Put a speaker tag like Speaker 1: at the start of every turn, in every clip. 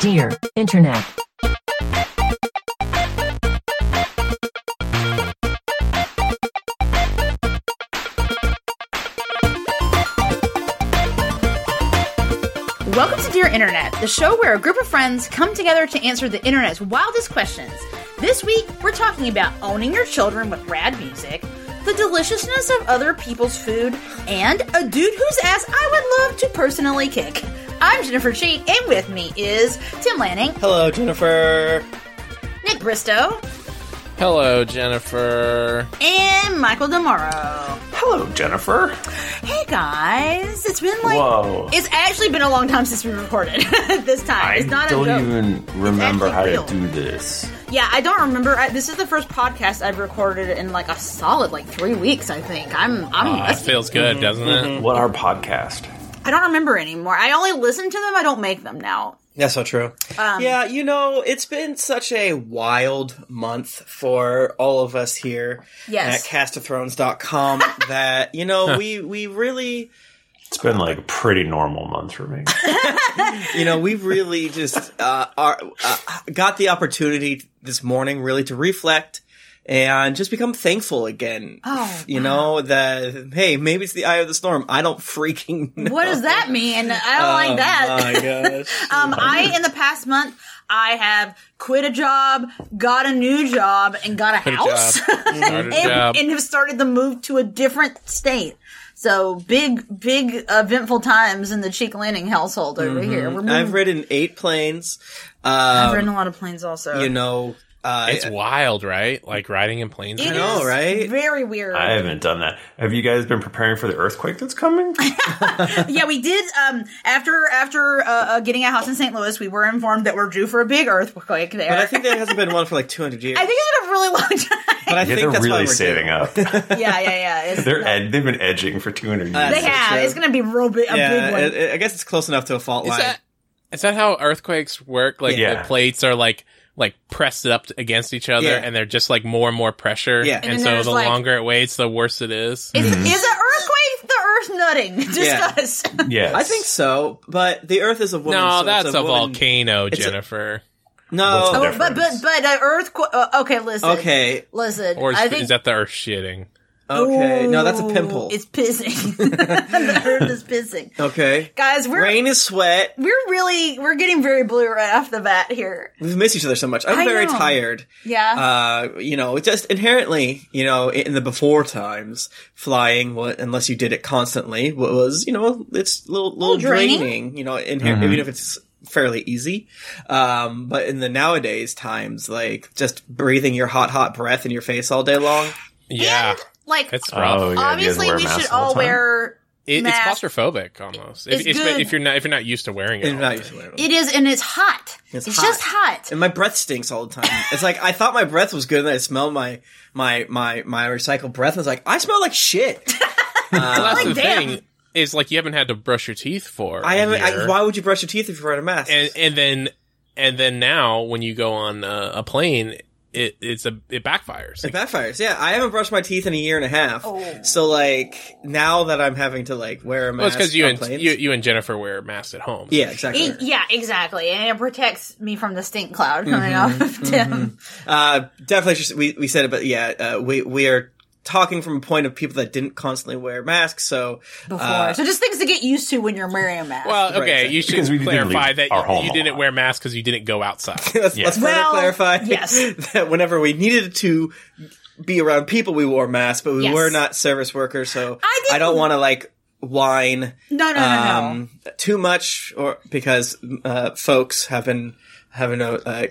Speaker 1: Dear Internet.
Speaker 2: Welcome to Dear Internet, the show where a group of friends come together to answer the internet's wildest questions. This week, we're talking about owning your children with rad music, the deliciousness of other people's food, and a dude whose ass I would love to personally kick. I'm Jennifer Cheat, and with me is Tim Lanning,
Speaker 3: Hello, Jennifer.
Speaker 2: Nick Bristow,
Speaker 4: Hello, Jennifer.
Speaker 2: and Michael Demaro.
Speaker 3: Hello, Jennifer.
Speaker 2: Hey guys, it's been like
Speaker 3: Whoa.
Speaker 2: it's actually been a long time since we recorded this time.
Speaker 3: I
Speaker 2: it's not
Speaker 3: don't
Speaker 2: a joke.
Speaker 3: even remember how
Speaker 2: actually
Speaker 3: to
Speaker 2: real.
Speaker 3: do this.
Speaker 2: Yeah, I don't remember. I, this is the first podcast I've recorded in like a solid like three weeks. I think I'm. I'm.
Speaker 4: That
Speaker 2: rusty.
Speaker 4: Uh, feels good, doesn't it?
Speaker 3: What our podcast?
Speaker 2: I don't remember anymore. I only listen to them. I don't make them now.
Speaker 5: That's so true.
Speaker 2: Um,
Speaker 5: yeah, you know, it's been such a wild month for all of us here
Speaker 2: Yes.
Speaker 5: at castothrones.com that, you know, we we really,
Speaker 3: It's been like a pretty normal month for me.
Speaker 5: you know, we really just uh, are, uh, got the opportunity this morning really to reflect and just become thankful again.
Speaker 2: Oh,
Speaker 5: you know, that hey, maybe it's the eye of the storm. I don't freaking know.
Speaker 2: What does that mean? I don't
Speaker 4: Oh,
Speaker 2: like that.
Speaker 5: my gosh.
Speaker 2: um, I in the past month I have quit a job, got a new job, and got a
Speaker 4: Good job.
Speaker 2: house.
Speaker 4: Started a job.
Speaker 2: and, and have started the move to a different state. So big, big eventful times in the Cheek Landing household over
Speaker 4: Mm-hmm.
Speaker 2: here. We're moving,
Speaker 5: I've
Speaker 2: I've,
Speaker 5: ridden eight planes.
Speaker 2: ridden a lot of planes also.
Speaker 5: You know, uh,
Speaker 4: It's wild, right? Like riding in planes.
Speaker 2: It
Speaker 4: right
Speaker 5: know,
Speaker 2: is
Speaker 5: right?
Speaker 2: Very weird.
Speaker 3: I haven't done that. Have you guys been preparing for the earthquake that's coming?
Speaker 2: yeah, we did. Um, after after uh, uh, getting a house in St. Louis, we were informed that we're due for a big earthquake there.
Speaker 5: But I think that hasn't been one for like 200 years.
Speaker 2: I think it's been a really long time.
Speaker 5: but I
Speaker 3: Yeah,
Speaker 5: think
Speaker 3: they're
Speaker 5: that's why
Speaker 3: really
Speaker 5: we're
Speaker 3: saving
Speaker 5: doing it.
Speaker 3: up. They're
Speaker 2: yeah, yeah, yeah. It's,
Speaker 3: ed- they've been edging for 200 years.
Speaker 2: Uh, they
Speaker 5: That's so
Speaker 2: have.
Speaker 5: true.
Speaker 2: It's gonna be real big, a big
Speaker 5: Yeah,
Speaker 2: one.
Speaker 5: it- it- I guess it's close enough to a fault
Speaker 4: Is
Speaker 5: line.
Speaker 4: that is that how earthquakes work? Like
Speaker 3: Yeah.
Speaker 4: the plates are like like pressed up against each other,
Speaker 5: Yeah.
Speaker 4: and they're just like more and more pressure.
Speaker 5: Yeah. And
Speaker 4: and,
Speaker 2: then
Speaker 4: so
Speaker 2: there's,
Speaker 4: the
Speaker 2: like-
Speaker 4: longer it waits, the worse it is.
Speaker 2: is, is an earthquake the earth nutting?
Speaker 5: Yeah.
Speaker 2: Discuss.
Speaker 3: Yes.
Speaker 5: I think so, but the Earth is a woman. so
Speaker 4: no,
Speaker 5: it's
Speaker 4: that's a,
Speaker 5: a, woman-
Speaker 4: volcano,
Speaker 5: a-
Speaker 4: Jennifer.
Speaker 3: What's the
Speaker 5: No,
Speaker 2: Oh, but but
Speaker 3: difference.
Speaker 2: but uh, earthquake. Uh, okay, listen.
Speaker 5: okay,
Speaker 2: listen.
Speaker 4: Or is,
Speaker 2: I think
Speaker 4: is that the earth shitting?
Speaker 5: okay. No, that's a pimple.
Speaker 2: It's pissing. the earth is pissing.
Speaker 5: Okay,
Speaker 2: Guys, we're
Speaker 5: rain is sweat.
Speaker 2: we're really we're getting very blue right off the bat here.
Speaker 5: We miss each other so much. I'm
Speaker 2: I
Speaker 5: very
Speaker 2: know.
Speaker 5: tired.
Speaker 2: Yeah.
Speaker 5: Uh, you know, it's just inherently, you know, in the before times, flying, wa unless you did it constantly, wa- was, you know, it's a little, little
Speaker 2: draining.
Speaker 5: draining. you know, inherent,
Speaker 4: Mm-hmm.
Speaker 5: even if it's fairly easy. Um, but in the nowadays times, like just breathing your hot, hot breath in your face all day long.
Speaker 4: Yeah,
Speaker 2: And, like
Speaker 4: it's rough.
Speaker 3: Oh, yeah, you guys
Speaker 2: obviously
Speaker 3: wear
Speaker 2: we
Speaker 3: masks
Speaker 2: should all
Speaker 3: the time?
Speaker 2: wear
Speaker 4: It- it's
Speaker 2: mask.
Speaker 4: claustrophobic almost. If,
Speaker 2: It's
Speaker 4: if,
Speaker 2: good.
Speaker 4: if you're not if you're not used to wearing it,
Speaker 5: And
Speaker 4: all
Speaker 5: not
Speaker 4: the
Speaker 5: used to it.
Speaker 2: it is and it's hot. It's,
Speaker 5: It's
Speaker 2: just
Speaker 5: hot.
Speaker 2: hot.
Speaker 5: And my breath stinks all the time. It's like I thought my breath was good, and I smelled my my my my recycled breath. And I was like, I smell like shit. Uh,
Speaker 4: Well, that's the
Speaker 2: damn.
Speaker 4: thing is like you haven't had to brush your teeth for.
Speaker 5: I
Speaker 4: a
Speaker 5: haven't. I,
Speaker 4: year.
Speaker 5: why would you brush your teeth if you're wearing a mask?
Speaker 4: and and then and then now when you go on uh, a, a plane, it it's a it backfires.
Speaker 5: It backfires. Yeah, I haven't brushed my teeth in a year and a half.
Speaker 2: Oh.
Speaker 5: So like now that I'm having to like wear a mask.
Speaker 4: well, it's because you
Speaker 5: on
Speaker 4: and
Speaker 5: planes-
Speaker 4: you, you and Jennifer wear masks at home.
Speaker 5: yeah, exactly.
Speaker 2: It- yeah, exactly, and it protects me from the stink cloud coming
Speaker 5: Mm-hmm,
Speaker 2: off of Tim.
Speaker 5: Uh, definitely, just, we we said it, but yeah, uh, we we are talking from a point of people that didn't constantly wear masks. So
Speaker 2: Before,
Speaker 5: Uh,
Speaker 2: so just things to get used to when you're wearing a mask.
Speaker 4: Well, okay,
Speaker 5: exactly.
Speaker 4: you should
Speaker 3: Because we didn't
Speaker 4: clarify
Speaker 3: leave
Speaker 4: that
Speaker 3: our home
Speaker 4: you, you
Speaker 3: a
Speaker 4: didn't
Speaker 3: lot.
Speaker 4: wear masks because you didn't go outside.
Speaker 5: let's, let's further
Speaker 2: Well,
Speaker 5: clarify
Speaker 2: yes.
Speaker 5: that whenever we needed to be around people, we wore masks, but we
Speaker 2: Yes.
Speaker 5: were not service workers. So
Speaker 2: I didn't-
Speaker 5: don't want to like whine.
Speaker 2: no, no, no, no.
Speaker 5: um, too much, or because uh, folks have been having a uh,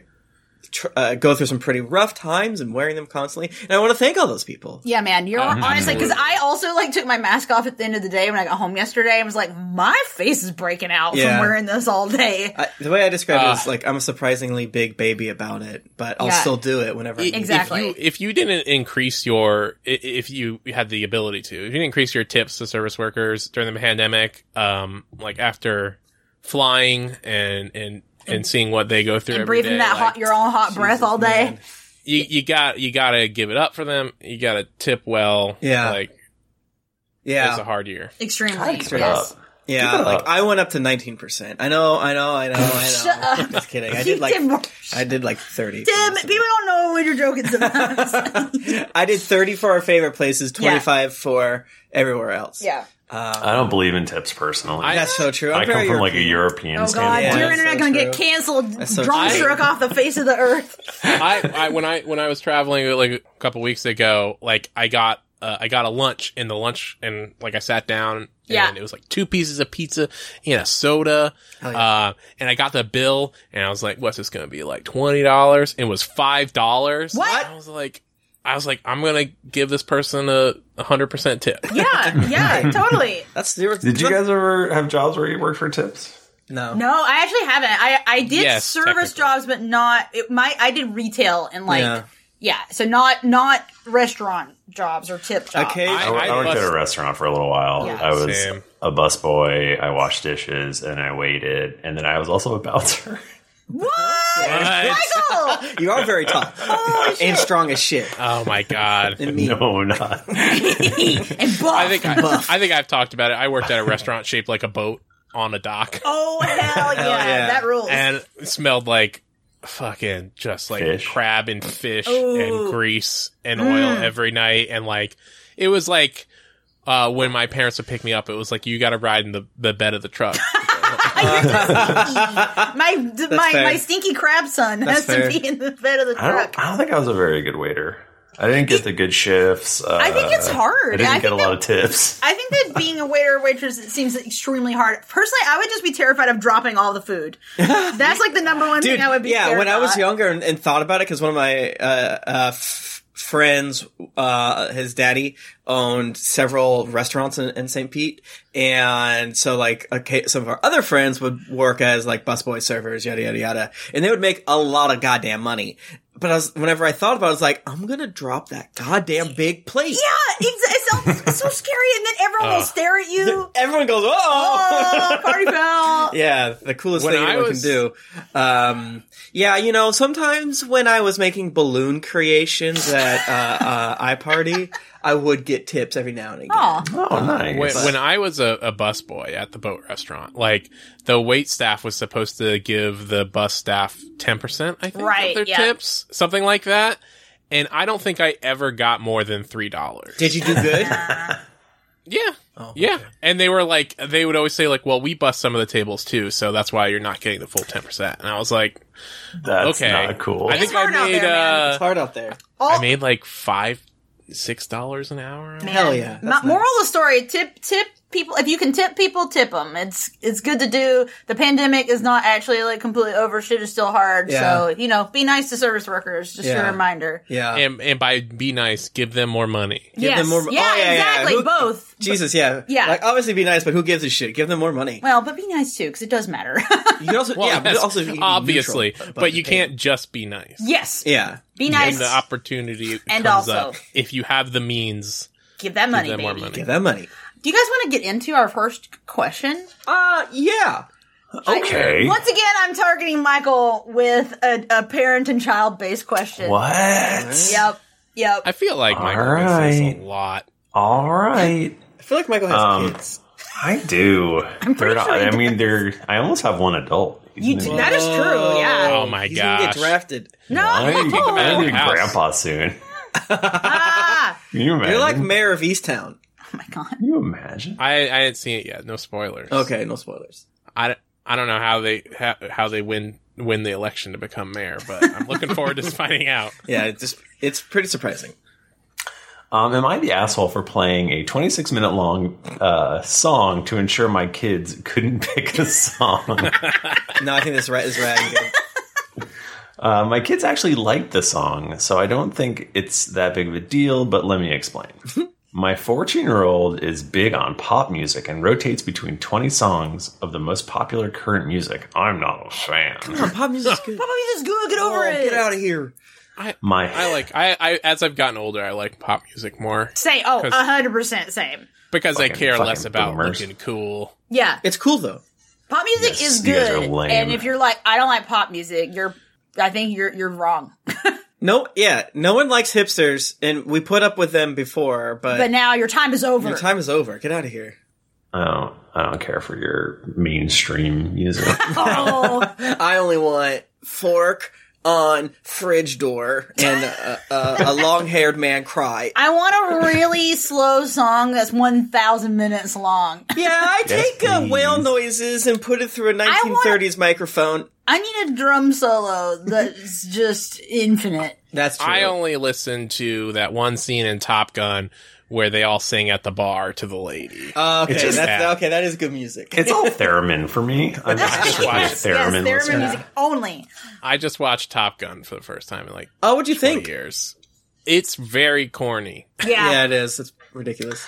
Speaker 5: tr- uh, go through some pretty rough times and wearing them constantly. And I want to thank all those people.
Speaker 2: Yeah, man. You're
Speaker 5: uh-huh.
Speaker 2: honestly because I also like took my mask off at the end of the day when I got home yesterday and was like, my face is breaking out from
Speaker 5: Yeah.
Speaker 2: wearing this all day.
Speaker 5: I, the way I describe it
Speaker 4: Ah.
Speaker 5: is like I'm a surprisingly big baby about it, but I'll
Speaker 2: Yeah.
Speaker 5: still do it whenever. I-
Speaker 2: Exactly.
Speaker 4: If you, if you didn't increase your, i- if you had the ability to, if you didn't increase your tips to service workers during the pandemic, um, like after flying and and and seeing what they go through,
Speaker 2: and
Speaker 4: every
Speaker 2: breathing
Speaker 4: day,
Speaker 2: that
Speaker 4: like,
Speaker 2: hot your own hot breath all day.
Speaker 5: man.
Speaker 4: you, you got you got to give it up for them. You got to tip well.
Speaker 5: Yeah.
Speaker 4: like
Speaker 5: yeah,
Speaker 4: it's a hard year.
Speaker 2: Extremely.
Speaker 3: Hikes are
Speaker 2: yes.
Speaker 3: up.
Speaker 5: Yeah,
Speaker 3: Give it
Speaker 5: like
Speaker 3: up.
Speaker 5: I went up to nineteen percent. I know, I know, I know,
Speaker 2: Shut
Speaker 5: I know.
Speaker 2: up.
Speaker 5: Just kidding. I
Speaker 2: You
Speaker 5: did like
Speaker 2: did more.
Speaker 5: I did like thirty.
Speaker 2: Damn it, people don't know when you're joking sometimes.
Speaker 5: I did thirty for our favorite places,
Speaker 2: Yeah.
Speaker 5: twenty five for everywhere else.
Speaker 2: yeah.
Speaker 3: I don't believe in tips personally. I,
Speaker 5: that's so true. I'm
Speaker 3: come
Speaker 5: very
Speaker 3: from like a European
Speaker 5: European.
Speaker 2: Oh god,
Speaker 3: standpoint.
Speaker 5: Yeah,
Speaker 2: dear
Speaker 5: that's
Speaker 2: internet
Speaker 5: so
Speaker 2: gonna get
Speaker 5: true.
Speaker 2: canceled,
Speaker 5: so
Speaker 2: drawn
Speaker 5: true.
Speaker 2: shook off the face of the earth.
Speaker 4: I, I when I when I was traveling like a couple weeks ago, like I got uh, I got a lunch and the lunch and like I sat down and
Speaker 2: Yeah.
Speaker 4: it was like two pieces of pizza and a soda. Uh, and I got the bill and I was like, what's this gonna be like twenty dollars? It was five dollars.
Speaker 2: What?
Speaker 4: I was like I was like, I'm gonna give this person a hundred percent tip.
Speaker 2: Yeah, yeah, totally.
Speaker 5: That's zero.
Speaker 3: Did you guys ever have jobs where you worked for tips?
Speaker 5: No.
Speaker 2: No, I actually haven't. I I did
Speaker 4: Yes,
Speaker 2: service
Speaker 4: technically.
Speaker 2: jobs, but not it, my. I did retail and like yeah.
Speaker 5: Yeah.
Speaker 2: so not not restaurant jobs or tip jobs.
Speaker 5: Okay.
Speaker 3: I,
Speaker 4: I-
Speaker 3: I worked
Speaker 4: bus-
Speaker 3: at a restaurant for a little while.
Speaker 2: Yeah.
Speaker 3: I was
Speaker 4: Same.
Speaker 3: a busboy. I washed dishes and I waited, and then I was also a bouncer.
Speaker 2: What?
Speaker 4: What?
Speaker 2: Michael?
Speaker 5: You are very tall
Speaker 2: Holy shit.
Speaker 5: and strong as shit.
Speaker 4: Oh my god.
Speaker 5: And me.
Speaker 3: no, not.
Speaker 2: and buff.
Speaker 4: I think I, I think I've talked about it. I worked at a restaurant shaped like a boat on a dock.
Speaker 2: oh hell yeah,
Speaker 5: yeah.
Speaker 2: that rules.
Speaker 4: and it smelled like fucking just like
Speaker 3: Fish.
Speaker 4: crab and fish
Speaker 2: Ooh. Mm.
Speaker 4: and grease and oil every night and like it was like uh, when my parents would pick me up, it was like you got to ride in the, the bed of the truck.
Speaker 2: my d- my
Speaker 5: fair.
Speaker 2: my stinky crab son has
Speaker 5: That's fair.
Speaker 2: to be in the bed of the
Speaker 3: I
Speaker 2: truck.
Speaker 3: don't, I don't think I was a very good waiter. I didn't get the good shifts. Uh,
Speaker 2: I think it's hard.
Speaker 3: I didn't
Speaker 2: I
Speaker 3: get
Speaker 2: think
Speaker 3: a lot
Speaker 2: that-
Speaker 3: of tips.
Speaker 2: I think that being a waiter or waitress it seems extremely hard. Personally, I would just be terrified of dropping all the food. That's like the number one
Speaker 5: Dude,
Speaker 2: thing I would be.
Speaker 5: yeah,
Speaker 2: scared
Speaker 5: when I was
Speaker 2: about.
Speaker 5: younger and, and thought about it, because one of my uh, uh, f- friends, uh, his daddy owned several restaurants in, in St. Pete, and so like okay, some of our other friends would work as like busboy servers, yada yada yada, and they would make a lot of goddamn money. But I was, whenever I thought about, it, I was like, I'm gonna drop that goddamn big plate.
Speaker 2: Yeah, it's, it's, so, it's so scary, and then everyone
Speaker 5: Uh,
Speaker 2: will stare at you.
Speaker 5: Everyone goes, oh.
Speaker 2: Oh, party foul!
Speaker 5: Yeah, the coolest
Speaker 4: When
Speaker 5: thing
Speaker 4: I
Speaker 5: anyone
Speaker 4: was-
Speaker 5: can do. Um, yeah, you know, sometimes when I was making balloon creations at uh, uh, iParty, I would get tips every now and again.
Speaker 2: Aw.
Speaker 3: Oh, nice.
Speaker 4: when, when I was a, a bus boy at the boat restaurant, like the wait staff was supposed to give the bus staff ten percent, I think,
Speaker 2: Right,
Speaker 4: of their
Speaker 2: yeah.
Speaker 4: tips, something like that. And I don't think I ever got more than three dollars.
Speaker 5: Did you do good?
Speaker 4: Yeah.
Speaker 5: Oh,
Speaker 4: yeah. And they were like, they would always say, like, well, we bust some of the tables too, so that's why you're not getting the full 10%. And I was like,
Speaker 3: That's
Speaker 4: okay.
Speaker 3: not cool.
Speaker 4: I think
Speaker 2: It's hard out
Speaker 4: I made,
Speaker 2: there, man.
Speaker 4: uh,
Speaker 5: it's hard out there.
Speaker 2: All,
Speaker 4: I made like five, six dollars an hour.
Speaker 5: Hell yeah.
Speaker 2: Ma-
Speaker 5: that's nice.
Speaker 2: Moral of the story: tip, tip people. If you can tip people, tip them. It's it's good to do. The pandemic is not actually like completely over. Shit is still hard.
Speaker 5: Yeah.
Speaker 2: So you know, be nice to service workers. Just
Speaker 5: Yeah.
Speaker 2: a reminder.
Speaker 5: Yeah.
Speaker 4: And, and by be nice, give them more money.
Speaker 2: yes.
Speaker 5: them more-
Speaker 2: yeah,
Speaker 5: oh, yeah, yeah, yeah.
Speaker 2: exactly.
Speaker 5: Who-
Speaker 2: Both.
Speaker 5: Jesus, yeah.
Speaker 2: Yeah.
Speaker 5: Like, obviously be nice, but who gives a shit? Give them more money.
Speaker 2: Well, but be nice too, because it does matter.
Speaker 5: You can also,
Speaker 4: Well,
Speaker 5: yeah, but
Speaker 4: yes,
Speaker 5: also you can be
Speaker 4: obviously,
Speaker 5: neutral about
Speaker 4: but
Speaker 5: the
Speaker 4: you
Speaker 5: pay.
Speaker 4: can't just be nice.
Speaker 2: yes.
Speaker 5: Yeah.
Speaker 2: Be nice.
Speaker 4: And the opportunity
Speaker 2: And
Speaker 4: comes
Speaker 2: also-
Speaker 4: up if you have the means.
Speaker 2: Give that money,
Speaker 4: Give them
Speaker 2: baby.
Speaker 4: more money.
Speaker 5: Give them money.
Speaker 2: Do you guys want to get into our first question?
Speaker 5: Uh, yeah.
Speaker 3: okay.
Speaker 2: Once again, I'm targeting Michael with a, a parent and child based question.
Speaker 3: What?
Speaker 2: Yep. Yep.
Speaker 4: I feel like Michael misses a
Speaker 3: Alright.
Speaker 4: lot.
Speaker 3: All right.
Speaker 5: I feel like Michael has
Speaker 3: Um,
Speaker 5: kids.
Speaker 3: I do. I'm
Speaker 2: pretty sure he
Speaker 3: I mean, they're. I almost have one adult.
Speaker 2: You do- that is true, yeah.
Speaker 4: Oh my
Speaker 5: He's gonna get
Speaker 4: gosh.
Speaker 5: drafted.
Speaker 2: no.
Speaker 3: I need
Speaker 4: them out of
Speaker 3: I
Speaker 4: the
Speaker 3: need
Speaker 4: house.
Speaker 3: grandpa soon.
Speaker 2: Ah.
Speaker 3: Can you imagine?
Speaker 5: You're like mayor of Easttown.
Speaker 2: Oh my god.
Speaker 3: Can you imagine?
Speaker 4: I, I didn't see it yet. No spoilers.
Speaker 5: Okay, no spoilers.
Speaker 4: I, I don't know how they how, how they win win the election to become mayor, but I'm looking forward to finding out.
Speaker 5: Yeah, it's just it's pretty surprising.
Speaker 3: Um, am I the asshole for playing a 26 minute long uh, song to ensure my kids couldn't pick a song?
Speaker 5: No, I think this rat is rad. and good.
Speaker 3: uh, my kids actually liked the song, so I don't think it's that big of a deal, but let me explain. my 14 year old is big on pop music and rotates between 20 songs of the most popular current music. I'm not a fan.
Speaker 5: Oh, pop music's good.
Speaker 2: Papa, you just good. Get over
Speaker 5: Oh,
Speaker 2: it.
Speaker 5: get out of here.
Speaker 4: I
Speaker 3: My-
Speaker 4: I like I, I as I've gotten older, I like pop music more
Speaker 2: Say, oh,
Speaker 4: 'Cause-
Speaker 2: 100% same.
Speaker 4: because I
Speaker 3: Fucking-
Speaker 4: care
Speaker 3: fucking
Speaker 4: less about
Speaker 3: boomers.
Speaker 4: looking cool.
Speaker 2: Yeah.
Speaker 5: It's cool though.
Speaker 2: Pop music
Speaker 3: Yes,
Speaker 2: is
Speaker 3: you guys
Speaker 2: good.
Speaker 3: are lame.
Speaker 2: And if you're like, I don't like pop music, you're, I think you're, you're wrong.
Speaker 5: No, yeah, no one likes hipsters, and we put up with them before, but,
Speaker 2: But now your time is over.
Speaker 5: your time is over. Get out of here.
Speaker 3: I don't, I don't care for your mainstream music.
Speaker 2: Oh,
Speaker 5: I only want fork on fridge door and a, a, a long haired man cry.
Speaker 2: I want a really slow song that's 1,000 minutes long.
Speaker 5: Yeah, I
Speaker 3: Yes,
Speaker 5: take uh, whale
Speaker 3: please.
Speaker 5: noises and put it through a 1930s microphone.
Speaker 2: I need a drum solo that's just infinite.
Speaker 5: That's true.
Speaker 4: I only listened to that one scene in Top Gun where they all sing at the bar to the lady.
Speaker 5: Uh, okay,
Speaker 4: It's just
Speaker 5: that's,
Speaker 4: that.
Speaker 5: okay, that is good music.
Speaker 3: It's all theremin for me. I'm just a
Speaker 4: Yes,
Speaker 3: theremin
Speaker 2: yes,
Speaker 3: listener.
Speaker 2: theremin music only.
Speaker 4: I just watched Top Gun for the first time in like
Speaker 5: oh, what'd you
Speaker 4: 20
Speaker 5: think?
Speaker 4: years. It's very corny.
Speaker 2: Yeah.
Speaker 5: Yeah, it is. It's ridiculous.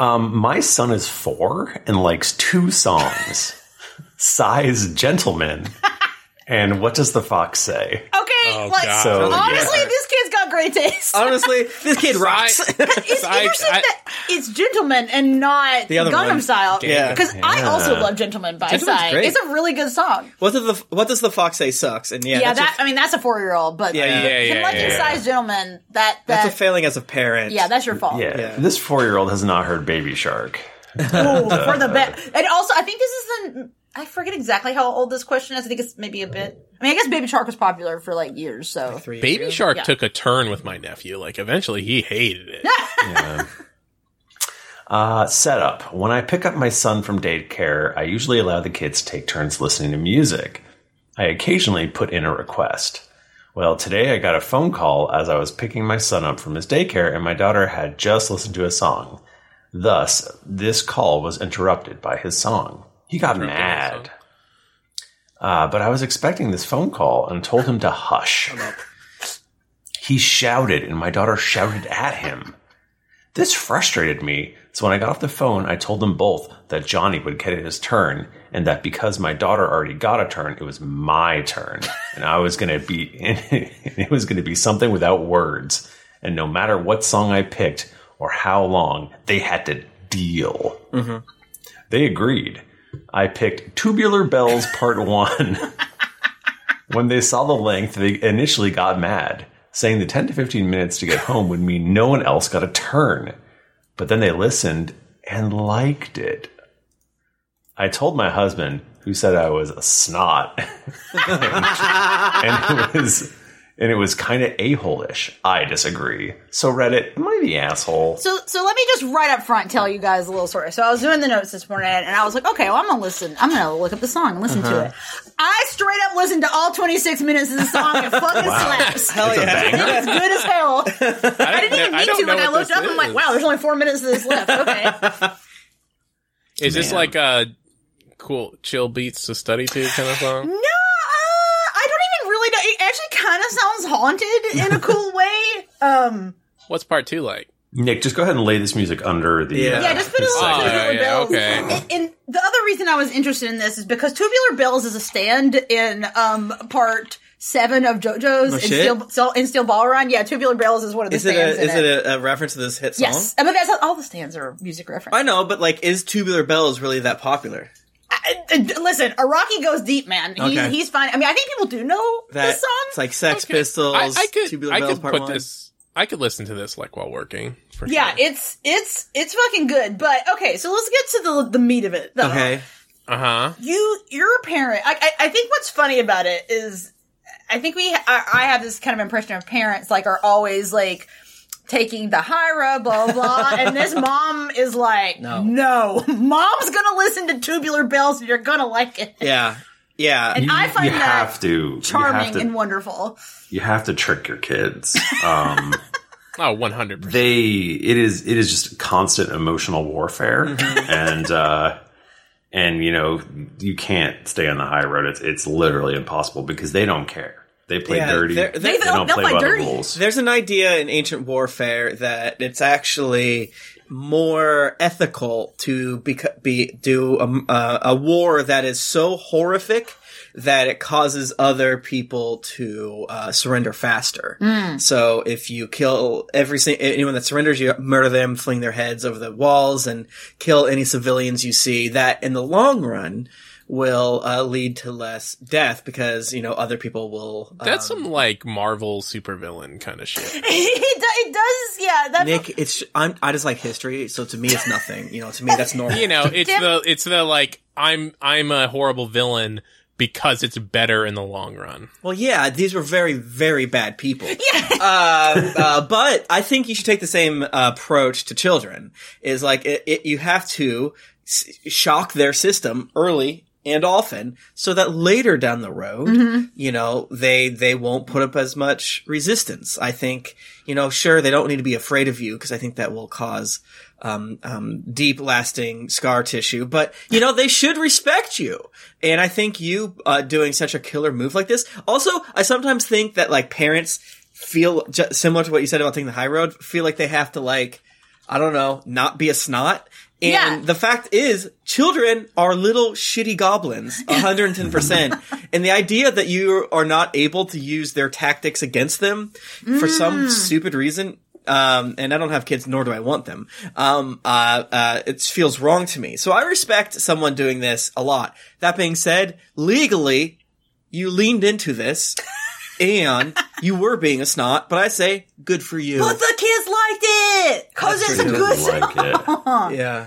Speaker 3: Um, my son is four and likes two songs: "Size Gentleman" and "What Does the Fox Say."
Speaker 2: Okay,
Speaker 4: Oh,
Speaker 2: like
Speaker 4: God.
Speaker 3: So,
Speaker 2: honestly,
Speaker 3: yeah.
Speaker 2: this kid's got great taste.
Speaker 5: Honestly, this kid rocks.
Speaker 2: it's
Speaker 4: Uh, I-
Speaker 2: interesting
Speaker 4: I-
Speaker 2: that it's Gentleman and not
Speaker 5: The other
Speaker 2: Gundam
Speaker 5: one.
Speaker 2: Style.
Speaker 5: Yeah.
Speaker 2: Because I
Speaker 3: Yeah.
Speaker 2: also love Gentleman by
Speaker 5: Gentleman's
Speaker 2: Psy.
Speaker 5: great.
Speaker 2: It's a really good song.
Speaker 5: what, does the, what does the fox say sucks? And yeah,
Speaker 2: Yeah,
Speaker 5: that's,
Speaker 2: that
Speaker 5: a,
Speaker 2: I mean that's a four year old, but
Speaker 5: Yeah,
Speaker 4: yeah,
Speaker 2: him
Speaker 4: yeah,
Speaker 2: liking
Speaker 4: yeah.
Speaker 2: size gentleman, that that
Speaker 5: that's a failing as a parent.
Speaker 2: yeah, that's your fault.
Speaker 3: Yeah,
Speaker 5: Yeah.
Speaker 3: this four-year-old has not heard "Baby Shark."
Speaker 2: Ooh, for the best. And also, I think this is the I forget exactly how old this question is. I think it's maybe a bit. I mean, I guess Baby Shark was popular for like years, so
Speaker 5: Three years
Speaker 4: Baby
Speaker 5: ago.
Speaker 4: Shark
Speaker 2: Yeah.
Speaker 4: took a turn with my nephew. Like eventually he hated it.
Speaker 3: Yeah. Uh, setup. When I pick up my son from daycare, I usually allow the kids to take turns listening to music. I occasionally put in a request. Well, today I got a phone call as I was picking my son up from his daycare, and my daughter had just listened to a song. Thus, this call was interrupted by his song. He got mad. Uh, but I was expecting this phone call and told him to hush. He shouted, and my daughter shouted at him. This frustrated me, so when I got off the phone, I told them both that Johnny would get his turn, and that because my daughter already got a turn, it was my turn, and I was going to be, it was going to be something without words, and no matter what song I picked or how long, they had to deal. They agreed. I picked Tubular Bells Part One. When they saw the length, they initially got mad, saying the 10 to 15 minutes to get home would mean no one else got a turn. But then they listened and liked it. I told my husband, who said I was a snot, and, and it was and it was kind of a holish. I disagree. So Reddit, am I the asshole?
Speaker 2: So, so let me just right up front tell you guys a little story. So I was doing the notes this morning, and I was like, okay, well, I'm gonna listen. I'm gonna look up the song and listen
Speaker 4: Uh-huh.
Speaker 2: to it. I straight up listened to all 26 minutes of the song. It fucking slaps.
Speaker 5: Hell
Speaker 3: It's a
Speaker 5: yeah.
Speaker 3: banger.
Speaker 2: It's good as hell. I didn't even
Speaker 4: know- I
Speaker 2: mean
Speaker 4: don't
Speaker 2: to
Speaker 4: know
Speaker 2: when I
Speaker 4: what
Speaker 2: looked
Speaker 4: this
Speaker 2: up. I'm like,
Speaker 4: is.
Speaker 2: wow, there's only four minutes of this left. Okay.
Speaker 4: Is this like a cool chill beats to study to kind of song?
Speaker 2: no, uh, I don't even really know. It actually kind of sounds haunted in a cool way. Um,
Speaker 4: What's part two like?
Speaker 3: Nick, just go ahead and lay this music under the
Speaker 5: Yeah.
Speaker 2: Yeah, just put a
Speaker 3: the
Speaker 2: little
Speaker 4: Oh,
Speaker 3: segment.
Speaker 2: tubular
Speaker 4: yeah,
Speaker 2: bells.
Speaker 4: okay.
Speaker 2: And, and the other reason I was interested in this is because tubular bells is a stand in um part seven of JoJo's in
Speaker 5: Oh, shit.
Speaker 2: Steel, so, in Steel Ball Run. Yeah, tubular bells is one of the
Speaker 5: Is it,
Speaker 2: stands.
Speaker 5: a, is
Speaker 2: in
Speaker 5: it a, a reference to this hit song?
Speaker 2: yes? I mean, that's all the stands are music reference.
Speaker 5: I know, but like, is Tubular Bells really that popular?
Speaker 2: I, I- listen, Araki goes deep, man. He's
Speaker 5: Okay.
Speaker 2: he's fine. I mean, I think people do know
Speaker 5: That
Speaker 2: this song.
Speaker 5: it's like Sex
Speaker 4: Okay.
Speaker 5: Pistols.
Speaker 4: I, I could,
Speaker 5: Tubular
Speaker 4: I
Speaker 5: Bells
Speaker 4: could
Speaker 5: Part
Speaker 4: put
Speaker 5: One.
Speaker 4: this. I could listen to this like while working. For
Speaker 2: yeah,
Speaker 4: Sure.
Speaker 2: it's it's it's fucking good. But okay, so let's get to the the meat of it. Though.
Speaker 5: Okay.
Speaker 4: Uh huh.
Speaker 2: you you're a parent I, I i think what's funny about it is i think we I, I have this kind of impression of parents like are always like taking the high road blah blah and this mom is like no. mom's gonna listen to tubular bells and you're gonna like it
Speaker 5: Yeah. Yeah.
Speaker 2: and i find
Speaker 3: you
Speaker 2: that
Speaker 3: have to you have
Speaker 2: charming
Speaker 3: to-
Speaker 2: and wonderful
Speaker 3: you have to trick your kids. Um,
Speaker 4: Oh, one hundred percent.
Speaker 3: they it is it is just constant emotional warfare,
Speaker 2: Mm-hmm.
Speaker 3: and uh, and you know you can't stay on the high road. It's it's literally impossible because they don't care. They play
Speaker 5: Yeah,
Speaker 3: dirty.
Speaker 5: they're-
Speaker 2: they,
Speaker 5: They
Speaker 2: they'll,
Speaker 3: don't
Speaker 2: they'll
Speaker 3: play
Speaker 2: play
Speaker 3: by the
Speaker 2: dirty
Speaker 3: rules.
Speaker 5: There's an idea in ancient warfare that it's actually more ethical to be, be do a, uh, a war that is so horrific that it causes other people to uh, surrender faster. So if you kill every sing- anyone that surrenders, you murder them, fling their heads over the walls, and kill any civilians you see. That in the long run will uh, lead to less death because you know other people will. Um,
Speaker 4: That's some like Marvel supervillain kind of shit.
Speaker 2: it, do- it does, yeah. That
Speaker 5: Nick, it's I'm, I just like history, so to me it's nothing. You know, to me that's normal.
Speaker 4: You know, it's
Speaker 2: Dip.
Speaker 4: the it's the like I'm I'm a horrible villain because it's better in the long run.
Speaker 5: Well, yeah, these were very, very bad people. Yeah. Uh, uh, but I think you should take the same uh, approach to children. Is like it, it, you have to s- shock their system early and often, so that later down the road,
Speaker 4: Mm-hmm.
Speaker 5: you know, they they won't put up as much resistance. I think you know, sure, they don't need to be afraid of you because I think that will cause um, um, deep lasting scar tissue, but you know, they should respect you. And I think you, uh, doing such a killer move like this. Also, I sometimes think that like parents feel ju- similar to what you said about taking the high road, feel like they have to like, I don't know, not be a snot. And
Speaker 2: Yeah.
Speaker 5: the fact is, children are little shitty goblins, 110%. and the idea that you are not able to use their tactics against them for some stupid reason, um, and I don't have kids, nor do I want them. Um, uh, uh, it feels wrong to me. So I respect someone doing this a lot. That being said, legally, you leaned into this, and you were being a snot, but I say, good for you.
Speaker 2: But the kids liked it because it's a
Speaker 5: right.
Speaker 2: good
Speaker 3: Doesn't like it.
Speaker 5: yeah.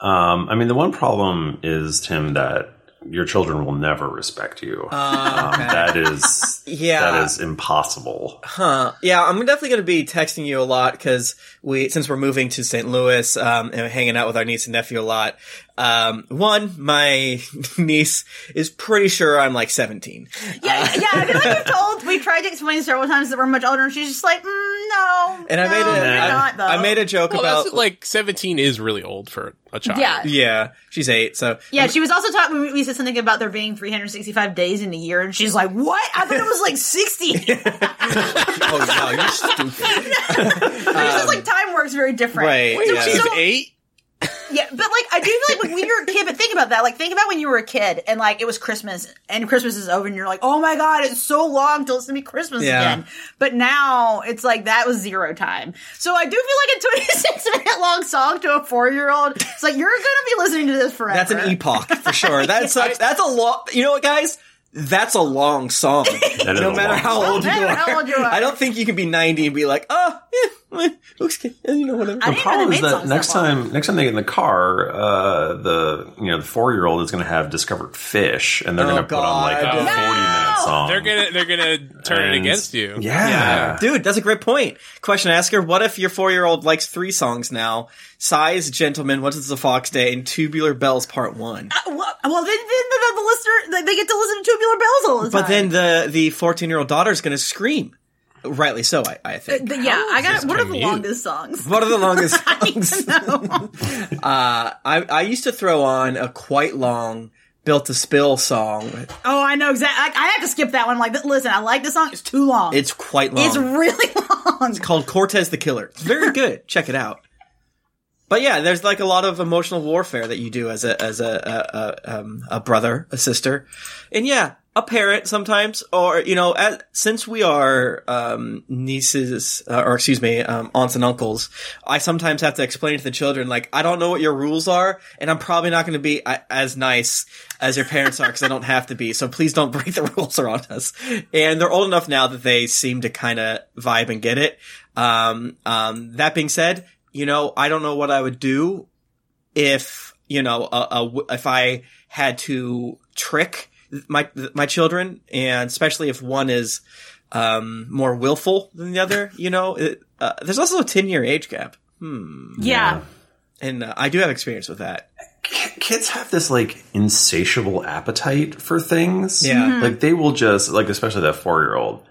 Speaker 3: Um, I mean, the one problem is Tim that your children will never respect you.
Speaker 2: Oh,
Speaker 5: Uh,
Speaker 3: um, that is,
Speaker 5: Yeah.
Speaker 3: that is impossible.
Speaker 5: Huh. Yeah, I'm definitely going to be texting you a lot because we, since we're moving to St. Louis um, and hanging out with our niece and nephew a lot. Um, one, my niece is pretty sure I'm like 17.
Speaker 2: Yeah,
Speaker 5: Uh,
Speaker 2: yeah. I feel like we've told, we tried to explain several times that we're much older, and she's just like, mm, no.
Speaker 5: And I
Speaker 2: no,
Speaker 5: made a,
Speaker 2: you're
Speaker 5: I-
Speaker 2: not, though.
Speaker 5: I made a joke
Speaker 4: Well,
Speaker 5: about
Speaker 4: that's like 17 is really old for a child.
Speaker 2: Yeah.
Speaker 5: yeah, she's eight. So
Speaker 2: Yeah, she was also talking. We, we said something about there being 365 days in a year, and she's like, "What? I thought it was like 60." It's
Speaker 5: oh wow, you're stupid.
Speaker 2: just like time works very different.
Speaker 5: Right.
Speaker 4: Wait,
Speaker 5: yeah.
Speaker 4: she's
Speaker 2: So-
Speaker 4: eight.
Speaker 2: Yeah, but like I do feel like when, when you're a kid, but think about that. Like think about when you were a kid and like it was Christmas and Christmas is over and you're like, oh my god, it's so long till it's gonna be Christmas
Speaker 5: Yeah.
Speaker 2: again. But now it's like that was zero time. So I do feel like a 26 minute long song to a four year old. It's like you're gonna be listening to this forever.
Speaker 5: That's an E epoch for sure. That's like, that's a long. You know what, guys? That's a long song.
Speaker 3: That is
Speaker 5: no
Speaker 3: a
Speaker 5: matter
Speaker 3: long
Speaker 5: how
Speaker 3: song.
Speaker 5: old,
Speaker 2: No
Speaker 5: you
Speaker 2: matter
Speaker 5: are.
Speaker 2: how old you are.
Speaker 5: I don't think you can be 90 and be like, oh, eh, eh, looks good. You know, whatever.
Speaker 2: I didn't know
Speaker 3: The
Speaker 2: they
Speaker 3: problem is
Speaker 2: made
Speaker 3: that
Speaker 2: songs
Speaker 3: next
Speaker 2: that long.
Speaker 3: time, next time they get in the car, uh, the you know the four year old is going to have discovered fish, and they're
Speaker 5: Oh,
Speaker 3: going to put on like
Speaker 5: God.
Speaker 3: a
Speaker 5: No!
Speaker 3: forty minute song.
Speaker 4: They're gonna they're gonna turn it
Speaker 3: And-
Speaker 4: against you.
Speaker 3: Yeah.
Speaker 5: Dude, that's a great point. Question asker, what if your four year old likes three songs now? Size, Gentleman, Once It's a Fox Day, and Tubular Bells Part 1.
Speaker 2: Well, Uh, well, then, then the, the listener they- they get to listen to tubular bells all the time.
Speaker 5: But then the the 14 year old daughter is going to scream. Rightly so, I, I think.
Speaker 2: The- yeah, I got.
Speaker 4: this
Speaker 2: What are the
Speaker 4: commute?
Speaker 2: longest songs?
Speaker 5: One of the longest songs.
Speaker 2: No.
Speaker 5: Uh, I, I used to throw on a quite long Built to Spill song.
Speaker 2: Oh, I know exactly. I, I have to skip that one. I'm like, listen, I like this song. It's too long.
Speaker 5: It's quite long.
Speaker 2: It's really long.
Speaker 5: called Cortez the Killer. It's very good. Check it out. But yeah, there's like a lot of emotional warfare that you do as a as a a, a, um, a brother, a sister, and yeah, a parent sometimes, or you know, as, since we are um, nieces uh, or excuse me, um, aunts and uncles, I sometimes have to explain to the children like I don't know what your rules are, and I'm probably not going to be uh, as nice as your parents are because I don't have to be. So please don't break the rules around us. And they're old enough now that they seem to kind of vibe and get it. Um, um, that being said, you know, I don't know what I would do if, you know, a, a w- if I had to trick my, my children and especially if one is, um, more willful than the other, you know, it, uh, there's also a 10 year age gap. Hmm.
Speaker 2: Yeah.
Speaker 5: And uh, I do have experience with that.
Speaker 3: kids have this like insatiable appetite for things.
Speaker 5: Yeah.
Speaker 2: Mm-hmm.
Speaker 5: Mhm.
Speaker 3: Like they will just like especially that four year old.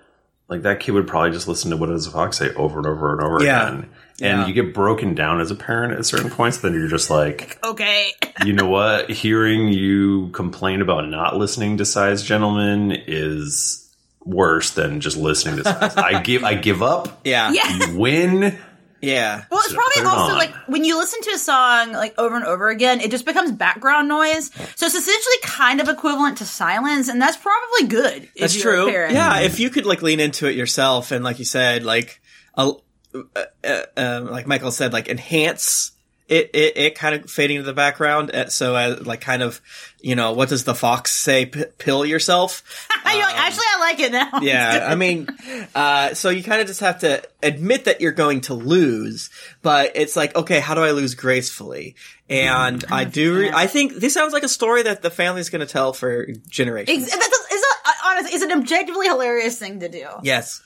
Speaker 3: Like that kid would probably just listen to what does a fox say over and over and over
Speaker 5: Yeah.
Speaker 3: again. And
Speaker 5: Yeah.
Speaker 3: you get broken down as a parent at certain points, then you're just like,
Speaker 2: Okay.
Speaker 3: you know what? Hearing you complain about not listening to size gentlemen is worse than just listening to size. I give I give up.
Speaker 5: Yeah.
Speaker 2: Yeah.
Speaker 3: You win.
Speaker 5: Yeah.
Speaker 2: Well, it's
Speaker 3: So
Speaker 2: probably
Speaker 3: put it
Speaker 2: also
Speaker 3: on.
Speaker 2: like when you listen to a song like over and over again, it just becomes background noise. So it's essentially kind of equivalent to silence, and that's probably good. if
Speaker 5: That's
Speaker 2: you're a
Speaker 5: true.
Speaker 2: parent.
Speaker 5: Yeah, if you could like lean into it yourself, um, and like you said, like a, uh, uh, uh, like Michael said, like enhance it it, it kind of fading to the background. uh, So uh, like kind of you know what does the fox say? P- pill yourself.
Speaker 2: You know, actually, I like it now.
Speaker 5: Yeah, I mean, uh, so you kind of just have to admit that you're going to lose, but it's like, okay, how do I lose gracefully? And
Speaker 2: Mm-hmm.
Speaker 5: I do, re- I think this sounds like a story that the family's going to tell for generations.
Speaker 2: Ex- that's a, is a, uh, honestly, it's an objectively hilarious thing to do.
Speaker 5: yes.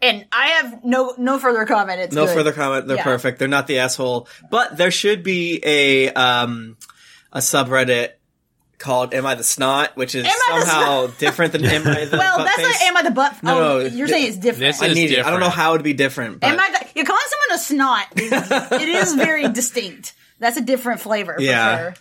Speaker 2: And I have no no further comment. It's
Speaker 5: No
Speaker 2: good.
Speaker 5: further comment. They're
Speaker 2: Yeah.
Speaker 5: perfect. They're not the asshole, but there should be a, um, a subreddit called Am I the Snot, which is
Speaker 2: Am I the
Speaker 5: somehow different than Am I the
Speaker 2: Well, that's
Speaker 5: Buttface.
Speaker 2: not am I the butt?
Speaker 5: No,
Speaker 2: oh,
Speaker 5: no,
Speaker 2: you're
Speaker 5: thi-
Speaker 2: saying it's different.
Speaker 4: this
Speaker 5: I
Speaker 4: is
Speaker 5: need it. I don't know
Speaker 4: different.
Speaker 5: how it would be different. But
Speaker 2: Am I the, you're calling someone a snot. is- it is very distinct. That's a different flavor. For
Speaker 5: Yeah.
Speaker 2: Sure.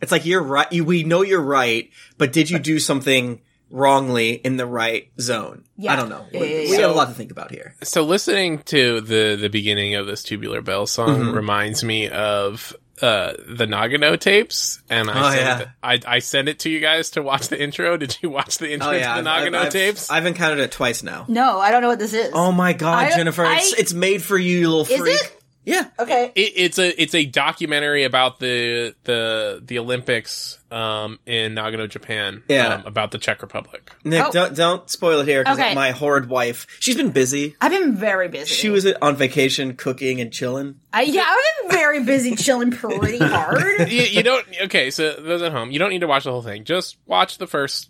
Speaker 5: It's like you're right. You, we know you're right, but did you do something wrongly in the right zone?
Speaker 2: Yeah.
Speaker 5: I don't know.
Speaker 2: Yeah,
Speaker 5: we
Speaker 2: yeah,
Speaker 5: we
Speaker 2: yeah.
Speaker 5: have a lot to think about here.
Speaker 4: so listening to the the beginning of this tubular bell song
Speaker 5: Mm-hmm.
Speaker 4: reminds me of uh the Nagano tapes and I
Speaker 5: Oh,
Speaker 4: sent
Speaker 5: yeah.
Speaker 4: it- I I sent it to you guys to watch the intro. Did you watch the intro to the
Speaker 5: Oh, I've-
Speaker 4: Nagano
Speaker 5: I've-
Speaker 4: tapes?
Speaker 5: I've encountered it twice now.
Speaker 2: No, I don't know what this is.
Speaker 5: Oh my god,
Speaker 2: I-
Speaker 5: Jennifer! it's,
Speaker 2: I-
Speaker 5: it's made for you, you little
Speaker 2: Is
Speaker 5: freak.
Speaker 2: it?
Speaker 5: Yeah.
Speaker 2: okay.
Speaker 4: it, it's a it's a documentary about the the the Olympics um in Nagano, Japan.
Speaker 5: Yeah.
Speaker 4: um, about the Czech Republic.
Speaker 5: Nick,
Speaker 2: Oh.
Speaker 5: don't don't spoil it here because
Speaker 2: Okay.
Speaker 5: my horrid wife. She's been busy.
Speaker 2: I've been very busy.
Speaker 5: She was on vacation, cooking and chilling.
Speaker 2: I, yeah, I've been very busy chilling pretty hard.
Speaker 4: you, you don't okay. So those at home, you don't need to watch the whole thing. Just watch the first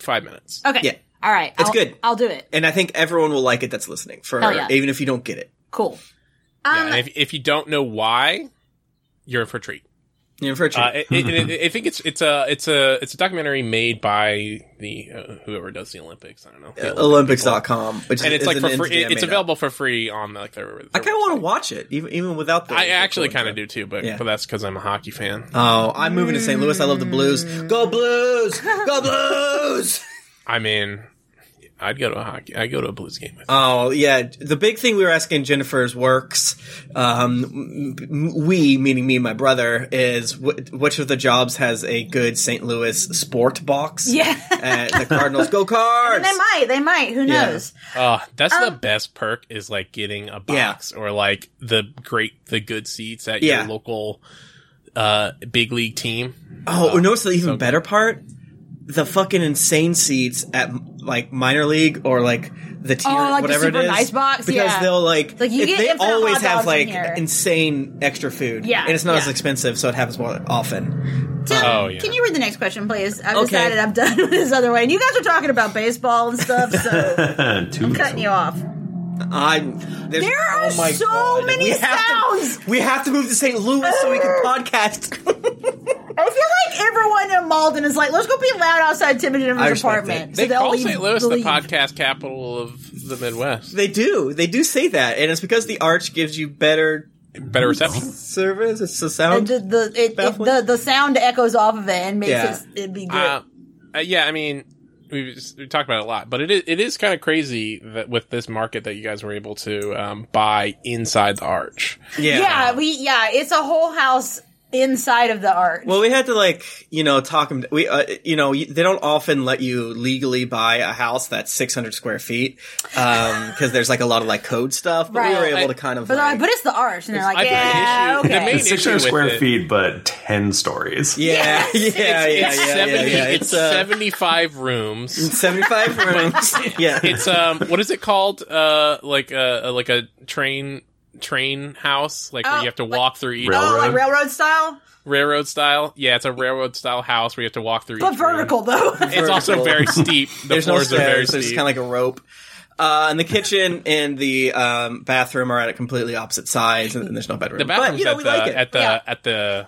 Speaker 4: five minutes.
Speaker 2: Okay.
Speaker 5: Yeah.
Speaker 2: All right.
Speaker 5: It's
Speaker 2: I'll-
Speaker 5: good.
Speaker 2: I'll do it.
Speaker 5: And I think everyone will like it that's listening. For
Speaker 2: Hell yeah.
Speaker 5: even if you don't get it,
Speaker 2: Cool.
Speaker 4: Yeah,
Speaker 2: Um,
Speaker 4: and if if you don't know why, you're in for a treat.
Speaker 5: you're in for a treat.
Speaker 4: Uh, it, it, it, it- I think it's it's a it's a it's a documentary made by the uh, whoever does the Olympics. I don't know. The Olympic people.
Speaker 5: Olympics.com, which
Speaker 4: and it's
Speaker 5: is
Speaker 4: like
Speaker 5: an
Speaker 4: for
Speaker 5: entity
Speaker 4: free. It's
Speaker 5: I made up.
Speaker 4: available for free on like their. their
Speaker 5: I kind of want to watch it, even even without. the
Speaker 4: I actually
Speaker 5: actual
Speaker 4: kind
Speaker 5: intro.
Speaker 4: of do too, but
Speaker 5: Yeah.
Speaker 4: but that's because I'm a hockey fan.
Speaker 5: Oh, I'm moving to St. Louis. I love the blues. Go blues! Go blues!
Speaker 4: I mean, I'd go to a hockey. I would go to a Blues game. With
Speaker 5: Oh yeah, the big thing we were asking Jennifer's works, um, m- we meaning me and my brother is wh- which of the jobs has a good St. Louis sport box?
Speaker 2: Yeah.
Speaker 5: and the Cardinals go cards.
Speaker 2: they might. They might. Who
Speaker 5: Yeah.
Speaker 2: knows?
Speaker 4: Oh, that's the
Speaker 5: Um,
Speaker 4: best perk is like getting a box or like the great the good seats at
Speaker 5: Yeah.
Speaker 4: your local uh big league team.
Speaker 5: Oh, no! It's the even
Speaker 4: good.
Speaker 5: better part. The fucking insane seats at like minor league or like the tier,
Speaker 2: Oh, like the
Speaker 5: whatever
Speaker 2: super
Speaker 5: it is,
Speaker 2: nice box,
Speaker 5: because
Speaker 2: yeah.
Speaker 5: they'll like,
Speaker 2: Like, you
Speaker 5: if
Speaker 2: get
Speaker 5: they
Speaker 2: infinite
Speaker 5: always
Speaker 2: hot
Speaker 5: have
Speaker 2: dogs in
Speaker 5: like
Speaker 2: here.
Speaker 5: insane extra food,
Speaker 2: Yeah,
Speaker 5: and it's not as
Speaker 2: yeah.
Speaker 5: expensive, so it happens more often.
Speaker 2: Tim,
Speaker 4: Oh, yeah.
Speaker 2: can you read the next question, please? I've
Speaker 5: Okay.
Speaker 2: decided I'm done with this other way. And you guys are talking about baseball and stuff, so
Speaker 3: Two-
Speaker 2: cutting you off.
Speaker 5: I'm there's,
Speaker 2: There are
Speaker 5: oh my
Speaker 2: so
Speaker 5: God.
Speaker 2: many
Speaker 5: we have
Speaker 2: sounds!
Speaker 5: To, we have to move to St. Louis so we can podcast.
Speaker 2: I feel like everyone in Malden is like, let's go be loud outside Tim and
Speaker 5: I
Speaker 2: Jennifer's
Speaker 5: respect
Speaker 2: apartment.
Speaker 5: it.
Speaker 4: They
Speaker 2: they'll
Speaker 4: call
Speaker 2: leave-
Speaker 4: St. Louis
Speaker 2: they'll
Speaker 4: the
Speaker 2: leave.
Speaker 4: podcast capital of the Midwest.
Speaker 5: they do, they do say that, and it's because the arch gives you better
Speaker 4: Better reception.
Speaker 5: service. It's the
Speaker 2: And
Speaker 5: sound.
Speaker 2: The, the, it, it,
Speaker 5: Baffling.
Speaker 2: the, the sound echoes off of it and makes
Speaker 5: Yeah.
Speaker 2: it it'd be good.
Speaker 4: Uh, uh, yeah, I mean, we've, s- we talked about it a lot, but it is, it is kind of crazy that with this market that you guys were able to um, buy inside the arch.
Speaker 2: yeah, we yeah, it's a whole house inside of the arch.
Speaker 5: Well, we had to like you know talk them. We uh, you know you- they don't often let you legally buy a house that's 600 square feet because there's like a lot of like code stuff. But we
Speaker 2: Right.
Speaker 5: were able
Speaker 4: I-
Speaker 5: to kind of
Speaker 2: but they're like,
Speaker 5: like,
Speaker 2: but it's the arch, and they're like,
Speaker 4: I think the
Speaker 2: yeah,
Speaker 4: issue- the
Speaker 2: okay.
Speaker 4: main-
Speaker 3: It's
Speaker 4: issue
Speaker 3: 600
Speaker 4: with
Speaker 3: square
Speaker 4: it.
Speaker 3: feet, but 10 stories.
Speaker 5: yeah, yeah,
Speaker 2: Yes!
Speaker 5: yeah,
Speaker 4: It's
Speaker 5: yeah, yeah,
Speaker 4: 70,
Speaker 5: yeah.
Speaker 4: It's,
Speaker 5: uh,
Speaker 4: 75 rooms.
Speaker 5: 75 rooms. yeah,
Speaker 4: It's um, what is it called? Uh, like a like a train train house, like where
Speaker 2: Oh,
Speaker 4: you have to
Speaker 2: like-
Speaker 4: walk through each
Speaker 2: oh, like
Speaker 3: Railroad.
Speaker 2: railroad style,
Speaker 4: railroad style. Yeah, it's a railroad style house where you have to walk through.
Speaker 2: but
Speaker 4: each room.
Speaker 2: vertical though.
Speaker 4: It's also
Speaker 5: Vertical.
Speaker 4: very steep. The
Speaker 5: there's no
Speaker 4: floors
Speaker 5: stairs.
Speaker 4: are very
Speaker 5: there's
Speaker 4: steep.
Speaker 5: kind of like a rope. Uh, and the kitchen and the um, bathroom are at completely opposite sides, and, and there's no bedroom.
Speaker 4: the bathroom's
Speaker 5: but you know
Speaker 4: at,
Speaker 5: we
Speaker 4: the,
Speaker 5: like it.
Speaker 4: at the
Speaker 2: Yeah.
Speaker 4: at the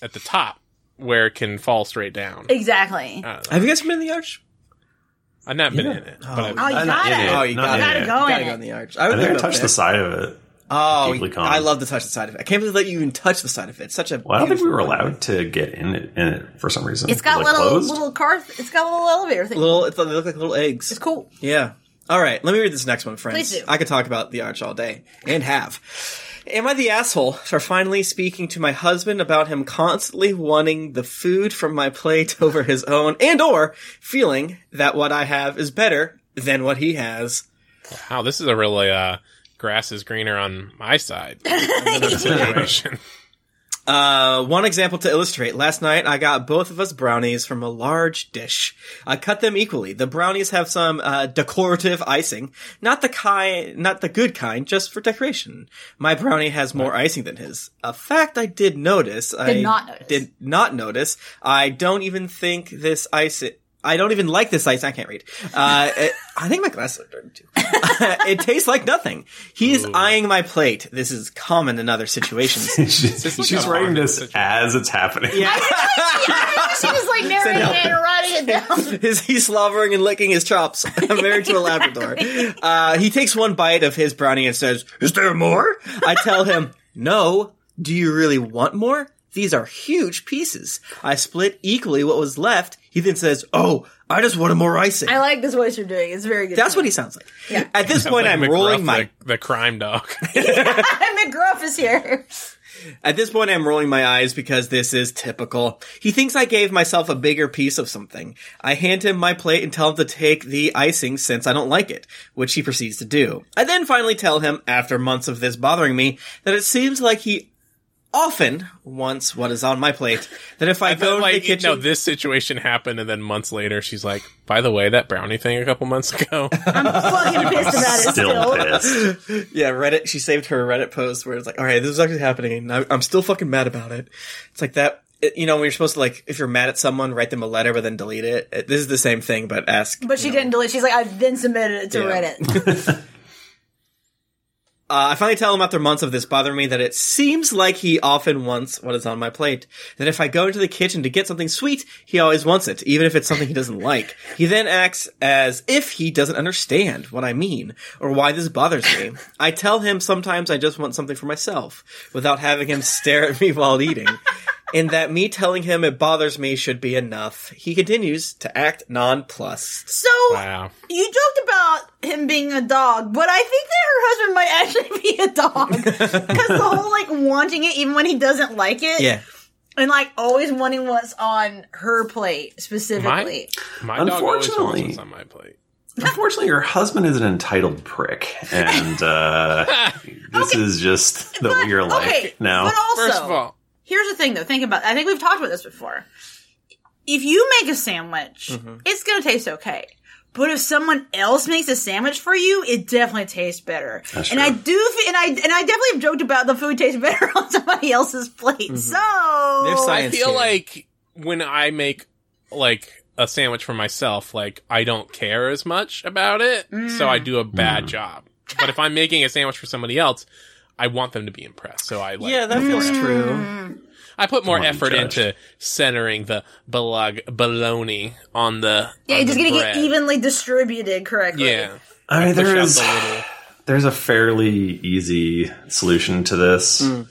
Speaker 4: at the top where it can fall straight down.
Speaker 2: exactly.
Speaker 4: I don't know.
Speaker 5: Have you guys been in the arch?
Speaker 4: I've not been in it, but I've-
Speaker 2: oh, you
Speaker 3: I'm not
Speaker 2: got
Speaker 3: in
Speaker 2: it.
Speaker 3: it.
Speaker 5: Oh, you
Speaker 3: Not
Speaker 5: got
Speaker 3: in
Speaker 2: gotta
Speaker 5: it.
Speaker 2: go
Speaker 5: You
Speaker 2: in
Speaker 5: go
Speaker 2: it.
Speaker 5: in the arch. I,
Speaker 3: I
Speaker 5: would
Speaker 3: think I
Speaker 5: live up
Speaker 3: touched
Speaker 5: there.
Speaker 3: the side of it.
Speaker 5: Oh,
Speaker 3: Deeply
Speaker 5: you-
Speaker 3: calm.
Speaker 5: I love to touch the side of it. I can't believe that you even touch the side of it. It's such a.
Speaker 3: Well, I don't think we were
Speaker 5: beautiful-
Speaker 3: allowed to get in it, in it for some reason.
Speaker 2: It's got
Speaker 3: Was it
Speaker 2: little
Speaker 3: closed?
Speaker 2: little car. It's got a little elevator thing.
Speaker 5: Little, it's, they look like little
Speaker 2: it's
Speaker 5: eggs.
Speaker 2: cool.
Speaker 5: Yeah. All right, let me read this next one, friends.
Speaker 2: Please do.
Speaker 5: I could talk about the arch all day and have. Am I the asshole for finally speaking to my husband about him constantly wanting the food from my plate over his own, and or feeling that what I have is better than what he has?
Speaker 4: wow, this is a really uh, grass is greener on my side situation.
Speaker 5: Uh, one example to illustrate. Last night, I got both of us brownies from a large dish. I cut them equally. The brownies have some uh, decorative icing, not the kind, not the good kind, just for decoration. My brownie has more icing than his. A fact I did notice. Did I
Speaker 2: not notice.
Speaker 5: Did not notice. I don't even think this ice. I don't even like this ice. I can't read. Uh, it, I think my glasses are dirty too. it tastes like nothing. He's eyeing my plate. This is common in other situations.
Speaker 3: she's she's writing this as it's happening.
Speaker 5: Yeah.
Speaker 2: she was like narrating
Speaker 5: no.
Speaker 2: it and writing it down.
Speaker 5: Is he slobbering and licking his chops? I'm married to a Labrador. Uh, he takes one bite of his brownie and says, "Is there more?" I tell him, "No. Do you really want more? These are huge pieces." I split equally what was left. He then says, "Oh, I just wanted more icing."
Speaker 2: I like this voice you're doing. It's very good.
Speaker 5: That's what he sounds like.
Speaker 2: Yeah.
Speaker 5: At this point, I'm rolling my
Speaker 4: the, the crime dog.
Speaker 2: And McGruff is here.
Speaker 5: At this point, I'm rolling my eyes because this is typical. He thinks I gave myself a bigger piece of something. I hand him my plate and tell him to take the icing since I don't like it, which he proceeds to do. I then finally tell him, after months of this bothering me, that it seems like he often wants what is on my plate. That if I, go to
Speaker 4: like,
Speaker 5: the kitchen,
Speaker 4: no, this situation happened, and then months later, she's like, "By the way, that brownie thing a couple months ago."
Speaker 2: I'm fucking pissed about it
Speaker 3: Still
Speaker 2: still.
Speaker 3: pissed.
Speaker 5: yeah, Reddit. She saved her Reddit post where it's like, all right, this is actually happening. I, I'm still fucking mad about it. It's like that. it- you know, when you're supposed to like, if you're mad at someone, write them a letter, but then delete it. It- This is the same thing, but ask.
Speaker 2: But she didn't delete. She's like, I've then submitted it to
Speaker 5: Yeah.
Speaker 2: Reddit.
Speaker 5: Uh, I finally tell him after months of this bothering me that it seems like he often wants what is on my plate. That if I go into the kitchen to get something sweet, he always wants it, even if it's something he doesn't like. He then acts as if he doesn't understand what I mean or why this bothers me. I tell him sometimes I just want something for myself without having him stare at me while eating. And that me telling him it bothers me should be enough. He continues to act nonplussed.
Speaker 2: So
Speaker 4: wow.
Speaker 2: you joked about him being a dog, but I think that her husband might actually be a dog because the whole like wanting it even when he doesn't like it, and like always wanting what's on her plate specifically.
Speaker 4: My dog always wants
Speaker 3: Unfortunately.
Speaker 4: what's on my plate.
Speaker 3: Unfortunately, her husband is an entitled prick, and uh, this is just the way you're like
Speaker 2: okay,
Speaker 3: now.
Speaker 2: but also,
Speaker 4: First of all,
Speaker 2: here's the thing though. Think about. I think we've talked about this before. If you make a sandwich, it's gonna taste okay. But if someone else makes a sandwich for you, it definitely tastes better. and I
Speaker 3: true.
Speaker 2: do, f- and I and I definitely have joked about the food tastes better on somebody else's plate.
Speaker 5: There's
Speaker 2: So
Speaker 4: I
Speaker 5: science
Speaker 4: feel
Speaker 5: here.
Speaker 4: like when I make like a sandwich for myself, like I don't care as much about it, so I do a
Speaker 3: Mm.
Speaker 4: bad job. But if I'm making a sandwich for somebody else, I want them to be impressed. So I like
Speaker 5: Yeah, that feels true.
Speaker 4: I put more
Speaker 3: Come on,
Speaker 4: effort
Speaker 3: Josh.
Speaker 4: into centering the bolog- bologna on the
Speaker 2: yeah,
Speaker 4: on
Speaker 2: you're just
Speaker 4: the
Speaker 2: gonna get
Speaker 4: bread.
Speaker 2: evenly distributed correctly.
Speaker 4: Yeah,
Speaker 3: I mean,
Speaker 4: Push
Speaker 3: there
Speaker 4: out
Speaker 3: is
Speaker 4: the little-
Speaker 3: there's a fairly easy solution to this,
Speaker 2: Hmm.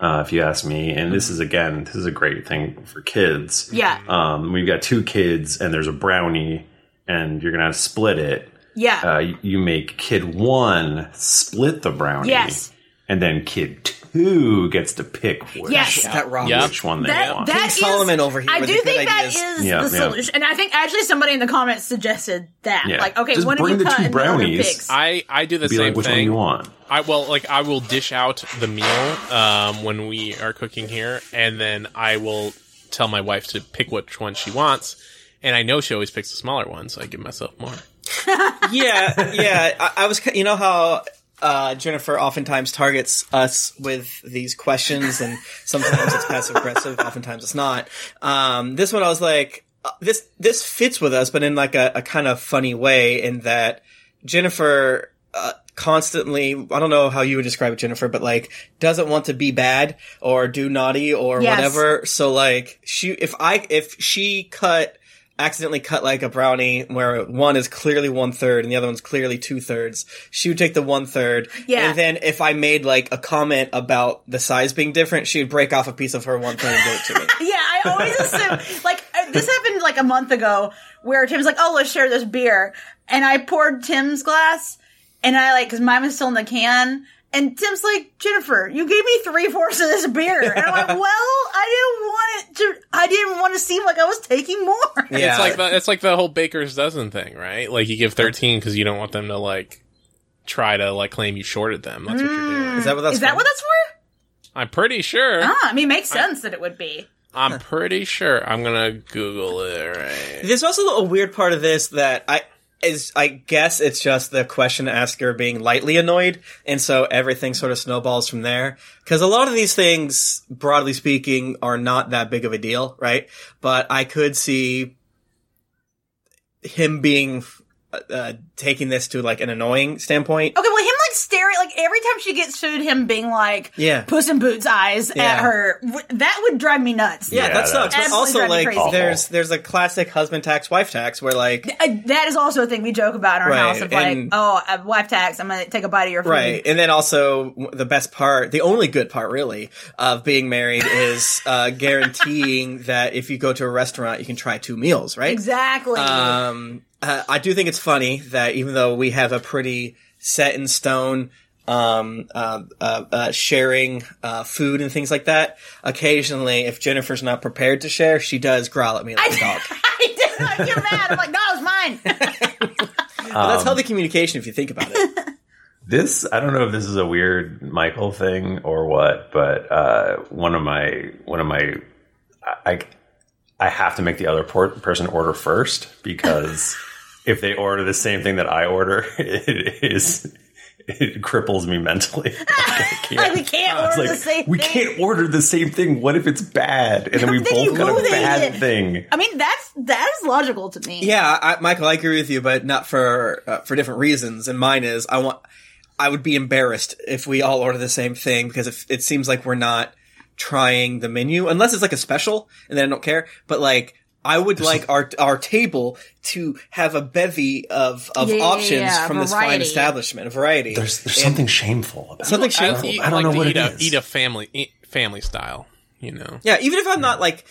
Speaker 3: uh, if you ask me. And this is again, this is a great thing for kids.
Speaker 2: yeah,
Speaker 3: Um, we've got two kids, and there's a brownie, and you're gonna split it.
Speaker 2: yeah.
Speaker 3: Uh, you- you make kid one split the brownie,
Speaker 2: Yes.
Speaker 3: and then kid two gets to pick which,
Speaker 2: Yes.
Speaker 5: That rocks.
Speaker 4: Yeah.
Speaker 3: which one they
Speaker 2: that
Speaker 3: want.
Speaker 2: that
Speaker 5: King
Speaker 2: is-
Speaker 5: Solomon over here
Speaker 2: I
Speaker 5: with
Speaker 2: do
Speaker 5: the good
Speaker 2: think that
Speaker 5: ideas.
Speaker 2: is
Speaker 3: Yeah,
Speaker 2: the
Speaker 3: yeah.
Speaker 2: solution, and I think actually somebody in the comments suggested that.
Speaker 3: Yeah.
Speaker 2: Like, okay,
Speaker 3: Just
Speaker 2: one
Speaker 3: bring
Speaker 2: of you
Speaker 3: the
Speaker 2: cut
Speaker 3: two
Speaker 2: and the other
Speaker 3: brownies.
Speaker 2: picks.
Speaker 4: I I do the
Speaker 3: Be
Speaker 4: same
Speaker 3: like, which
Speaker 4: thing.
Speaker 3: one you want?
Speaker 4: I well, like I will dish out the meal um, when we are cooking here, and then I will tell my wife to pick which one she wants. And I know she always picks the smaller one, so I give myself more.
Speaker 5: yeah, yeah. I, I was, ki- you know how uh, Jennifer oftentimes targets us with these questions, and sometimes it's passive aggressive, oftentimes it's not. Um, this one, I was like, uh, this this fits with us, but in like a, a kind of funny way, in that Jennifer. Uh, constantly i don't know how you would describe it jennifer but like doesn't want to be bad or do naughty or
Speaker 2: Yes.
Speaker 5: whatever so like she if i if she cut accidentally cut like a brownie where one is clearly one third and the other one's clearly two thirds. She would take the one third.
Speaker 2: Yeah.
Speaker 5: And then if I made like a comment about the size being different, she would break off a piece of her one third and give it to me.
Speaker 2: Yeah, I always assume like uh, this happened like a month ago where Tim's like, "Oh, let's share this beer," and I poured Tim's glass, and I like because mine was still in the can, and Tim's like, "Jennifer, you gave me three fourths of this beer," and I'm like, "Well, I didn't want it to. I didn't want to seem like I was taking more."
Speaker 5: Yeah.
Speaker 4: It's like the, it's like the whole baker's dozen thing, right? Like you give thirteen because you don't want them to like try to like claim you shorted them. That's what you're doing.
Speaker 5: Is that what that's
Speaker 2: Is that
Speaker 5: for?
Speaker 2: what that's for?
Speaker 4: I'm pretty sure.
Speaker 2: Mm. Ah, I mean, makes sense that it would be.
Speaker 4: I'm pretty sure. I'm gonna Google it right.
Speaker 5: There's also a weird part of this that I is I guess it's just the question asker being lightly annoyed, and so everything sort of snowballs from there. Because a lot of these things, broadly speaking, are not that big of a deal, right? But I could see him being uh, taking this to like an annoying standpoint.
Speaker 2: Okay, well, him like staring, like every time she gets food, him being like,
Speaker 5: Yeah.
Speaker 2: Puss in Boots eyes at
Speaker 5: Yeah.
Speaker 2: her. W- That would drive me nuts.
Speaker 5: Yeah,
Speaker 3: Yeah,
Speaker 5: that sucks.
Speaker 2: that's-
Speaker 5: But also,
Speaker 2: Absolutely
Speaker 5: like,
Speaker 2: drive me crazy.
Speaker 5: there's there's a classic husband tax, wife tax, where like
Speaker 2: Uh, that is also a thing we joke about in our
Speaker 5: Right,
Speaker 2: house of like,
Speaker 5: and-
Speaker 2: oh, I have wife tax. I'm gonna take a bite of your food.
Speaker 5: Right. And then also w- the best part, the only good part really of being married is uh, guaranteeing that if you go to a restaurant, you can try two meals, right?
Speaker 2: Exactly.
Speaker 5: Um, uh, I do think it's funny that even though we have a pretty set in stone, um, uh, uh, uh, sharing, uh, food and things like that, occasionally if Jennifer's not prepared to share, she does growl at me like a dog.
Speaker 2: I did not get mad. I'm like, no, it's mine.
Speaker 5: But that's healthy communication if you think about it.
Speaker 3: This I don't know if this is a weird Michael thing or what, but uh, one of my one of my I I have to make the other por- person order first because if they order the same thing that I order, it is it cripples me mentally. Like, I can't.
Speaker 2: like we can't
Speaker 3: It's
Speaker 2: order
Speaker 3: like,
Speaker 2: the same
Speaker 3: we
Speaker 2: thing.
Speaker 3: can't order the same thing. What if it's bad? And then we
Speaker 2: Then you
Speaker 3: both got
Speaker 2: know
Speaker 3: a
Speaker 2: they
Speaker 3: bad
Speaker 2: did.
Speaker 3: thing.
Speaker 2: I mean, that's that is logical to me.
Speaker 5: Yeah, I, Michael, I agree with you, but not for uh, for different reasons. And mine is I want I would be embarrassed if we all order the same thing because if, it seems like we're not trying the menu unless it's like a special, and then I don't care. But like. I would like our our table to have a bevy of, of
Speaker 2: Yeah, yeah,
Speaker 5: options
Speaker 2: yeah,
Speaker 5: from this fine
Speaker 2: variety.
Speaker 5: establishment, a variety.
Speaker 3: There's there's something shameful about
Speaker 5: something
Speaker 3: it.
Speaker 5: shameful.
Speaker 3: I don't know
Speaker 4: to
Speaker 3: what
Speaker 4: eat
Speaker 3: it
Speaker 4: a,
Speaker 3: is.
Speaker 4: Eat a family eat family style. You know.
Speaker 5: Yeah, even if I'm not like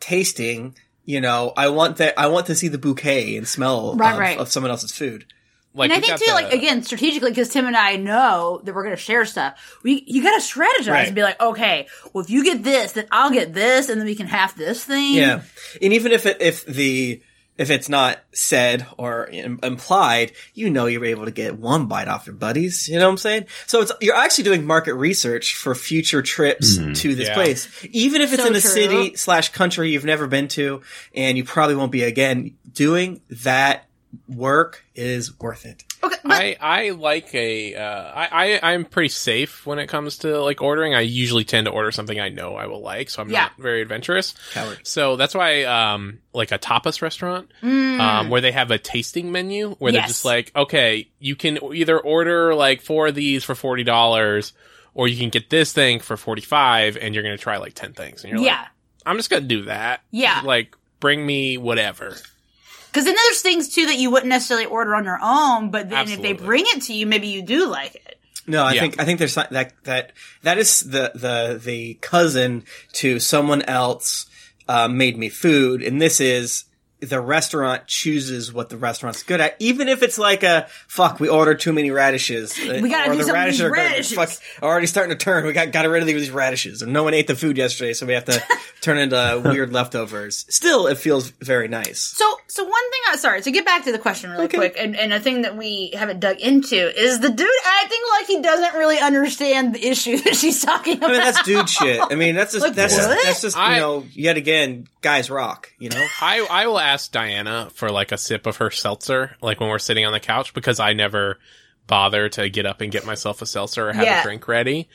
Speaker 5: tasting, you know, I want that I want to see the bouquet and smell
Speaker 2: Right,
Speaker 5: of,
Speaker 2: right.
Speaker 5: of someone else's food.
Speaker 4: Like
Speaker 2: And I
Speaker 4: we
Speaker 2: think
Speaker 4: got
Speaker 2: too,
Speaker 4: the-
Speaker 2: like again, strategically, because Tim and I know that we're going to share stuff. We you got to strategize
Speaker 5: Right.
Speaker 2: and be like, okay, well, if you get this, then I'll get this, and then we can half this thing.
Speaker 5: Yeah, and even if it, if the if it's not said or im- implied, you know you're able to get one bite off your buddies. You know what I'm saying? So it's you're actually doing market research for future trips to this
Speaker 4: Yeah.
Speaker 5: place, even if it's
Speaker 2: So
Speaker 5: in a
Speaker 2: true.
Speaker 5: city slash country you've never been to and you probably won't be again. Doing that work is worth it.
Speaker 2: Okay. But
Speaker 4: I, I like a uh, I, I I'm pretty safe when it comes to like ordering. I usually tend to order something I know I will like, so I'm
Speaker 2: Yeah.
Speaker 4: not very adventurous.
Speaker 5: Coward.
Speaker 4: So that's why um like a tapas restaurant um where they have a tasting menu where they're
Speaker 2: Mm. Yes.
Speaker 4: just like okay you can either order like four of these for forty dollars or you can get this thing for forty five and you're gonna try like ten things and you're like
Speaker 2: yeah,
Speaker 4: I'm just gonna do that
Speaker 2: Yeah.
Speaker 4: like bring me whatever
Speaker 2: because then there's things too that you wouldn't necessarily order on your own, but then if they
Speaker 4: Absolutely.
Speaker 2: bring it to you, maybe you do like it.
Speaker 5: No, I
Speaker 4: Yeah.
Speaker 5: think I think there's not- that that that is the the the cousin to someone else uh, made me food, and this is the restaurant chooses what the restaurant's good at, even if it's like a fuck. We ordered too many radishes.
Speaker 2: We gotta
Speaker 5: or
Speaker 2: do something
Speaker 5: the
Speaker 2: with
Speaker 5: radishes
Speaker 2: these
Speaker 5: are garbage.
Speaker 2: radishes.
Speaker 5: Fuck, are already starting to turn. We got got rid of these radishes, and no one ate the food yesterday, so we have to turn into uh, weird leftovers. Still, it feels very nice.
Speaker 2: So, so one thing I sorry to get back to the question really
Speaker 5: Okay.
Speaker 2: quick, and, and a thing that we haven't dug into is the dude acting like he doesn't really understand the issue that she's talking about.
Speaker 5: I mean, that's dude shit. I mean, that's just
Speaker 2: Like,
Speaker 5: that's
Speaker 2: what?
Speaker 5: just, that's just
Speaker 4: I-
Speaker 5: you know yet again guys rock. You know.
Speaker 4: I, I will ask Diana for like a sip of her seltzer, like when we're sitting on the couch, because I never bother to get up and get myself a seltzer or have
Speaker 2: Yeah.
Speaker 4: a drink ready.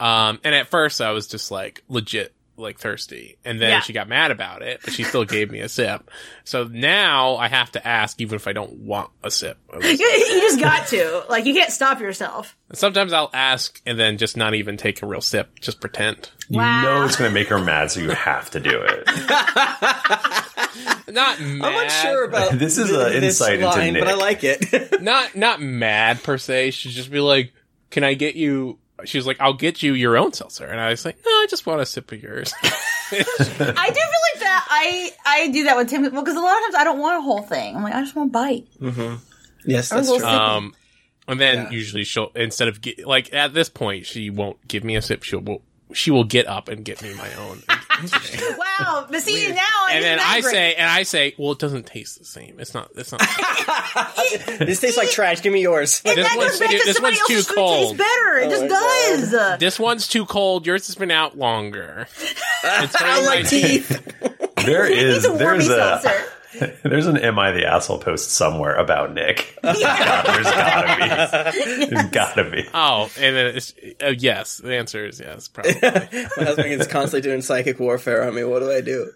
Speaker 4: Um, and at first I was just like legit like thirsty, and then
Speaker 2: Yeah.
Speaker 4: she got mad about it, but she still gave me a sip. So now I have to ask, even if I don't want a sip. of it.
Speaker 2: you, you just got to like you can't stop yourself.
Speaker 4: Sometimes I'll ask and then just not even take a real sip, just pretend.
Speaker 3: You
Speaker 2: Wow.
Speaker 3: know it's gonna make her mad, so you have to do it.
Speaker 4: Not mad.
Speaker 5: I'm unsure about
Speaker 3: This is
Speaker 5: th-
Speaker 3: a
Speaker 5: this
Speaker 3: insight into
Speaker 5: line, but I
Speaker 3: Nick.
Speaker 5: like it.
Speaker 4: not not mad per se. She'd just be like, "Can I get you?" She was like, "I'll get you your own seltzer," and I was like, "No, I just want a sip of yours."
Speaker 2: I do feel like that. I I do that with Tim well because a lot of times I don't want a whole thing. I'm like I just want a bite.
Speaker 5: yes,
Speaker 2: that's true.
Speaker 4: um, and then
Speaker 5: Yeah.
Speaker 4: usually she'll instead of get, like at this point she won't give me a sip. She'll will, she will get up and get me my own. and
Speaker 5: Oh,
Speaker 2: wow, but see now,
Speaker 4: and then I
Speaker 2: great.
Speaker 4: say, and I say, well, it doesn't taste the same. It's not. It's not.
Speaker 5: this tastes like trash. Give me yours.
Speaker 2: And
Speaker 4: this
Speaker 2: that
Speaker 4: one's
Speaker 2: goes back
Speaker 4: too-
Speaker 2: to
Speaker 4: this
Speaker 2: somebody
Speaker 4: one's too
Speaker 2: else's food
Speaker 4: cold.
Speaker 2: tastes better. It just
Speaker 5: my God.
Speaker 2: does.
Speaker 4: this one's too cold. Yours has been out longer. It's
Speaker 5: I
Speaker 4: very
Speaker 5: like
Speaker 4: nice.
Speaker 5: teeth.
Speaker 3: There is
Speaker 2: It's a warmy
Speaker 3: there's
Speaker 2: seltzer.
Speaker 3: a there's an "Am I the asshole?" post somewhere about Nick. God, there's gotta be. There's gotta be.
Speaker 4: Oh, and then it's uh, yes. The answer is yes. Probably.
Speaker 5: My husband is constantly doing psychic warfare on me. What do I do?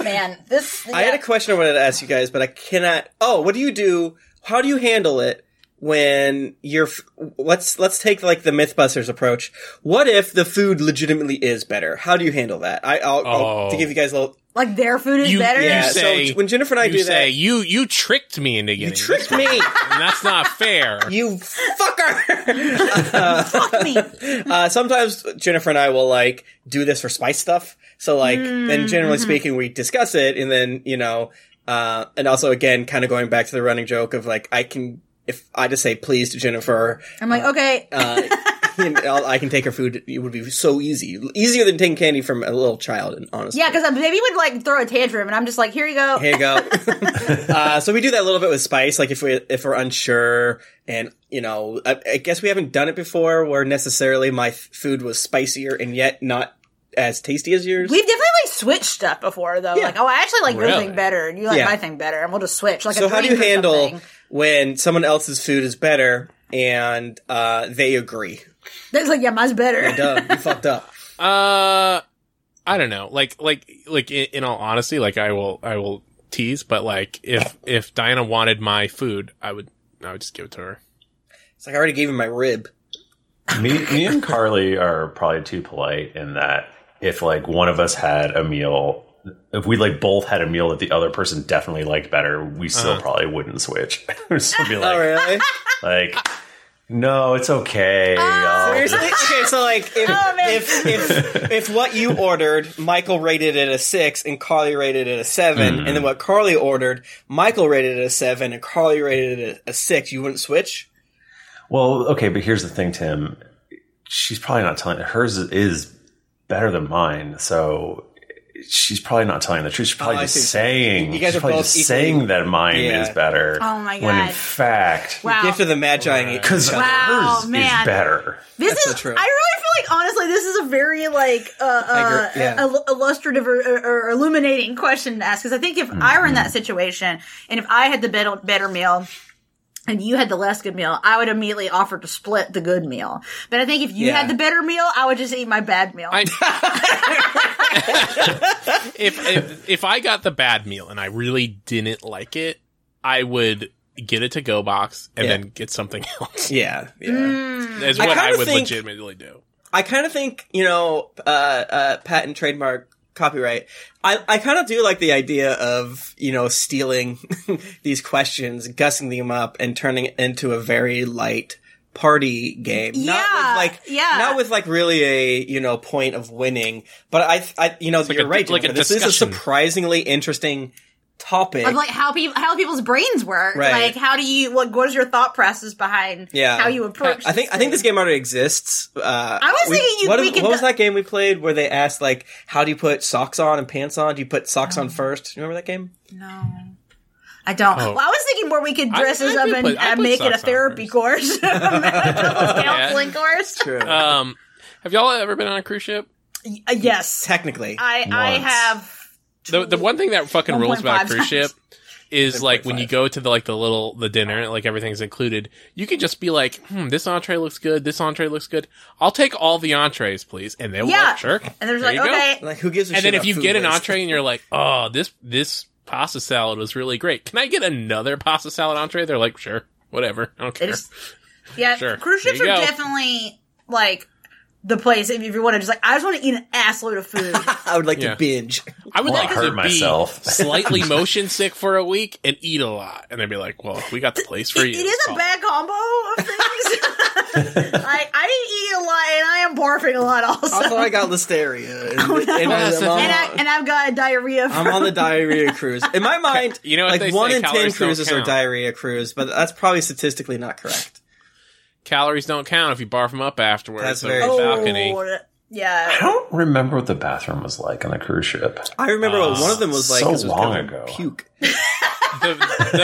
Speaker 2: Man, this.
Speaker 5: I had a question I wanted to ask you guys, but I cannot. Oh, what do you do? How do you handle it when you're? f- Let's let's take like the MythBusters approach. What if the food legitimately is better? How do you handle that? I, I'll, I'll
Speaker 4: Oh.
Speaker 5: to give you guys a little.
Speaker 2: like their food is
Speaker 4: You-
Speaker 2: better.
Speaker 5: Yeah.
Speaker 4: You say,
Speaker 5: so when Jennifer and I
Speaker 4: you
Speaker 5: do
Speaker 4: say,
Speaker 5: that,
Speaker 4: you you tricked me into getting.
Speaker 5: you tricked me.
Speaker 4: this, and that's not fair.
Speaker 5: You fucker!
Speaker 2: Fuck me.
Speaker 5: Uh, sometimes Jennifer and I will like do this for spice stuff. So like, and generally speaking, we discuss it, and then you know, uh, and also again, kind of going back to the running joke of like, I can if I just say please to Jennifer,
Speaker 2: I'm like, okay,
Speaker 5: uh, you know, I can take her food. It would be so easy, easier than taking candy from a little child. And honestly,
Speaker 2: yeah, because baby would like throw a tantrum, and I'm just like, here you go.
Speaker 5: Here you go. uh, so we do that a little bit with spice, like if we if we're unsure, and you know, I, I guess we haven't done it before, where necessarily my f- food was spicier and yet not as tasty as yours.
Speaker 2: We've definitely like switched stuff before though.
Speaker 5: Yeah.
Speaker 2: Like, oh, I actually like your
Speaker 4: Really?
Speaker 2: thing better, and you like
Speaker 5: Yeah.
Speaker 2: my thing better, and we'll just switch. Like, a
Speaker 5: so how do you
Speaker 2: drink or
Speaker 5: handle
Speaker 2: something.
Speaker 5: when someone else's food is better and uh, they agree?
Speaker 2: That's like, yeah, mine's better.
Speaker 5: Duh, you fucked up.
Speaker 4: Uh, I don't know. Like, like, like. In, in all honesty, like, I will, I will tease. But like, if if Diana wanted my food, I would, I would just give it to her.
Speaker 5: It's like I already gave him my rib.
Speaker 3: me, me and Carly are probably too polite in that if like one of us had a meal, if we like both had a meal that the other person definitely liked better, we still probably wouldn't switch. We'd still be like,
Speaker 5: Oh really?
Speaker 3: like, no, it's okay. I'll
Speaker 5: Seriously?
Speaker 3: just-
Speaker 5: okay, Ah, so like if,
Speaker 2: Oh, man.
Speaker 5: if if if what you ordered, Michael rated it a six and Carly rated it a 7 and then what Carly ordered, Michael rated it a seven and Carly rated it a, a six, you wouldn't switch?
Speaker 3: Well, okay, but here's the thing, Tim. She's probably not telling hers is better than mine, so she's probably not telling the truth. She's probably
Speaker 5: Oh, I
Speaker 3: just
Speaker 5: see.
Speaker 3: saying
Speaker 5: You guys
Speaker 3: she's
Speaker 5: are
Speaker 3: probably
Speaker 5: both
Speaker 3: just
Speaker 5: equally-
Speaker 3: saying that mine
Speaker 5: Yeah.
Speaker 3: is better.
Speaker 2: Oh my
Speaker 3: When in
Speaker 2: God.
Speaker 3: fact,
Speaker 2: Wow.
Speaker 5: Gift of the Magi and eat
Speaker 3: because
Speaker 5: each other.
Speaker 2: Wow,
Speaker 3: hers
Speaker 2: man.
Speaker 3: is better.
Speaker 2: This
Speaker 5: That's
Speaker 2: is.
Speaker 5: so true.
Speaker 2: I really feel like honestly, this is a very like uh, uh,
Speaker 5: agree, yeah.
Speaker 2: il- illustrative or, or, or illuminating question to ask because I think if I were in
Speaker 5: Mm-hmm.
Speaker 2: that situation and if I had the better, better meal. And you had the less good meal, I would immediately offer to split the good meal. But I think if you
Speaker 5: Yeah.
Speaker 2: had the better meal, I would just eat my bad meal.
Speaker 4: I. if, if if I got the bad meal and I really didn't like it, I would get a to go box and
Speaker 5: Yeah.
Speaker 4: then get something else.
Speaker 5: Yeah, yeah.
Speaker 4: Is
Speaker 5: I
Speaker 4: what I,
Speaker 5: kinda
Speaker 4: would
Speaker 5: think-
Speaker 4: legitimately do.
Speaker 5: I kind of think you know, uh, uh, patent trademark copyright. I, I kind of do like the idea of you know stealing these questions, gussing them up, and turning it into a very light party game. not
Speaker 2: Yeah,
Speaker 5: with like
Speaker 2: yeah.
Speaker 5: not with like really a you know point of winning. But I, I you know,
Speaker 4: like
Speaker 5: you're
Speaker 4: a-
Speaker 5: right.
Speaker 4: like a
Speaker 5: Jennifer. this is a
Speaker 4: discussion.
Speaker 5: surprisingly interesting topic.
Speaker 2: of like how people how people's brains work.
Speaker 5: Right.
Speaker 2: Like how do you what what is your thought process behind
Speaker 5: Yeah.
Speaker 2: how you approach?
Speaker 5: I think I think this game already exists. Uh,
Speaker 2: I was thinking you-
Speaker 5: what,
Speaker 2: we
Speaker 5: what
Speaker 2: could
Speaker 5: was
Speaker 2: do-
Speaker 5: that game we played where they asked like, "How do you put socks on and pants on? Do you put socks
Speaker 2: Um,
Speaker 5: on first? You remember that game?
Speaker 2: no. I don't.
Speaker 4: Oh.
Speaker 2: Well, I was thinking more we could
Speaker 4: I-
Speaker 2: dress
Speaker 4: I
Speaker 2: this up
Speaker 4: do
Speaker 2: and
Speaker 4: put- I
Speaker 2: uh,
Speaker 4: put
Speaker 2: make it a
Speaker 4: socks on
Speaker 2: therapy
Speaker 4: first.
Speaker 2: course, a mental counseling course.
Speaker 5: Uh,
Speaker 4: Um, have y'all ever been on a cruise ship?
Speaker 2: Uh, Yes,
Speaker 5: Technically,
Speaker 2: I I
Speaker 3: Once.
Speaker 2: have.
Speaker 4: the the one thing that fucking rules about a
Speaker 2: 1.5
Speaker 4: cruise ship
Speaker 2: times.
Speaker 4: is like when you
Speaker 5: 1.5.
Speaker 4: go to the like the little the dinner like everything's included you can just be like hmm this entree looks good this entree looks good i'll take all the entrees please and they will
Speaker 2: Yeah.
Speaker 4: like, sure
Speaker 2: And there's
Speaker 4: There
Speaker 2: like
Speaker 4: you go.
Speaker 2: okay,
Speaker 5: like who gives a
Speaker 4: and
Speaker 5: shit?
Speaker 4: then if
Speaker 5: about
Speaker 4: you
Speaker 5: food
Speaker 4: get an
Speaker 5: waste?
Speaker 4: entree and you're like oh this this pasta salad was really great can i get another pasta salad entree they're like sure whatever i don't
Speaker 2: They
Speaker 4: care
Speaker 2: just- yeah.
Speaker 4: Sure.
Speaker 2: Cruise
Speaker 4: There
Speaker 2: ships are
Speaker 4: you go.
Speaker 2: definitely like the place if you want to just like I just want to eat an assload of food.
Speaker 5: I would like
Speaker 4: Yeah.
Speaker 5: to binge.
Speaker 4: i would
Speaker 3: Well,
Speaker 4: like
Speaker 3: I hurt
Speaker 4: to
Speaker 3: myself.
Speaker 4: be slightly motion sick for a week and eat a lot and they'd be like well we got the place for you
Speaker 2: It is a
Speaker 4: Oh.
Speaker 2: bad combo of things. like I eat a lot and I am barfing a lot also.
Speaker 5: Also, I got listeria, and, and
Speaker 4: That's
Speaker 5: I'm,
Speaker 4: the
Speaker 5: on,
Speaker 4: thing.
Speaker 2: and I and I've got diarrhea. From,
Speaker 5: I'm on the diarrhea cruise. In my mind,
Speaker 4: You know what they
Speaker 5: like
Speaker 4: say,
Speaker 5: one in ten
Speaker 4: calories don't
Speaker 5: cruises are
Speaker 4: count.
Speaker 5: diarrhea cruise, but that's probably statistically not correct.
Speaker 4: calories don't count if you barf them up afterwards
Speaker 5: That's
Speaker 4: over
Speaker 5: very
Speaker 4: the
Speaker 5: true.
Speaker 4: balcony
Speaker 2: Oh, Yeah.
Speaker 3: I don't remember what the bathroom was like on a cruise ship.
Speaker 5: I remember what one of them was like.
Speaker 3: Ah, so
Speaker 5: 'cause it was
Speaker 3: long
Speaker 5: covered in
Speaker 3: ago.
Speaker 5: Puke.
Speaker 4: the,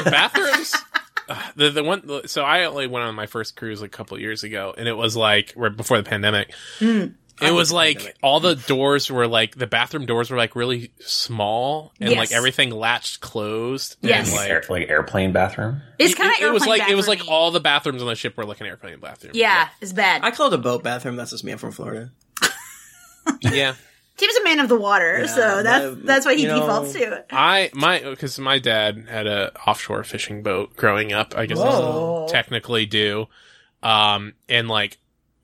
Speaker 4: the bathrooms. uh, The the one the- so I only went on my first cruise like a couple of years ago, and it was like right before the pandemic.
Speaker 2: Hmm.
Speaker 4: It was like all the doors were like the bathroom doors were like really small, and like
Speaker 2: Yes.
Speaker 4: everything latched closed.
Speaker 2: Yes.
Speaker 4: and,
Speaker 3: Like,
Speaker 4: like,
Speaker 3: air, like airplane bathroom.
Speaker 4: it-
Speaker 2: It's kind of
Speaker 4: it, it was like it was like all the bathrooms on the ship were like an airplane bathroom.
Speaker 2: Yeah, it's bad.
Speaker 5: I called a boat bathroom. That's just me. I'm from Florida.
Speaker 4: yeah.
Speaker 2: Tim's a man of the water, so
Speaker 5: my-
Speaker 2: that's that's what he
Speaker 5: you know-
Speaker 2: defaults to. it.
Speaker 4: I my because my dad had a offshore fishing boat growing up. I guess I
Speaker 2: Whoa.
Speaker 4: still technically do, um, and like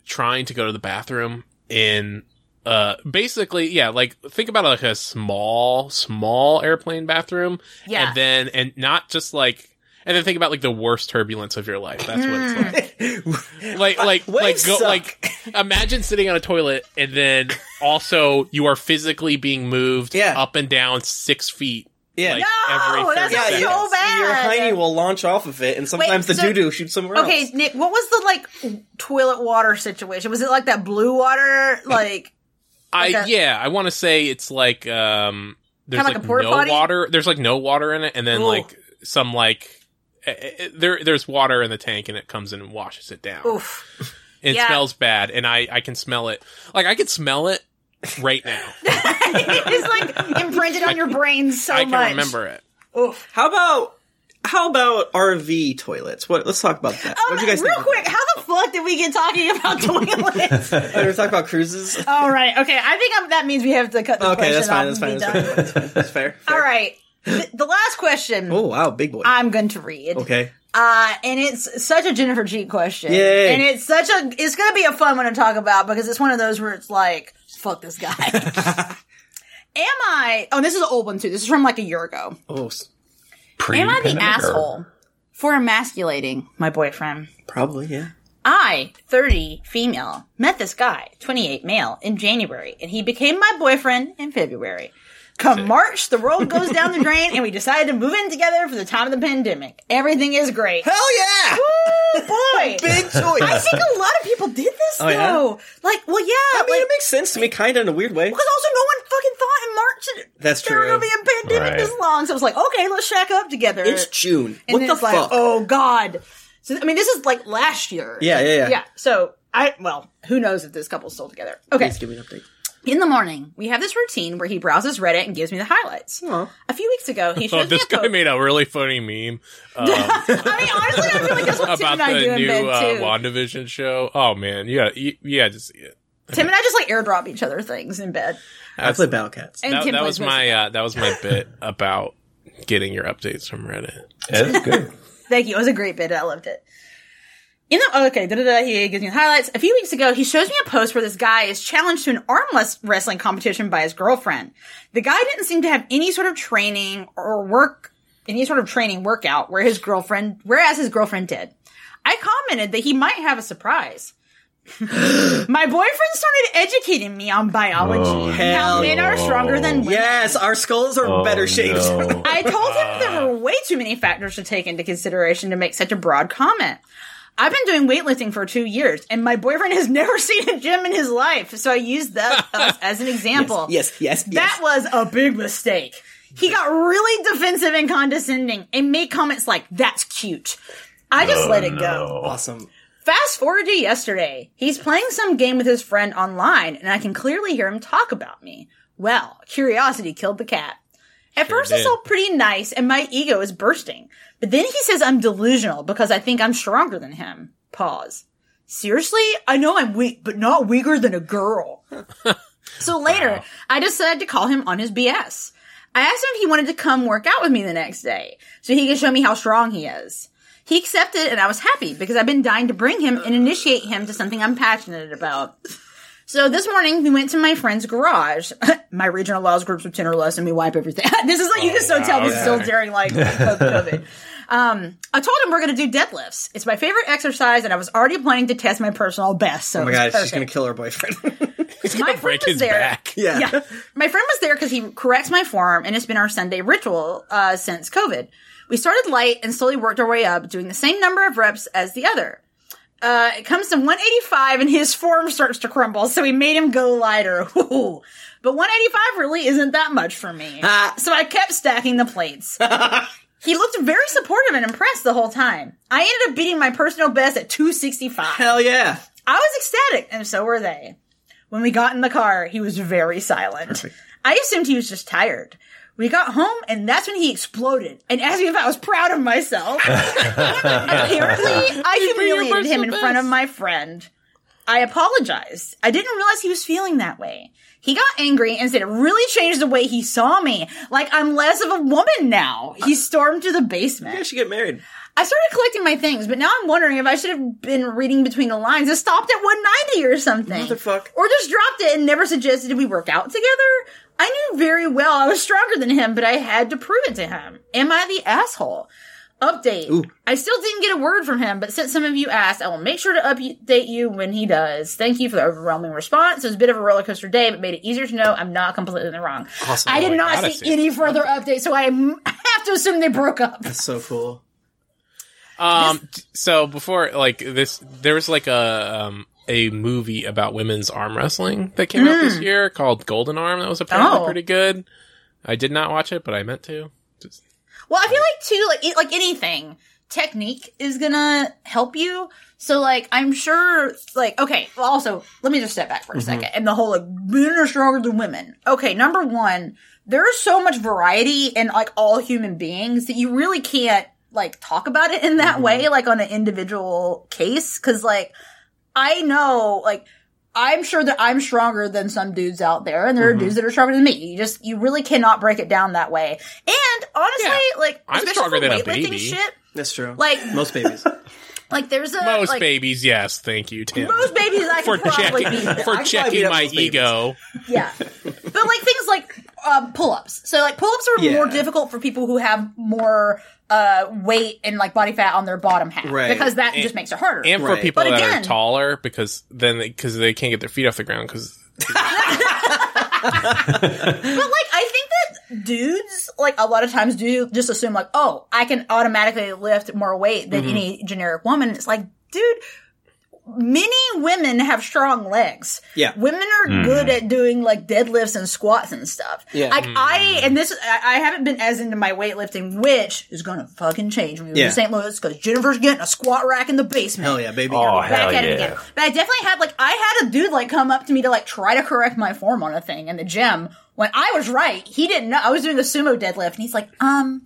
Speaker 4: trying to go to the bathroom in uh basically yeah like think about like a small small airplane bathroom
Speaker 2: Yeah.
Speaker 4: and then and not just like and then think about like the worst turbulence of your life that's what
Speaker 5: Mm.
Speaker 4: it's like like like like
Speaker 5: Waves
Speaker 4: go,
Speaker 5: suck.
Speaker 4: like imagine sitting on a toilet and then also you are physically being moved
Speaker 5: Yeah.
Speaker 4: up and down six feet
Speaker 5: Yeah.
Speaker 4: like
Speaker 2: No,
Speaker 4: every
Speaker 2: that's
Speaker 4: 30
Speaker 2: so
Speaker 4: seconds.
Speaker 5: yeah. Your
Speaker 2: bad.
Speaker 5: hiney will launch off of it, and sometimes the
Speaker 2: so-
Speaker 5: doo doo shoots somewhere
Speaker 2: Okay,
Speaker 5: else.
Speaker 2: Nick, what was the like toilet water situation? Was it like that blue water? Like,
Speaker 4: I
Speaker 2: Like a-
Speaker 4: yeah, I want to say it's like um there's
Speaker 2: Kinda like
Speaker 4: like,
Speaker 2: a porta
Speaker 4: no
Speaker 2: potty?
Speaker 4: water. There's like no water in it and then
Speaker 5: Ooh.
Speaker 4: like some like eh, eh, there there's water in the tank and it comes in and washes it down.
Speaker 2: oof.
Speaker 4: It
Speaker 2: yeah.
Speaker 4: smells bad and I I can smell it. Like I can smell it right now.
Speaker 2: it's like imprinted on your brain so
Speaker 4: I can
Speaker 2: much.
Speaker 4: remember it.
Speaker 2: Oof.
Speaker 5: How about how about RV toilets? What? Let's talk about
Speaker 2: Um,
Speaker 5: that. what do you guys
Speaker 2: real
Speaker 5: think?
Speaker 2: quick, how the fuck did we get talking about toilets?
Speaker 5: Oh, we're talking about cruises.
Speaker 2: All right, okay. I think i that means we have to cut the
Speaker 5: Okay,
Speaker 2: question
Speaker 5: that's
Speaker 2: off
Speaker 5: fine. That's fine.
Speaker 2: and be
Speaker 5: That's
Speaker 2: done.
Speaker 5: fine. That's fine. That's fair. fair.
Speaker 2: All right, the, the last question
Speaker 5: Oh wow, big boy.
Speaker 2: I'm going to read.
Speaker 5: okay.
Speaker 2: Uh, and it's such a Jennifer Cheat question.
Speaker 5: Yay.
Speaker 2: And it's such a, it's gonna be a fun one to talk about because it's one of those where it's like, fuck this guy. Am I, oh, this is an old one too. This is from like a year ago.
Speaker 5: Oh, s-
Speaker 3: Pre-
Speaker 2: Am I the asshole for emasculating my boyfriend?
Speaker 5: probably yeah.
Speaker 2: I, 30, female, met this guy, 28, male, in January, and he became my boyfriend in February. Come March, the world goes down the drain, and we decided to move in together for the time of the pandemic. Everything is great.
Speaker 5: Hell yeah!
Speaker 2: Oh, Boy!
Speaker 5: Big choice.
Speaker 2: I think a lot of people did this
Speaker 5: Oh, yeah?
Speaker 2: though. Like, well, yeah,
Speaker 5: I mean,
Speaker 2: like
Speaker 5: it makes sense to me, kind of in a weird way.
Speaker 2: because also no one fucking thought in March that
Speaker 5: That's
Speaker 2: there were
Speaker 5: true.
Speaker 2: gonna be a pandemic
Speaker 3: Right.
Speaker 2: this long. So it was like, okay, let's shack up together.
Speaker 5: It's June.
Speaker 2: and
Speaker 5: what
Speaker 2: then
Speaker 5: the
Speaker 2: it's like,
Speaker 5: fuck?
Speaker 2: oh god. So I mean, this is like last year.
Speaker 5: Yeah, yeah, yeah.
Speaker 2: Yeah. So I well, who knows if this couple's still together? Okay.
Speaker 5: Please give me an update.
Speaker 2: In the morning, we have this routine where he browses Reddit and gives me the highlights. A few weeks ago, he
Speaker 4: Oh,
Speaker 2: showed me
Speaker 4: this
Speaker 2: a post.
Speaker 4: guy made a really funny meme
Speaker 2: I mean, honestly, I feel like that's what Tim
Speaker 4: about
Speaker 2: and I do
Speaker 4: the
Speaker 2: in
Speaker 4: new
Speaker 2: bed
Speaker 4: uh,
Speaker 2: too.
Speaker 4: WandaVision show. Oh man, yeah, you, you had to see it.
Speaker 2: Tim and I just like airdrop each other things in bed.
Speaker 5: I play Battle Cats.
Speaker 2: And
Speaker 4: That,
Speaker 2: Tim
Speaker 4: that
Speaker 2: plays
Speaker 4: was
Speaker 2: basketball.
Speaker 4: my uh, that was my bit about getting your updates from Reddit.
Speaker 3: It's good.
Speaker 2: Thank you. It was a great bit. I loved it. In the oh, okay, da, da, da, he gives me the highlights. A few weeks ago, he shows me a post where this guy is challenged to an arm wrest- wrestling competition by his girlfriend. The guy didn't seem to have any sort of training or work, any sort of training workout where his girlfriend, whereas his girlfriend did. I commented that he might have a surprise. My boyfriend started educating me on biology.
Speaker 3: Oh,
Speaker 2: and how
Speaker 5: hell
Speaker 2: men are stronger than women.
Speaker 5: Yes, our skulls are
Speaker 4: Oh,
Speaker 5: better shaped.
Speaker 3: Oh, no.
Speaker 2: I told him
Speaker 5: Ah.
Speaker 2: there were way too many factors to take into consideration to make such a broad comment. I've been doing weightlifting for two years, and my boyfriend has never seen a gym in his life, so I used that us as an example.
Speaker 5: Yes, yes, yes.
Speaker 2: That was a big mistake. He got really defensive and condescending and made comments like, that's cute. I
Speaker 5: Oh,
Speaker 2: just let it go.
Speaker 5: awesome.
Speaker 2: Fast forward to yesterday. He's playing some game with his friend online, and I can clearly hear him talk about me. Well, curiosity killed the cat. At first, it's
Speaker 4: did.
Speaker 2: all pretty nice, and my ego is bursting. But then he says I'm delusional because I think I'm stronger than him. Pause. Seriously? I know I'm weak, but not weaker than a girl. so later, I decided to call him on his BS. I asked him if he wanted to come work out with me the next day so he could show me how strong he is. He accepted and I was happy because I've been dying to bring him and initiate him to something I'm passionate about. So this morning we went to my friend's garage. my regional laws groups with ten or less, and we wipe everything. this is like you can so tell this is still during like COVID. Um, I told him we're gonna do deadlifts. It's my favorite exercise, and I was already planning to test my personal best. So
Speaker 5: Oh my god, she's gonna kill her boyfriend.
Speaker 2: my friend
Speaker 4: Break
Speaker 2: was
Speaker 4: his
Speaker 2: there.
Speaker 4: back.
Speaker 5: yeah.
Speaker 2: Yeah. My friend was there because he corrects my form, and it's been our Sunday ritual uh, since COVID. We started light and slowly worked our way up, doing the same number of reps as the other. Uh, it comes to 185 and his form starts to crumble, so we made him go lighter. Ooh. But 185 really isn't that much for me.
Speaker 5: Ah.
Speaker 2: So I kept stacking the plates. he looked very supportive and impressed the whole time. I ended up beating my personal best at 265.
Speaker 5: Hell yeah.
Speaker 2: I was ecstatic, and so were they. When we got in the car, he was very silent. I assumed he was just tired. We got home, and that's when he exploded and asked me if I was proud of myself. Apparently, I humiliated him in front of my friend. I apologized. I didn't realize he was feeling that way. He got angry and said it really changed the way he saw me. Like I'm less of a woman now. He stormed to the basement.
Speaker 5: I should get married.
Speaker 2: I started collecting my things, but now I'm wondering if I should have been reading between the lines and stopped at 190 or something.
Speaker 5: Motherfuck.
Speaker 2: Or just dropped it and never suggested we work out together. I knew very well I was stronger than him, but I had to prove it to him. Am I the asshole? Update. I still didn't get a word from him, but since some of you asked, I will make sure to update you when he does. Thank you for the overwhelming response. It was a bit of a roller coaster day, but made it easier to know I'm not completely in the wrong.
Speaker 4: Awesome.
Speaker 2: I
Speaker 4: Oh
Speaker 2: did
Speaker 4: my
Speaker 2: not
Speaker 4: God, I
Speaker 2: see
Speaker 4: see.
Speaker 2: any further update, so I am- I have to assume they broke up.
Speaker 5: That's so cool.
Speaker 4: Um, t- so before like this, there was like a um, a movie about women's arm wrestling that came out this year called Golden Arm. That was apparently
Speaker 2: Hmm. Oh.
Speaker 4: pretty good. I did not watch it, but I meant to. Just-
Speaker 2: Well, I feel like too, like it- like anything, technique is gonna help you. So, like, I'm sure, like, okay. Well, also, let me just step back for
Speaker 4: Mm-hmm.
Speaker 2: a second. And the whole like men are stronger than women. Okay, number one, there is so much variety in like all human beings that you really can't like talk about it in
Speaker 4: Mm-hmm.
Speaker 2: that way, like on an individual case, because like I know, like, I'm sure that I'm stronger than some dudes out there, and there
Speaker 4: Mm-hmm.
Speaker 2: are dudes that are stronger than me. You just, you really cannot break it down that way. And honestly,
Speaker 4: Yeah.
Speaker 2: like,
Speaker 4: I'm
Speaker 2: especially
Speaker 4: stronger
Speaker 2: for
Speaker 4: than a
Speaker 2: weightlifting
Speaker 4: baby.
Speaker 2: Shit,
Speaker 5: That's true.
Speaker 2: like,
Speaker 5: most babies.
Speaker 2: like there's a
Speaker 4: Most
Speaker 2: like,
Speaker 4: babies, yes, thank you, Tim,
Speaker 2: Most babies I
Speaker 4: for
Speaker 2: could probably
Speaker 4: checking
Speaker 2: beat. them.
Speaker 4: for
Speaker 5: beat
Speaker 4: checking
Speaker 5: up
Speaker 4: my
Speaker 5: most babies.
Speaker 4: ego.
Speaker 2: yeah, but like things like um, pull-ups. So like pull-ups are
Speaker 5: Yeah.
Speaker 2: more difficult for people who have more uh, weight and like body fat on their bottom half
Speaker 5: Right.
Speaker 2: because that just makes it harder.
Speaker 4: and for
Speaker 5: Right.
Speaker 4: people
Speaker 2: But
Speaker 4: that
Speaker 2: again-
Speaker 4: are taller because then because they, can't get their feet off the ground because
Speaker 2: But like, I think that dudes, like a lot of times, do just assume like, oh, I can automatically lift more weight than
Speaker 5: Mm-hmm.
Speaker 2: any generic woman. It's like, dude, many women have strong legs.
Speaker 5: Yeah.
Speaker 2: women are good at doing like deadlifts and squats and stuff.
Speaker 5: Yeah.
Speaker 2: like I and this, I, I haven't been as into my weightlifting, which is gonna fucking change when we
Speaker 5: Yeah.
Speaker 2: move to St. Louis because Jennifer's getting a squat rack in the basement.
Speaker 5: Hell yeah, baby.
Speaker 3: Oh, hell
Speaker 2: back at it
Speaker 3: yeah.
Speaker 2: again. But I definitely had like I had a dude like come up to me to like try to correct my form on a thing in the gym when I was right. He didn't know I was doing a sumo deadlift, and he's like, um,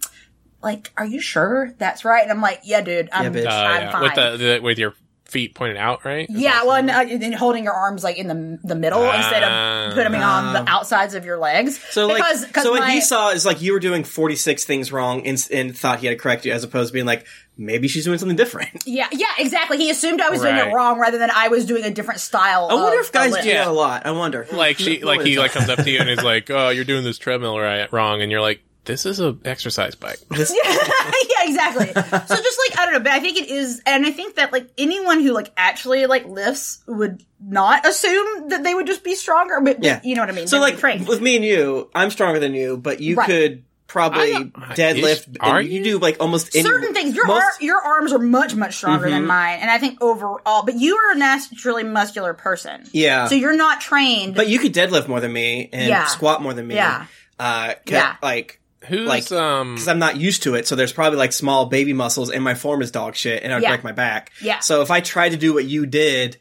Speaker 2: like, are you sure that's right? And I'm like, yeah, dude, I'm,
Speaker 5: Yeah, bitch.
Speaker 4: uh,
Speaker 2: I'm
Speaker 4: yeah,
Speaker 2: fine.
Speaker 4: with the, the with your feet pointed out, right? Is
Speaker 2: yeah,
Speaker 4: that-
Speaker 2: well, and, uh, and then holding your arms like in the the middle instead of putting them on the outsides of your legs.
Speaker 5: So like,
Speaker 2: because cause
Speaker 5: so what
Speaker 2: my-
Speaker 5: he saw is like you were doing forty six things wrong and, and thought he had to correct you, as opposed to being like maybe she's doing something different.
Speaker 2: yeah, yeah, exactly. He assumed I was doing it
Speaker 4: Right.
Speaker 2: wrong rather than I was doing a different style.
Speaker 5: I wonder
Speaker 2: of
Speaker 5: if guys
Speaker 2: the lift.
Speaker 5: do
Speaker 4: Yeah.
Speaker 5: that a lot. I wonder.
Speaker 4: like she
Speaker 5: No
Speaker 4: like
Speaker 5: one
Speaker 4: he
Speaker 5: is-
Speaker 4: like comes up to you and is like, "Oh, you're doing this treadmill right wrong," and you're like, "This is a exercise bike."
Speaker 5: This-
Speaker 2: yeah, exactly. so just like I don't know, but I think it is, and I think that like anyone who like actually like lifts would not assume that they would just be stronger, but
Speaker 5: Yeah.
Speaker 2: you know what I mean.
Speaker 5: So
Speaker 2: They'd be
Speaker 5: like
Speaker 2: trained.
Speaker 5: with me and you, I'm stronger than you, but you
Speaker 2: Right.
Speaker 5: could probably
Speaker 4: I don't- I-
Speaker 5: deadlift.
Speaker 4: is- are
Speaker 5: and you
Speaker 4: you?
Speaker 5: do like almost any-
Speaker 2: certain things, your
Speaker 5: most- Mm-hmm.
Speaker 2: ar- your arms are much much stronger than mine, and I think overall, but you are a naturally muscular person,
Speaker 5: Yeah.
Speaker 2: So you're not trained,
Speaker 5: But you could deadlift more than me and
Speaker 2: Yeah.
Speaker 5: squat more than me.
Speaker 2: Yeah.
Speaker 5: Uh, 'cause,
Speaker 2: Yeah.
Speaker 5: Like,
Speaker 4: Who's
Speaker 5: Like,
Speaker 4: um?
Speaker 5: because I'm not used to it, so there's probably like small baby muscles, and my form is dog shit, and I'd
Speaker 2: Yeah.
Speaker 5: break my back.
Speaker 2: Yeah.
Speaker 5: So if I tried to do what you did,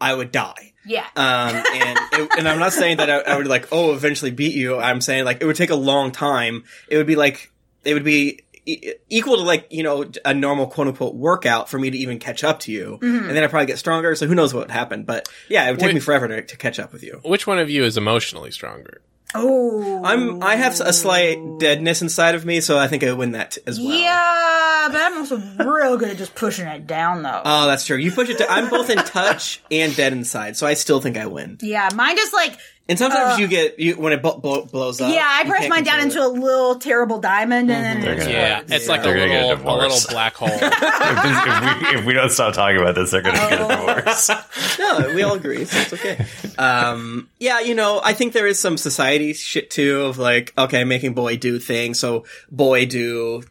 Speaker 5: I would die.
Speaker 2: yeah.
Speaker 5: Um, and it, and I'm not saying that I, I would like oh eventually beat you. I'm saying like it would take a long time. It would be like it would be e- equal to like you know a normal quote unquote workout for me to even catch up to you,
Speaker 2: Mm-hmm.
Speaker 5: and then I probably get stronger. So who knows what would happen? But yeah, it would take
Speaker 4: Wait.
Speaker 5: me forever to, to catch up with you.
Speaker 4: which one of you is emotionally stronger?
Speaker 2: oh,
Speaker 5: I'm uh, I have a slight deadness inside of me, so I think I would win that as well.
Speaker 2: yeah, but I'm also real good at just pushing it down though.
Speaker 5: Oh, that's true. You push it. To, I'm both in touch and dead inside, so I still think I win.
Speaker 2: yeah, mine just like
Speaker 5: And sometimes you get you when it blo- blo- blows up.
Speaker 2: Uh, Yeah, I
Speaker 5: uh, you
Speaker 2: pressed
Speaker 5: can't
Speaker 2: mine down into
Speaker 5: control
Speaker 2: a little terrible diamond, and then
Speaker 3: They're
Speaker 2: it
Speaker 3: gonna-
Speaker 4: Yeah,
Speaker 2: explodes.
Speaker 4: it's like a
Speaker 3: They're gonna get a
Speaker 4: little a
Speaker 3: divorce.
Speaker 4: little black hole.
Speaker 3: if, this- if we, if we don't stop talking about this, they're going to get
Speaker 2: Oh.
Speaker 3: a divorce.
Speaker 5: it. No, we all agree. So it's okay. Um, yeah, you know, I think there is some society shit too of like, okay, making boy do things, so boy do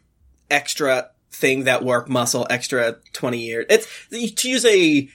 Speaker 5: extra thing that work muscle extra 20 years. It's, to use a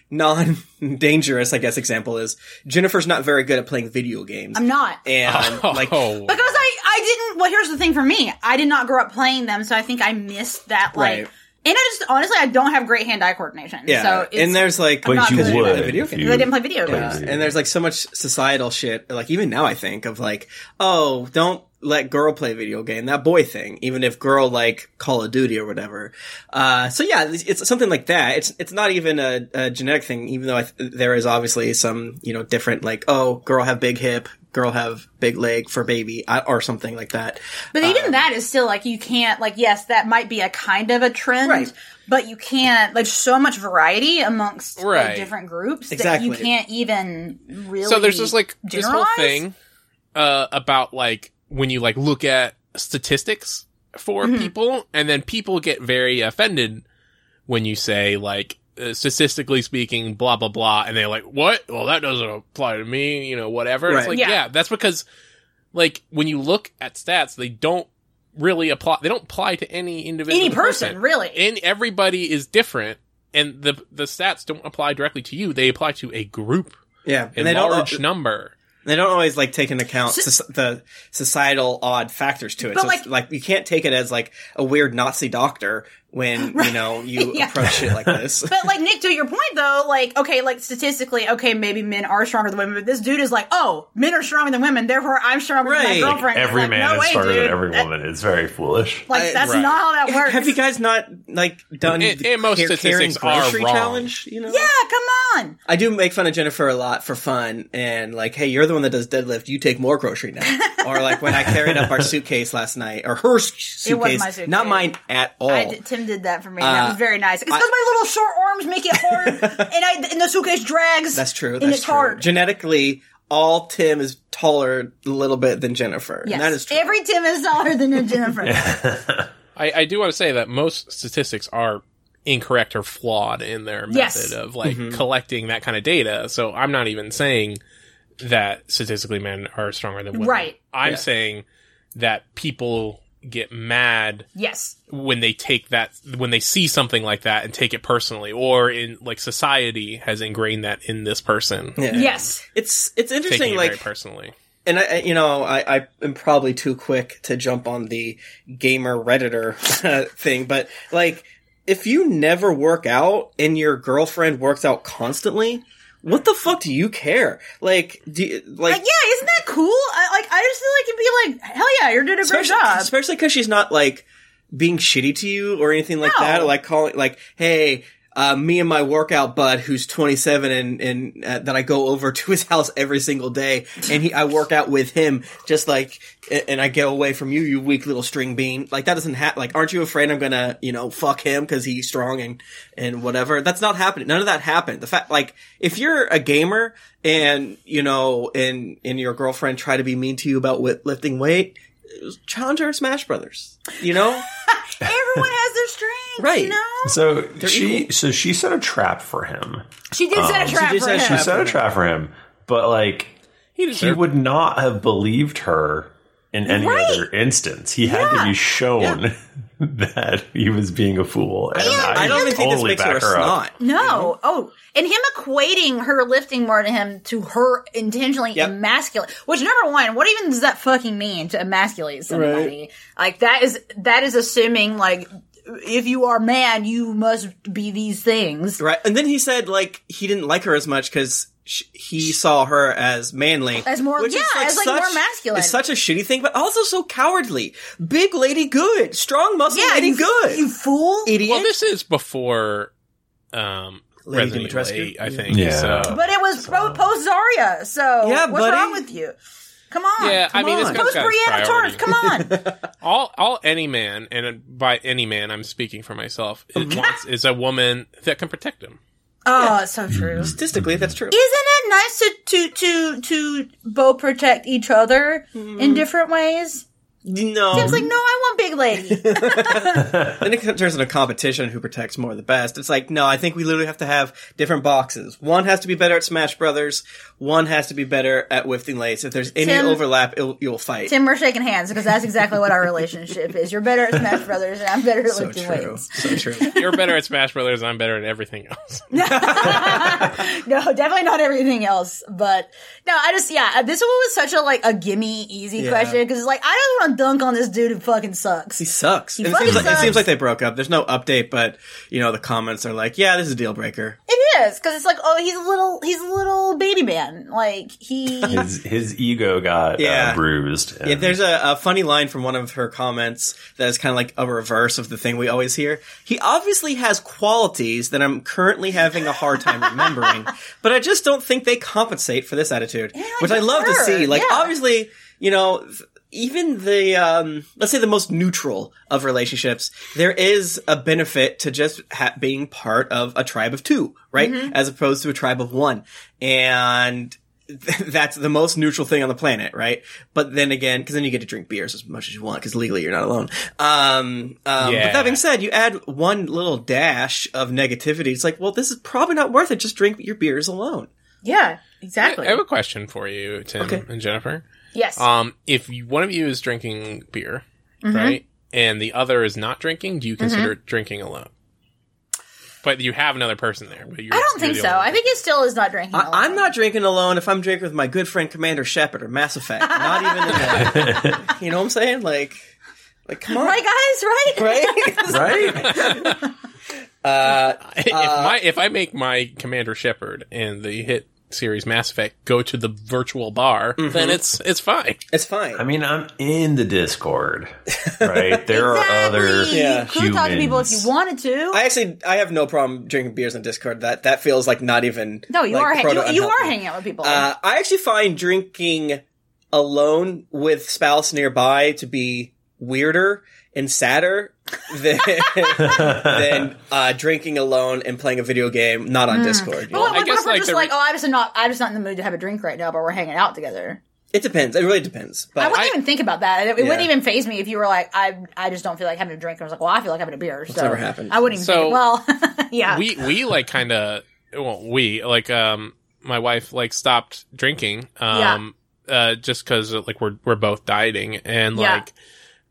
Speaker 5: non-dangerous, I guess, example is Jennifer's not very good at playing video games.
Speaker 2: I'm not.
Speaker 5: and like,
Speaker 4: oh,
Speaker 2: Because I, I didn't. Well, here's the thing for me. I did not grow up playing them, so I think I missed that. Like,
Speaker 5: Right.
Speaker 2: and I just honestly, I don't have great hand-eye coordination.
Speaker 5: yeah.
Speaker 2: So it's,
Speaker 5: and there's like,
Speaker 2: not
Speaker 3: But you
Speaker 2: good at
Speaker 3: would.
Speaker 5: playing video
Speaker 3: if
Speaker 5: games.
Speaker 3: you
Speaker 2: I didn't play video
Speaker 3: played
Speaker 2: games.
Speaker 3: video
Speaker 5: and there's like so much societal shit. Like even now, I think of like, oh, don't let girl play video game. That boy thing. Even if girl like Call of Duty or whatever. Uh, so yeah, it's, it's something like that. It's it's not even a, a genetic thing. Even though I th- there is obviously some you know different like, oh, girl have big hip, girl have big leg for baby, I, or something like that.
Speaker 2: But
Speaker 5: Um,
Speaker 2: even that is still like you can't like yes that might be a kind of a trend,
Speaker 5: Right.
Speaker 2: but you can't like so much variety amongst like,
Speaker 4: Right.
Speaker 2: different groups that
Speaker 5: Exactly.
Speaker 2: you can't even really.
Speaker 4: so there's this like this whole
Speaker 2: generalize.
Speaker 4: thing uh, about like when you like look at statistics for people, and then people get very offended when you say like uh, statistically speaking, blah blah blah, and they're like, "What? Well, that doesn't apply to me," you know, whatever. It's
Speaker 5: Right.
Speaker 4: like,
Speaker 2: Yeah.
Speaker 4: yeah. that's because like when you look at stats, they don't really apply. They don't apply to any individual
Speaker 2: any person really.
Speaker 4: and everybody is different and the the stats don't apply directly to you they apply to a group
Speaker 5: Yeah,
Speaker 4: a
Speaker 5: and they
Speaker 4: large
Speaker 5: don't
Speaker 4: number
Speaker 5: they don't always like take into account soc- the societal odd factors to it.
Speaker 2: But,
Speaker 5: so like, like you can't take it as like a weird Nazi doctor when you know you
Speaker 2: Yeah.
Speaker 5: approach shit like this.
Speaker 2: But like Nick, to your point though, like okay, like statistically, okay, maybe men are stronger than women, but this dude is like, oh, men are stronger than women, therefore I'm stronger than my
Speaker 5: Right.
Speaker 2: girlfriend. It's
Speaker 3: Every
Speaker 2: like,
Speaker 3: man
Speaker 2: no
Speaker 3: is
Speaker 2: way,
Speaker 3: stronger
Speaker 2: dude.
Speaker 3: than every
Speaker 2: That-
Speaker 3: woman. It's very foolish.
Speaker 2: like
Speaker 5: I-
Speaker 2: that's
Speaker 4: Right.
Speaker 2: not how that works.
Speaker 5: Have you guys not like done
Speaker 4: And-
Speaker 5: the
Speaker 4: and most
Speaker 5: car- carrying
Speaker 4: statistics are
Speaker 5: grocery
Speaker 4: wrong.
Speaker 5: challenge? You know,
Speaker 2: yeah, come on.
Speaker 5: I do make fun of Jennifer a lot for fun, and like, hey, you're the one that does deadlift. You take more grocery now, or like when I carried up our suitcase last night, or her s- suitcase,
Speaker 2: It was my suitcase.
Speaker 5: not mine at all.
Speaker 2: I did, Tim did that for me. and that
Speaker 5: Oh. Uh,
Speaker 2: was very nice. It's because my little short arms make it hard, and I and the suitcase drags.
Speaker 5: That's true.
Speaker 2: And
Speaker 5: That's
Speaker 2: it's
Speaker 5: true.
Speaker 2: hard.
Speaker 5: Genetically, all Tim is taller a little bit than Jennifer.
Speaker 2: Yes.
Speaker 5: And that is true.
Speaker 2: Every Tim is taller than a Jennifer.
Speaker 4: i, I do want to say that most statistics are incorrect or flawed in their method
Speaker 2: Yes.
Speaker 4: of like
Speaker 5: Mm-hmm.
Speaker 4: collecting that kind of data so i'm not even saying that statistically men are stronger than women
Speaker 2: Right.
Speaker 4: i'm saying that people get mad
Speaker 2: Yes.
Speaker 4: when they take that when they see something like that and take it personally or in like society has ingrained that in this person
Speaker 5: Yeah.
Speaker 2: Yes.
Speaker 5: It's it's
Speaker 4: taking
Speaker 5: interesting.
Speaker 4: it very
Speaker 5: Like,
Speaker 4: personally
Speaker 5: and I, I- you know, I, I am probably too quick to jump on the gamer redditor thing, but like, if you never work out and your girlfriend works out constantly, what the fuck do you care? Like, do you,
Speaker 2: Like,
Speaker 5: like,
Speaker 2: Uh, yeah, isn't that cool? I, like, I just feel like it'd be like, hell yeah, you're doing a great job.
Speaker 5: especially because she's not like being shitty to you or anything like
Speaker 2: No.
Speaker 5: that. Or, like calling, like, hey, uh, me and my workout bud who's 27 and, and uh, that I go over to his house every single day and he, I work out with him just like, a- and I get away from you, you weak little string bean. Like that doesn't happen. Like, aren't you afraid I'm gonna, you know, fuck him because he's strong and, and whatever? That's not happening. None of that happened. The fact, like, if you're a gamer and, you know, and, and your girlfriend try to be mean to you about wi- lifting weight, challenge her in Smash Brothers. You know?
Speaker 2: Everyone has their strengths,
Speaker 5: Right.
Speaker 2: You know?
Speaker 3: So she, so she set a trap for him.
Speaker 2: She did set a trap
Speaker 5: Um, did
Speaker 2: for
Speaker 5: set a
Speaker 2: him.
Speaker 3: She
Speaker 5: trap.
Speaker 3: set a trap for him, but like
Speaker 4: he,
Speaker 3: he
Speaker 4: deserved
Speaker 3: would not have believed her in any
Speaker 2: Right.
Speaker 3: other instance. He had to be shown that he was being a fool. And I,
Speaker 5: I don't even think this
Speaker 3: totally
Speaker 5: makes her a
Speaker 3: back her up.
Speaker 5: snot. Mm-hmm.
Speaker 2: No. Oh, and him equating her lifting more to him to her intentionally
Speaker 5: Yep.
Speaker 2: emasculate. Which number one, what even does that fucking mean to emasculate somebody? Like that is that is assuming like if you are man, you must be these things.
Speaker 5: Right. And then he said, like, he didn't like her as much because he saw her as manly.
Speaker 2: As more-
Speaker 5: which is,
Speaker 2: yeah, as, like, more masculine.
Speaker 5: It's such a shitty thing, but also so cowardly. Big lady good. Strong muscle
Speaker 2: Yeah,
Speaker 5: lady
Speaker 2: you,
Speaker 5: good.
Speaker 2: you fool.
Speaker 5: idiot.
Speaker 4: Well, this is before um,
Speaker 5: Lady
Speaker 4: Resident Evil
Speaker 5: Dimitrescu?
Speaker 4: 8, I think.
Speaker 3: Yeah.
Speaker 4: So.
Speaker 2: But it was pro- post Zarya, so
Speaker 5: Yeah,
Speaker 2: what's
Speaker 5: buddy.
Speaker 2: wrong with you? Come on.
Speaker 4: yeah, I
Speaker 5: come
Speaker 4: mean, this
Speaker 5: on.
Speaker 4: guy's
Speaker 2: Post
Speaker 4: got his
Speaker 2: Brianna
Speaker 4: priorities.
Speaker 2: Torrance, come on.
Speaker 4: All, all any man, and by any man, I'm speaking for myself,
Speaker 2: Mhm.
Speaker 4: it wants is a woman that can protect him.
Speaker 2: oh, it's so true.
Speaker 5: Statistically, that's true.
Speaker 2: isn't it
Speaker 5: Mm-hmm.
Speaker 2: nice to to to to both protect each other in different ways?
Speaker 5: No.
Speaker 2: Tim's like, no, I want big lady.
Speaker 5: Then it turns into a competition who protects more of the best. It's like, no, I think we literally have to have different boxes. One has to be better at Smash Brothers. One has to be better at Whiffing Lace. If there's any
Speaker 2: Tim-
Speaker 5: overlap, it'll, you'll fight.
Speaker 2: Tim, we're shaking hands because that's exactly what our relationship is. You're better at Smash Brothers, and I'm better at
Speaker 5: so
Speaker 2: lifting
Speaker 5: true.
Speaker 2: weights.
Speaker 5: So true.
Speaker 4: You're better at Smash Brothers. I'm better at everything else.
Speaker 2: No, definitely not everything else. But no, I just yeah, this one was such a like a gimme easy
Speaker 5: Yeah.
Speaker 2: question because it's like I don't want to dunk on this dude who fucking sucks.
Speaker 5: He sucks. And it,
Speaker 2: fucking
Speaker 5: seems like, it
Speaker 2: sucks.
Speaker 5: seems like they broke up. There's no update, but you know the comments are like, "Yeah, this is a deal breaker."
Speaker 2: It is because it's like oh he's a little he's a little baby man like he
Speaker 3: His his ego got
Speaker 5: Yeah.
Speaker 3: uh, bruised.
Speaker 5: Yeah, there's a, a funny line from one of her comments that is kind of like a reverse of the thing we always hear. He obviously has qualities that I'm currently having a hard time remembering, but I just don't think they compensate for this attitude, which I
Speaker 2: good
Speaker 5: love to
Speaker 2: for her.
Speaker 5: see. Like,
Speaker 2: Yeah.
Speaker 5: obviously, you know, th- even the um, let's say the most neutral of relationships, there is a benefit to just ha- being part of a tribe of two, right, as opposed to a tribe of one, and th- that's the most neutral thing on the planet, right? But then again, because then you get to drink beers as much as you want, because legally you're not alone. Um, um, But
Speaker 4: Yeah.
Speaker 5: that being said, you add one little dash of negativity. It's like, well, this is probably not worth it. Just drink your beers alone.
Speaker 2: yeah
Speaker 4: I,
Speaker 2: exactly
Speaker 4: I have a question for you, Tim
Speaker 5: Okay.
Speaker 4: and Jennifer.
Speaker 2: yes
Speaker 4: Um, if you- one of you is drinking beer,
Speaker 2: Mm-hmm.
Speaker 4: right, and the other is not drinking, do you consider drinking alone? But you have another person there. But you're,
Speaker 2: I don't think so I think it still is not drinking. alone.
Speaker 5: I- I'm not drinking alone if I'm drinking with my good friend Commander Shepard or Mass Effect. Not even in a, You know what I'm saying? Like, like come on.
Speaker 2: right guys right
Speaker 5: Right?
Speaker 3: right.
Speaker 4: if my if I make my Commander Shepard and the hit series Mass Effect go to the virtual bar, then it's it's fine.
Speaker 5: it's fine.
Speaker 3: I mean, I'm in the Discord. Right. There are other.
Speaker 2: Exactly.
Speaker 5: Yeah.
Speaker 2: you could talk to people if you
Speaker 3: humans.
Speaker 2: wanted to
Speaker 5: I actually I have no problem drinking beers on Discord. That that feels like not even
Speaker 2: no you
Speaker 5: like,
Speaker 2: are ha- you, you are
Speaker 5: proto-unhealthy.
Speaker 2: hanging out with people
Speaker 5: Uh, I actually find drinking alone with spouse nearby to be weirder and sadder than than uh, drinking alone and playing a video game not
Speaker 2: Hmm.
Speaker 5: on Discord.
Speaker 2: But what,
Speaker 4: I
Speaker 2: what,
Speaker 4: guess,
Speaker 2: if we're
Speaker 4: like,
Speaker 2: just
Speaker 4: the re-
Speaker 2: like, oh, I'm just not, I'm just not in the mood to have a drink right now, but we're hanging out together.
Speaker 5: It depends. It really depends.
Speaker 2: I
Speaker 5: But
Speaker 2: wouldn't
Speaker 4: I-
Speaker 2: even think about that. It, it wouldn't
Speaker 5: Yeah.
Speaker 2: even phase me if you were like, I, I just don't feel like having a drink. And I was like, well, I feel like having a beer. so
Speaker 5: never happened.
Speaker 2: I wouldn't even.
Speaker 4: So-
Speaker 2: think, well, yeah,
Speaker 4: we we like kind of well we like um my wife like stopped drinking um uh just cuz like we're we're both dieting and
Speaker 2: Yeah.
Speaker 4: like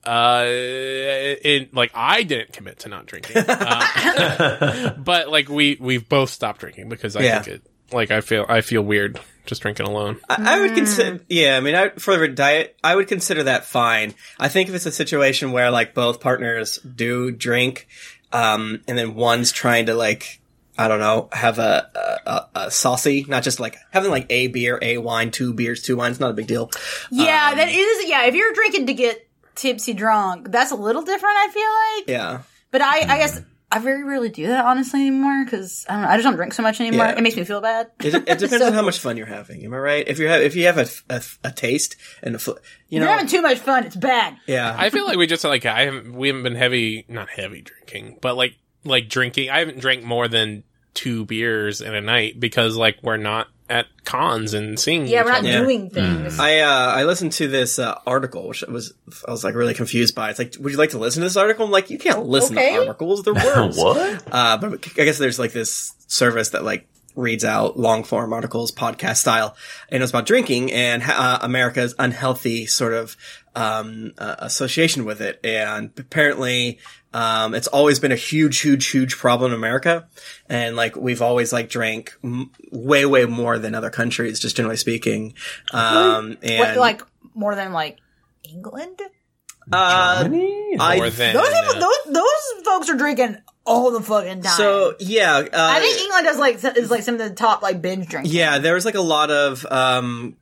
Speaker 4: uh it like I didn't commit to not drinking uh, but like we we've both stopped drinking because I
Speaker 5: Yeah.
Speaker 4: think it like I feel I feel weird just drinking alone
Speaker 5: I, I would consider.
Speaker 2: Mm.
Speaker 5: Yeah, I mean, I, for a diet, I would consider that fine. I think if it's a situation where like both partners do drink, um, and then one's trying to like. I don't know. Have a, a, a, a saucy, not just like having like a beer, a wine, two beers, two wines. Not a big deal.
Speaker 2: yeah,
Speaker 4: um,
Speaker 2: that is, yeah. If you're drinking to get tipsy drunk, that's a little different. I feel like,
Speaker 5: Yeah,
Speaker 2: but I, I guess
Speaker 5: Mm.
Speaker 2: I very rarely do that honestly anymore because I don't know, I just don't drink so much anymore.
Speaker 5: Yeah.
Speaker 2: It makes me feel bad.
Speaker 5: it, it depends
Speaker 2: So-
Speaker 5: on how much fun you're having. Am I right? If you have if you have a, a, a taste and a fl- you
Speaker 2: If
Speaker 5: know,
Speaker 2: you're having too much fun, it's bad.
Speaker 5: yeah,
Speaker 4: I feel like we just like I haven't we haven't been heavy not heavy drinking, but like like drinking. I haven't drank more than two beers in a night because like we're not at cons and seeing.
Speaker 2: Yeah,
Speaker 4: each
Speaker 2: we're not
Speaker 4: other.
Speaker 5: Yeah. Mm.
Speaker 2: doing things.
Speaker 5: I uh, I listened to this uh, article, which was I was like really confused by. It's like, would you like to listen to this article? I'm like, you can't listen
Speaker 2: Okay.
Speaker 5: to articles; they're words.
Speaker 3: what?
Speaker 5: Uh, but I guess there's like this service that like reads out long form articles, podcast style, and it was about drinking and uh, America's unhealthy sort of um, uh, association with it. And apparently, um, it's always been a huge, huge, huge problem in America, and like we've always like drank m- way, way more than other countries, just generally speaking. Um,
Speaker 2: What,
Speaker 5: and
Speaker 2: like more than like England.
Speaker 5: uh,
Speaker 3: Germany?
Speaker 5: I
Speaker 4: More than
Speaker 2: Those people,
Speaker 4: uh,
Speaker 2: those those folks are drinking all the fucking time.
Speaker 5: so yeah, uh,
Speaker 2: I think England does like is like some of the top like binge drinking.
Speaker 5: Yeah, there was like a lot of, um,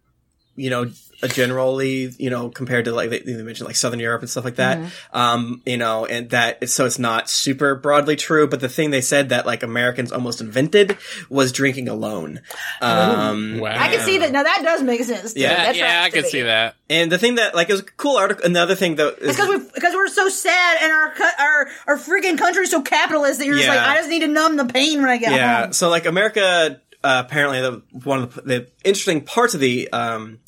Speaker 5: you know, uh, generally, you know, compared to like they, they mentioned like Southern Europe and stuff like that. Um, you know, and that so it's not super broadly true, but the thing they said that like Americans almost invented was drinking alone. Um,
Speaker 4: wow.
Speaker 2: I can see that. Now that does make sense. Too.
Speaker 5: Yeah,
Speaker 4: Yeah,
Speaker 2: that
Speaker 4: yeah,
Speaker 2: tracks
Speaker 4: I
Speaker 2: to
Speaker 4: can
Speaker 2: me.
Speaker 4: see that.
Speaker 5: and the thing that like it was a cool article. Another thing that is,
Speaker 2: It's because we because we're so sad and our co- our our freaking country's so capitalist that you're just like
Speaker 5: Yeah.
Speaker 2: I just need to numb the pain when I get
Speaker 5: yeah.
Speaker 2: home.
Speaker 5: So like America, uh, apparently the one of the, the interesting parts of the um,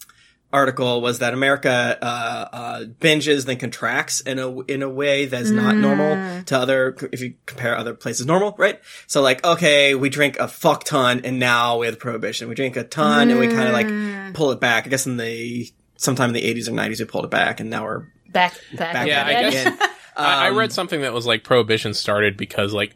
Speaker 5: article was that America uh, uh, binges then contracts in a in a way that's not normal to other if you compare other places normal, right? So like, okay, we drink a fuck ton, and now we have prohibition. We drink a ton, and we kind of like pull it back. I guess in the sometime in the eighties or nineties we pulled it back, and now we're
Speaker 2: Back, back,
Speaker 5: back
Speaker 4: Yeah,
Speaker 5: at
Speaker 4: I
Speaker 5: it
Speaker 2: again.
Speaker 4: guess-
Speaker 5: again.
Speaker 4: I, I
Speaker 5: Um,
Speaker 4: read something that was like prohibition started because like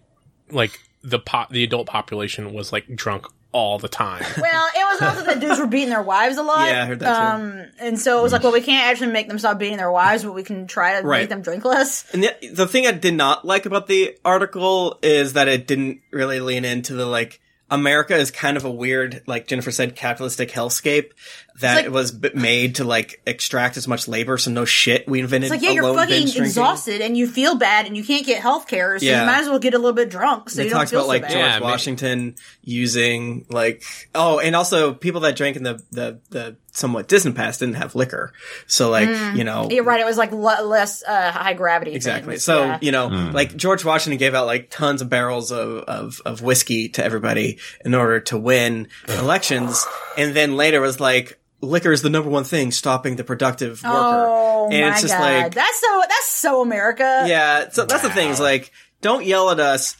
Speaker 4: like the pop the adult population was like drunk all the time.
Speaker 2: Well, it was also that dudes were beating their wives a lot.
Speaker 5: Yeah, I heard that, too.
Speaker 2: Um, and so it was like, well, we can't actually make them stop beating their wives, but we can try to make
Speaker 5: Right.
Speaker 2: them drink less.
Speaker 5: And the, the thing I did not like about the article is that it didn't really lean into the like America is kind of a weird, like Jennifer said, capitalistic hellscape that
Speaker 2: like-
Speaker 5: it was b- made to like extract as much labor. So no shit, we invented.
Speaker 2: It's like, yeah, you're
Speaker 5: alone
Speaker 2: fucking
Speaker 5: binge drinking.
Speaker 2: exhausted and you feel bad and you can't get health care, so
Speaker 5: Yeah.
Speaker 2: you might as well get a little bit drunk so
Speaker 5: They
Speaker 2: you don't
Speaker 5: talked
Speaker 2: feel
Speaker 5: about
Speaker 2: so
Speaker 5: like
Speaker 2: bad.
Speaker 5: George
Speaker 4: Yeah, I mean-
Speaker 5: Washington using like oh, and also people that drank in the the, the somewhat distant past didn't have liquor, so like
Speaker 2: Mm.
Speaker 5: you know
Speaker 2: You're right. It was like le- less uh, high gravity.
Speaker 5: Exactly.
Speaker 2: things,
Speaker 5: So,
Speaker 2: yeah.
Speaker 5: you know, like George Washington gave out like tons of barrels of, of, of whiskey to everybody in order to win elections. And then later was like, liquor is the number one thing stopping the productive worker.
Speaker 2: oh
Speaker 5: and
Speaker 2: my
Speaker 5: it's just
Speaker 2: god,
Speaker 5: like,
Speaker 2: that's so that's so America.
Speaker 5: yeah, so that's the thing is like, don't yell at us.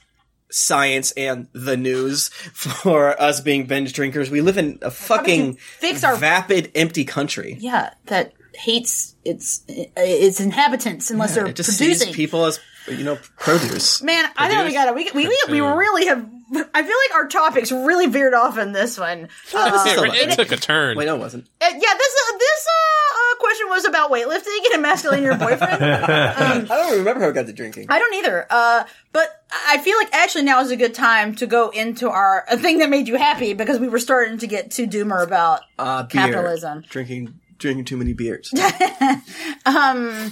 Speaker 5: Science and the news for us being binge drinkers. We live in a fucking
Speaker 2: fix our-
Speaker 5: vapid, empty country.
Speaker 2: yeah, that hates its its inhabitants unless they're
Speaker 5: It just
Speaker 2: producing
Speaker 5: sees people as you know produce.
Speaker 2: Man, I think we got to we we, we we really have. I feel like our topics really veered off in this one. Uh,
Speaker 5: Still
Speaker 4: it,
Speaker 5: not-
Speaker 4: took a turn.
Speaker 5: Wait, no, it wasn't.
Speaker 2: yeah, this uh, this uh, uh, question was about weightlifting and emasculating your boyfriend.
Speaker 5: I don't remember how I got to drinking.
Speaker 2: I don't either. Uh, but I feel like actually now is a good time to go into our a thing that made you happy because we were starting to get too doomer about.
Speaker 5: uh, beer.
Speaker 2: Capitalism.
Speaker 5: Drinking drinking too many beers.
Speaker 2: I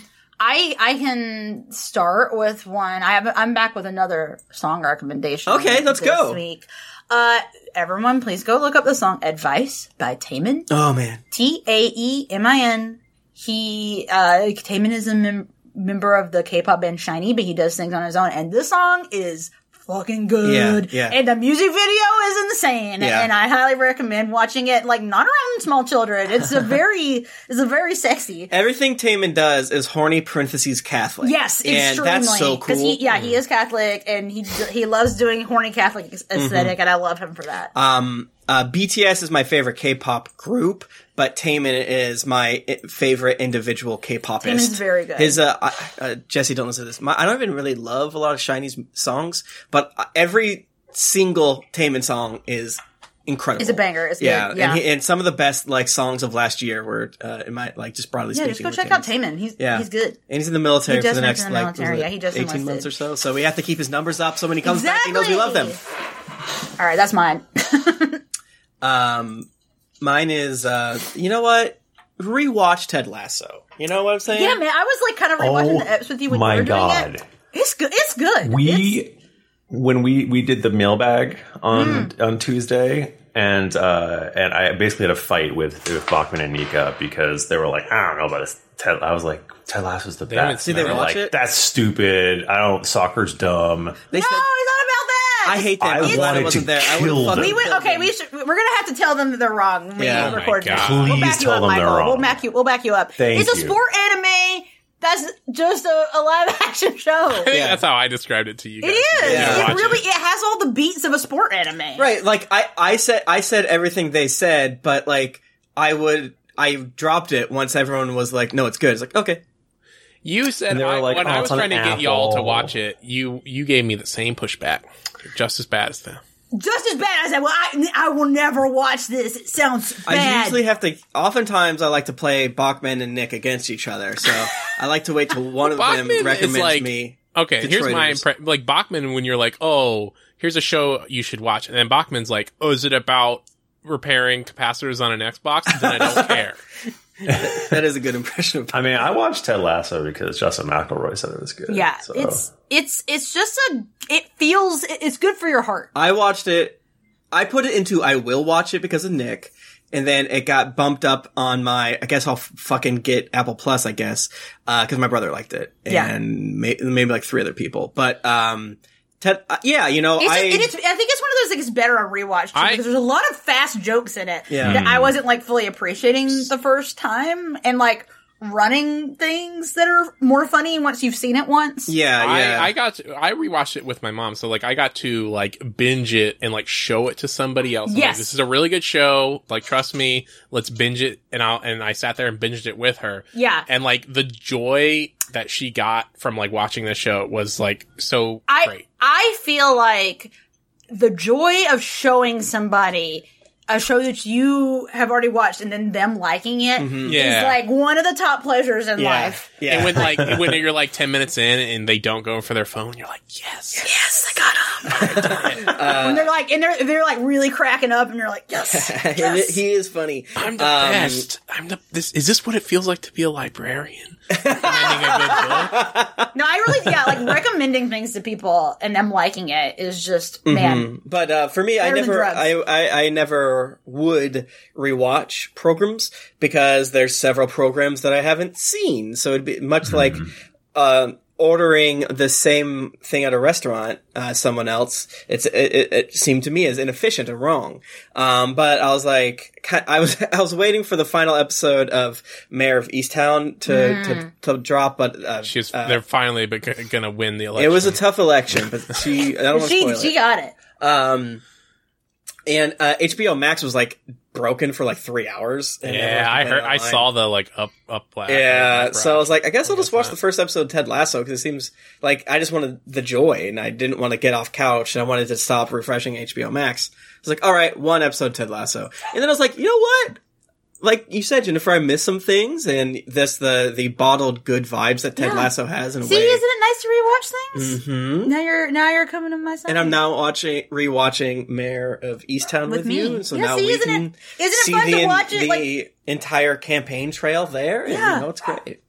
Speaker 2: I can start with one. I have I'm back with another song recommendation.
Speaker 5: Okay, let's
Speaker 2: this
Speaker 5: go.
Speaker 2: Week. Uh, everyone, please go look up the song "Advice" by Taman.
Speaker 5: oh man.
Speaker 2: T A E M I N. He uh Taman is a mem- member of the K-pop band Shiny, but he does things on his own. And this song is fucking good.
Speaker 5: Yeah, yeah.
Speaker 2: And the music video is insane.
Speaker 5: Yeah.
Speaker 2: And I highly recommend watching it. Like not around small children. It's a very it's a very sexy.
Speaker 5: Everything Taman does is horny parentheses Catholic.
Speaker 2: Yes,
Speaker 5: and
Speaker 2: extremely.
Speaker 5: that's so
Speaker 2: 'Cause
Speaker 5: cool. Mm-hmm.
Speaker 2: He, yeah, he is Catholic, and he he loves doing horny Catholic esthetic and I love him for that.
Speaker 5: um, Mm-hmm. uh, BTS is my favorite K-pop group, but Taman is my i- favorite individual K-popist.
Speaker 2: Taemin's very good.
Speaker 5: His uh, I- uh, Jesse, don't listen to this. My, I don't even really love a lot of Shiny's m- songs, but uh, every single Taman song is incredible.
Speaker 2: It's a banger. It's
Speaker 5: Yeah,
Speaker 2: good. Yeah.
Speaker 5: and, he, and some of the best like songs of last year were uh, in my like just broadly
Speaker 2: yeah,
Speaker 5: speaking.
Speaker 2: just go check
Speaker 5: were Taemin's.
Speaker 2: out Taman. He's
Speaker 5: Yeah.
Speaker 2: he's good.
Speaker 5: And he's in the military
Speaker 2: He
Speaker 5: for
Speaker 2: just
Speaker 5: the
Speaker 2: went
Speaker 5: next
Speaker 2: in the
Speaker 5: like was
Speaker 2: military.
Speaker 5: it
Speaker 2: Yeah, he just
Speaker 5: 18
Speaker 2: enlisted.
Speaker 5: months or so. So we have to keep his numbers up so when he comes back, he knows we love them.
Speaker 2: All right, that's mine.
Speaker 5: Um, mine is, uh, you know what? Rewatch Ted Lasso. You know what I'm saying?
Speaker 2: Yeah, man, I was like kind of rewatching
Speaker 3: Oh,
Speaker 2: the eps with you when
Speaker 3: my
Speaker 2: you were doing
Speaker 3: God.
Speaker 2: it. It's good. It's good.
Speaker 3: we
Speaker 2: It's-
Speaker 3: when we we did the mailbag on on Tuesday and uh and I basically had a fight with, with Bachman and Nika because they were like I don't know about this Ted I was like Ted Lasso's the
Speaker 4: haven't
Speaker 3: best
Speaker 4: seen
Speaker 3: And
Speaker 5: they
Speaker 3: were
Speaker 5: watch
Speaker 3: like
Speaker 5: it?
Speaker 3: that's stupid I don't soccer's dumb
Speaker 5: They
Speaker 2: no, it's not
Speaker 5: said,
Speaker 2: about that.
Speaker 5: I hate that.
Speaker 3: I
Speaker 5: I'm glad
Speaker 3: wanted
Speaker 5: I
Speaker 3: to
Speaker 5: wasn't there. I would've
Speaker 3: kill
Speaker 5: fucking
Speaker 2: We
Speaker 3: them.
Speaker 2: would
Speaker 5: killed
Speaker 2: okay.
Speaker 5: him.
Speaker 2: We should. We're gonna have to tell them that they're wrong. When
Speaker 5: Yeah.
Speaker 2: yeah,
Speaker 5: Oh
Speaker 2: we
Speaker 5: my
Speaker 2: record this.
Speaker 4: God.
Speaker 2: We'll back
Speaker 3: Please
Speaker 2: you
Speaker 3: tell
Speaker 2: up,
Speaker 3: them they're
Speaker 2: Michael. We'll
Speaker 3: wrong.
Speaker 2: back you. We'll back you up.
Speaker 3: Thank
Speaker 2: it's a
Speaker 3: you.
Speaker 2: sport anime. That's just a, a live action show.
Speaker 4: I think
Speaker 5: Yeah.
Speaker 4: that's how I described it to you.
Speaker 2: It
Speaker 4: Guys.
Speaker 2: is.
Speaker 5: Yeah.
Speaker 2: It really. It. has all the beats of a sport anime.
Speaker 5: Right, like I, I said, I said everything they said, but like I would, I dropped it once everyone was like, "No, it's good." It's like, okay,
Speaker 4: You said
Speaker 3: And they were
Speaker 4: I,
Speaker 3: like,
Speaker 4: when
Speaker 3: "Oh,
Speaker 4: I was
Speaker 3: it's on
Speaker 4: trying to get y'all to
Speaker 3: Apple."
Speaker 4: watch it, you you gave me the same pushback, just as bad as them.
Speaker 2: Just as bad. I said, well, I, I will never watch this. It sounds bad.
Speaker 5: I usually have to. Oftentimes, I like to play Bachman and Nick against each other, so I like to wait till one of them
Speaker 4: Bachman is
Speaker 5: recommends
Speaker 4: like-
Speaker 5: me.
Speaker 4: Okay, here's my
Speaker 5: Detroiters.
Speaker 4: impression. Like Bachman, when you're like, "Oh, here's a show you should watch," and then Bachman's like, "Oh, is it about repairing capacitors on an Xbox?" Then I don't care.
Speaker 5: That is a good impression of.
Speaker 3: I mean I watched Ted Lasso because Justin McElroy said it was good
Speaker 2: Yeah,
Speaker 3: so.
Speaker 2: it's it's it's just a it feels it- it's good for your heart.
Speaker 5: I watched it. I put it into I will watch it because of Nick, and then it got bumped up on my. I guess I'll f- fucking get Apple Plus. I guess because my brother liked it,
Speaker 2: Yeah.
Speaker 5: and may- maybe like three other people. But um, Ted, uh, yeah, you know,
Speaker 2: It's,
Speaker 5: I.
Speaker 2: and it's, I think it's one of those that gets better on rewatch too,
Speaker 4: I-
Speaker 2: because there's a lot of fast jokes in it
Speaker 5: Yeah. Hmm.
Speaker 2: that I wasn't like fully appreciating the first time, and like running things that are more funny once you've seen it once.
Speaker 3: Uh,
Speaker 5: yeah, yeah.
Speaker 4: I, I got to, I rewatched it with my mom, so like I got to like binge it and like show it to somebody else. I'm like,
Speaker 2: Yes.
Speaker 4: this is a really good show. Like, trust me, let's binge it. And I and I sat there and binged it with her.
Speaker 2: Yeah.
Speaker 4: and like the joy that she got from like watching this show was like so
Speaker 2: I
Speaker 4: great.
Speaker 2: I feel like the joy of showing somebody a show that you have already watched and then them liking it is
Speaker 4: Yeah.
Speaker 2: like one of the top pleasures in
Speaker 5: Mm-hmm. yeah,
Speaker 2: life.
Speaker 5: Yeah.
Speaker 4: And when like when you're like ten minutes in and they don't go for their phone, you're like, yes,
Speaker 2: Yes, I got him.
Speaker 5: Uh,
Speaker 2: and they're like, and they're they're like really cracking up, and you're like, yes,
Speaker 5: And
Speaker 2: yes.
Speaker 5: he is funny.
Speaker 4: I'm the
Speaker 5: Um,
Speaker 4: best. I'm the this. Is this what it feels like to be a librarian? Recommending a good book?
Speaker 2: No, I really, yeah, like recommending things to people and them liking it is
Speaker 5: Mm-hmm.
Speaker 2: just man.
Speaker 5: But uh, for me, I
Speaker 2: Better than
Speaker 5: never,
Speaker 2: drugs.
Speaker 5: I, I, I never would rewatch programs because there's several programs that I haven't seen. So it'd be much like um ordering the same thing at a restaurant. Uh, someone else, it's it, it, it seemed to me as inefficient or wrong. Um, but I was like, ki- I was I was waiting for the final episode of Mayor of Easttown to
Speaker 2: Hmm.
Speaker 5: to, to drop, but uh,
Speaker 4: She's they're finally be- gonna win the election.
Speaker 5: it was a tough election. But she, I don't want to
Speaker 2: She
Speaker 5: spoil it.
Speaker 2: she got it.
Speaker 5: Um, and uh, HBO Max was like broken for like three hours. and
Speaker 4: yeah.
Speaker 5: everyone
Speaker 4: I heard.
Speaker 5: complained
Speaker 4: I
Speaker 5: online.
Speaker 4: saw the like up up. Black,
Speaker 5: Yeah, so I was like, I guess I'll just watch
Speaker 4: not.
Speaker 5: the first episode of Ted Lasso because it seems like I just wanted the joy and I didn't want to get off couch and I wanted to stop refreshing HBO Max. I was like, all right, one episode of Ted Lasso, and then I was like, you know what? Like you said, Jennifer, I missed some things, and that's the the bottled good vibes that Ted
Speaker 2: Yeah.
Speaker 5: Lasso has in a
Speaker 2: See,
Speaker 5: way. Mm-hmm.
Speaker 2: isn't it nice to rewatch
Speaker 5: Mm.
Speaker 2: things? Now you're now you're coming to my side.
Speaker 5: and I'm now watching rewatching Mayor of Easttown with,
Speaker 2: with me.
Speaker 5: you. So
Speaker 2: yeah,
Speaker 5: now
Speaker 2: see,
Speaker 5: we
Speaker 2: isn't
Speaker 5: can
Speaker 2: it isn't
Speaker 5: see
Speaker 2: it fun
Speaker 5: the,
Speaker 2: to watch it
Speaker 5: the
Speaker 2: like
Speaker 5: entire campaign trail there, and
Speaker 2: Yeah.
Speaker 5: you know it's great.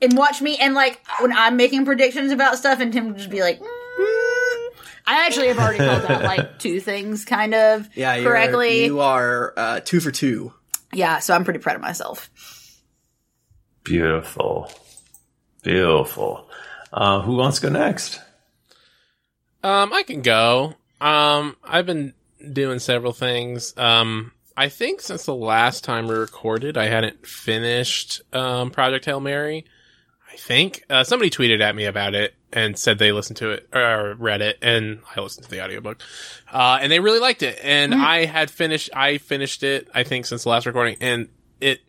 Speaker 2: and watch me and like when I'm making predictions about stuff and Tim would just be like, mm. I actually have already called out like two things kind of
Speaker 5: Yeah, you're,
Speaker 2: correctly.
Speaker 5: You are uh, two for two.
Speaker 2: yeah, so I'm pretty proud of myself.
Speaker 3: Beautiful. Beautiful. Uh, who wants to go next?
Speaker 4: Um, I can go. Um, I've been doing several things. Um, I think since the last time we recorded, I hadn't finished um, Project Hail Mary. I think uh, somebody tweeted at me about it and said they listened to it or read it, and I listened to the audiobook, uh, and they really liked it. And
Speaker 2: Mm.
Speaker 4: I had finished. I finished it. I think since the last recording, and it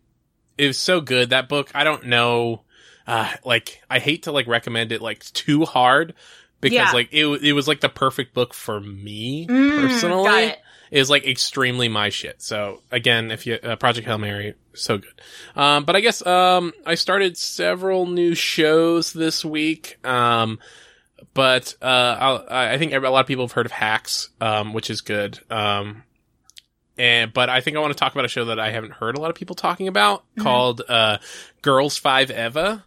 Speaker 4: it was so good. That book. I don't know. Uh, like I hate to like recommend it like too hard because
Speaker 2: Yeah.
Speaker 4: like it w- it was like the perfect book for me
Speaker 2: Mm,
Speaker 4: personally.
Speaker 2: got it.
Speaker 4: It was like extremely my shit. So again, if you uh, Project Hail Mary, so good. Um, but I guess um, I started several new shows this week. Um, but uh, I'll, I I think a lot of people have heard of Hacks, um, which is good. Um, and but I think I want to talk about a show that I haven't heard a lot of people talking about called uh, Girls Five Eva.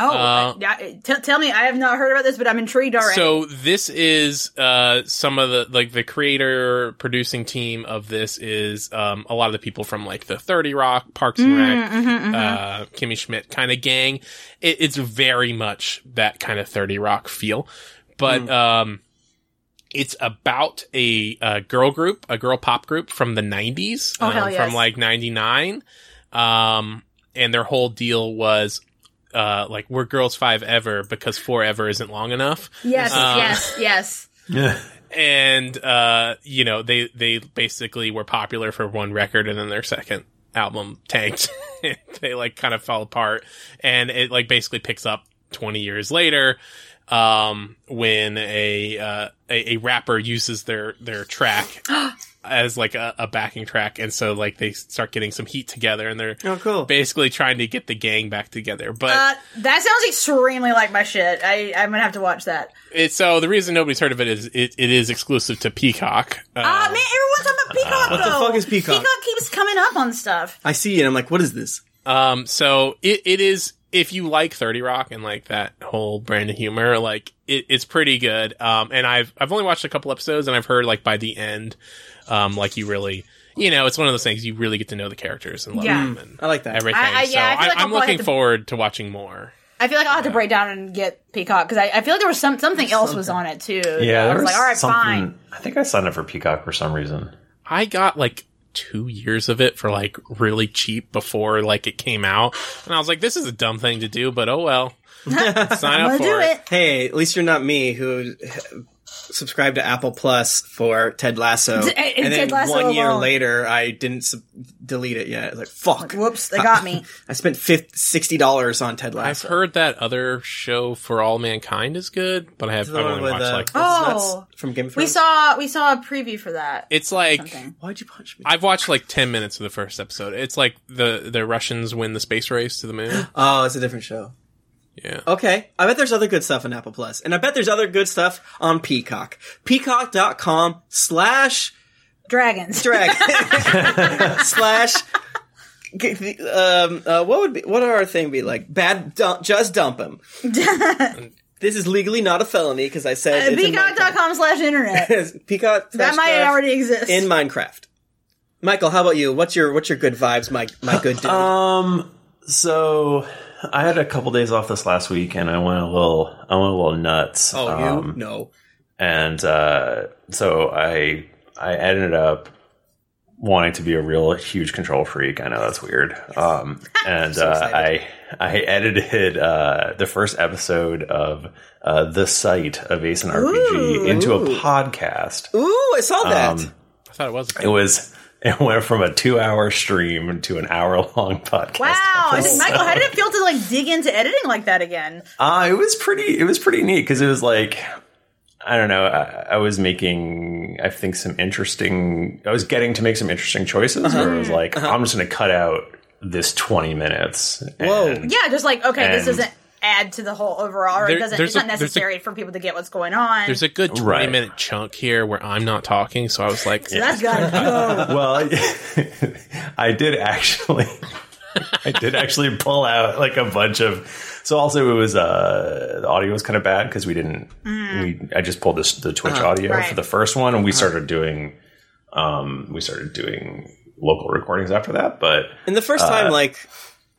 Speaker 2: Oh,
Speaker 4: Uh,
Speaker 2: yeah, t- tell me, I have not heard about this, but I'm intrigued already.
Speaker 4: So this is uh, some of the like the creator producing team of this is um, a lot of the people from like the Thirty Rock, Parks
Speaker 2: Mm,
Speaker 4: and Rec,
Speaker 2: mm-hmm,
Speaker 4: uh, Kimmy Schmidt kind of gang. It, it's very much that kind of Thirty Rock feel, but um, it's about a, uh girl group, a girl pop group from the '90s,
Speaker 2: Oh, hell
Speaker 4: um,
Speaker 2: yes.
Speaker 4: from like '99, um, and their whole deal was. Uh, like we're girls five ever because forever isn't long enough
Speaker 2: yes,
Speaker 4: uh,
Speaker 2: yes, yes.
Speaker 3: Yeah.
Speaker 4: and uh, you know they they basically were popular for one record and then their second album tanked they like kind of fell apart and it like basically picks up 20 years later um when a uh, a, a rapper uses their their track as like a, a backing track and so like they start getting some heat together and they're
Speaker 5: Oh, cool.
Speaker 4: basically trying to get the gang back together but
Speaker 2: Uh, that sounds extremely like my shit. I, I'm gonna have to watch that.
Speaker 4: it, so the reason nobody's heard of it is it, it is exclusive to peacock uh,
Speaker 2: Ah, man, everyone's talking about Peacock.
Speaker 5: What the
Speaker 2: though.
Speaker 5: fuck is Peacock?
Speaker 2: Peacock keeps coming up on stuff.
Speaker 5: I see it. I'm like, what is this?
Speaker 4: Um, so it, it is, if you like 30 Rock and like that whole brand of humor, like it, it's pretty good. Um, and I've, I've only watched a couple episodes and I've heard like by the end, um, like you really, you know, it's one of those things you really get to know the characters and love
Speaker 2: Yeah.
Speaker 4: them and
Speaker 5: Mm, I like that.
Speaker 4: everything.
Speaker 2: I- I- yeah,
Speaker 4: so
Speaker 2: I feel like I'll
Speaker 4: am
Speaker 2: probably
Speaker 4: looking
Speaker 2: have to-
Speaker 4: forward to watching more.
Speaker 2: I feel like I'll have to break down and get Peacock because I, I feel like there was some something else was on it too.
Speaker 3: Yeah,
Speaker 2: I
Speaker 3: there
Speaker 2: was like, all right, fine.
Speaker 3: I think I signed up for Peacock for some reason.
Speaker 4: I got like two years of it for like really cheap before like it came out, and I was like, this is a dumb thing to do, but oh well. Sign
Speaker 2: I'm
Speaker 4: up
Speaker 2: gonna
Speaker 4: for
Speaker 2: do
Speaker 4: it.
Speaker 2: it.
Speaker 5: Hey, at least you're not me who uh, subscribed to Apple Plus for Ted Lasso,
Speaker 2: D- and
Speaker 5: and then
Speaker 2: Ted Lasso
Speaker 5: one year
Speaker 2: alone.
Speaker 5: later I didn't sub- delete it yet. I was like, fuck.
Speaker 2: Whoops, they got me.
Speaker 5: I spent fif- sixty dollars on Ted
Speaker 4: I've
Speaker 5: Lasso.
Speaker 4: heard that other show for all mankind is good, but I have
Speaker 5: The
Speaker 4: I've
Speaker 5: one
Speaker 4: only
Speaker 5: with,
Speaker 4: watched
Speaker 5: uh,
Speaker 4: like
Speaker 5: what's his
Speaker 2: Oh.
Speaker 5: nuts from Game of
Speaker 2: We
Speaker 5: Thrones.
Speaker 2: saw we saw a preview for that.
Speaker 4: it's like
Speaker 2: Something.
Speaker 5: Why'd you punch me?
Speaker 4: I've watched like ten minutes of the first episode. It's like the the Russians win the space race to the moon.
Speaker 5: oh, it's a different show.
Speaker 4: Yeah.
Speaker 5: Okay. I bet there's other good stuff on Apple Plus. And I bet there's other good stuff on Peacock. Peacock.com slash
Speaker 2: Dragons.
Speaker 5: drag slash g- the- um uh, what would be what would our thing be like bad dump, just dump him this is legally not a felony because i said it's in
Speaker 2: Peacock.com slash internet.
Speaker 5: Minecraft. peacock
Speaker 2: Uh, That
Speaker 5: slash
Speaker 2: might
Speaker 5: draft
Speaker 2: already exist.
Speaker 5: in minecraft michael how about you what's your what's your good vibes my my good dude
Speaker 3: Um, so I had a couple days off this last week, and I went a little, I went a little nuts.
Speaker 5: oh you
Speaker 3: Um,
Speaker 5: no
Speaker 3: and uh, so I I ended up wanting to be a real huge control freak. I know that's weird. Um, and uh,
Speaker 5: excited.
Speaker 3: I I edited uh, the first episode of uh, the site of Ace and RPG
Speaker 2: Ooh.
Speaker 3: into a
Speaker 5: Ooh.
Speaker 3: podcast.
Speaker 5: ooh i saw that
Speaker 3: Um,
Speaker 4: I thought it was.
Speaker 3: It was it went from a two hour stream to an hour long podcast.
Speaker 2: Wow. I
Speaker 3: episode.
Speaker 2: said, Michael, how did it feel to like dig into editing like that again?
Speaker 3: Uh, it was pretty. It was pretty neat because it was like I don't know. I, I was making, I think, some interesting. I was getting to make some interesting choices. Where I was like, I'm just going to cut out this 20 minutes.
Speaker 5: Whoa.
Speaker 3: and-
Speaker 2: Yeah, just like okay, this
Speaker 3: And-
Speaker 2: doesn't add to the whole overall, or
Speaker 4: There-
Speaker 2: it doesn't.
Speaker 4: there's
Speaker 2: It's
Speaker 4: a-
Speaker 2: not
Speaker 4: there's a-
Speaker 2: necessary for people to get what's going on.
Speaker 4: There's a good 20
Speaker 3: Right.
Speaker 4: minute chunk here where I'm not talking, so I was like,
Speaker 2: so that's gotta go.
Speaker 3: Well, I did actually. I did actually pull out like a bunch of. So also it was uh the audio was kind of bad because we didn't. We, I just pulled this, the Twitch audio
Speaker 2: right.
Speaker 3: for the first one, and we started doing. Um, we started doing local recordings after that, but
Speaker 5: And the first
Speaker 3: Uh,
Speaker 5: time, like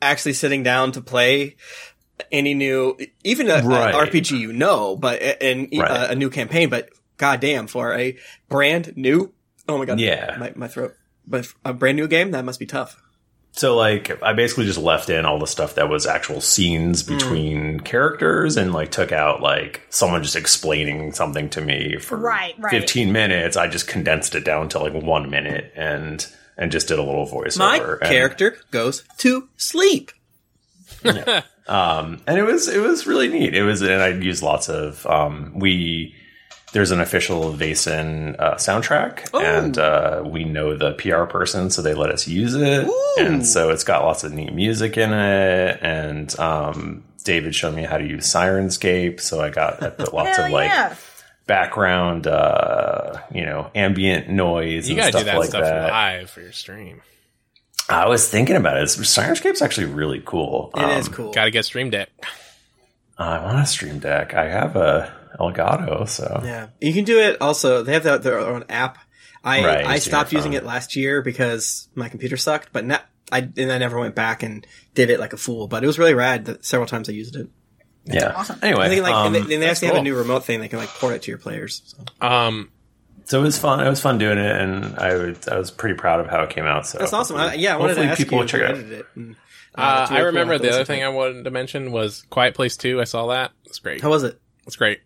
Speaker 5: actually sitting down to play any new, even a, a
Speaker 3: Right.
Speaker 5: RPG you know, but and uh,
Speaker 3: Right.
Speaker 5: a new campaign, but goddamn, for a brand new, oh my god,
Speaker 3: Yeah.
Speaker 5: my, my throat, but a brand new game that must be tough.
Speaker 3: so like I basically just left in all the stuff that was actual
Speaker 2: Mm.
Speaker 3: scenes between characters and like took out like someone just explaining something to me for
Speaker 2: Right, right.
Speaker 3: 15 minutes. I just condensed it down to like 1 minute and and just did a little voiceover.
Speaker 5: My
Speaker 3: and,
Speaker 5: character goes to sleep.
Speaker 3: Um and it was it was really neat. It was and I used lots of um we there's an official Vason uh, soundtrack, and uh, we know the PR person, so they let us use it. And so it's got lots of neat music in it. And um, David showed me how to use Sirenscape, so I got I put lots
Speaker 2: Hell
Speaker 3: of like
Speaker 2: yeah.
Speaker 3: background, uh, you know, ambient noise
Speaker 4: you
Speaker 3: and
Speaker 4: gotta
Speaker 3: stuff
Speaker 4: do that
Speaker 3: like
Speaker 4: stuff
Speaker 3: that.
Speaker 4: live for your stream.
Speaker 3: I was thinking about it. Sirenscape's actually really cool.
Speaker 5: It is
Speaker 3: Um,
Speaker 5: cool.
Speaker 4: Gotta get Stream Deck.
Speaker 3: I want a Stream Deck. I have a Elgato, so
Speaker 5: Yeah, you can do it. Also, they have their, their own app. I
Speaker 3: Right,
Speaker 5: I
Speaker 3: it's your
Speaker 5: stopped using
Speaker 3: phone.
Speaker 5: it last year because my computer sucked, but not. I and I never went back and did it like a fool, but it was really rad. The several times I used it.
Speaker 3: yeah. Anyway,
Speaker 5: And they, can, like,
Speaker 3: um,
Speaker 5: and they, and they actually have
Speaker 4: cool.
Speaker 5: a new remote thing. They can like port it to your players. So.
Speaker 4: Um,
Speaker 3: So it was fun. It was fun doing it, and I was I was pretty proud of how it came out. So
Speaker 5: That's awesome. I, yeah, I wanted
Speaker 3: hopefully
Speaker 5: to ask
Speaker 3: people
Speaker 5: you
Speaker 3: will
Speaker 5: if
Speaker 3: check
Speaker 5: you
Speaker 3: it out.
Speaker 5: edited it. And, uh,
Speaker 4: uh,
Speaker 5: it's
Speaker 4: I
Speaker 5: really cool.
Speaker 4: remember
Speaker 5: I'll have
Speaker 4: the
Speaker 5: to
Speaker 4: other
Speaker 5: listen
Speaker 4: thing
Speaker 5: to
Speaker 4: I wanted to mention was Quiet Place 2. I saw that. It's great.
Speaker 5: it. How was it?
Speaker 4: It's great.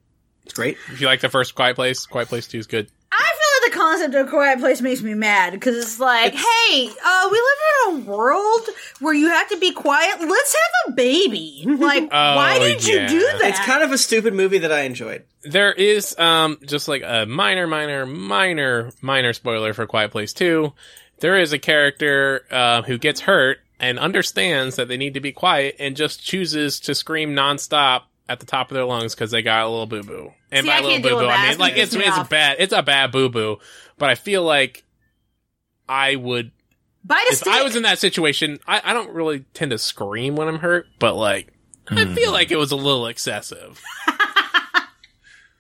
Speaker 5: It's great.
Speaker 4: If you like the first Quiet Place, Quiet Place 2 is good.
Speaker 2: I feel like the concept of Quiet Place makes me mad because it's like, hey, uh, we live in a world where you have to be quiet. Let's have a baby. Like,
Speaker 4: Oh,
Speaker 2: why did
Speaker 4: yeah.
Speaker 2: you do that?
Speaker 5: It's kind of a stupid movie that I enjoyed.
Speaker 4: There is um just like a minor, minor, minor, minor spoiler for Quiet Place Two. There is a character uh, who gets hurt and understands that they need to be quiet and just chooses to scream nonstop at the top of their lungs because they got a little boo boo. And
Speaker 2: See, I
Speaker 4: by little
Speaker 2: can't deal
Speaker 4: boo boo,
Speaker 2: with that.
Speaker 4: I mean
Speaker 2: It's
Speaker 4: like
Speaker 2: gonna
Speaker 4: it's
Speaker 2: piss me
Speaker 4: it's a
Speaker 2: off.
Speaker 4: bad it's a bad boo boo. But I feel like I would
Speaker 2: bite a
Speaker 4: if
Speaker 2: stick.
Speaker 4: I was in that situation. I, I don't really tend to scream when I'm hurt, but like I feel like it was a little excessive.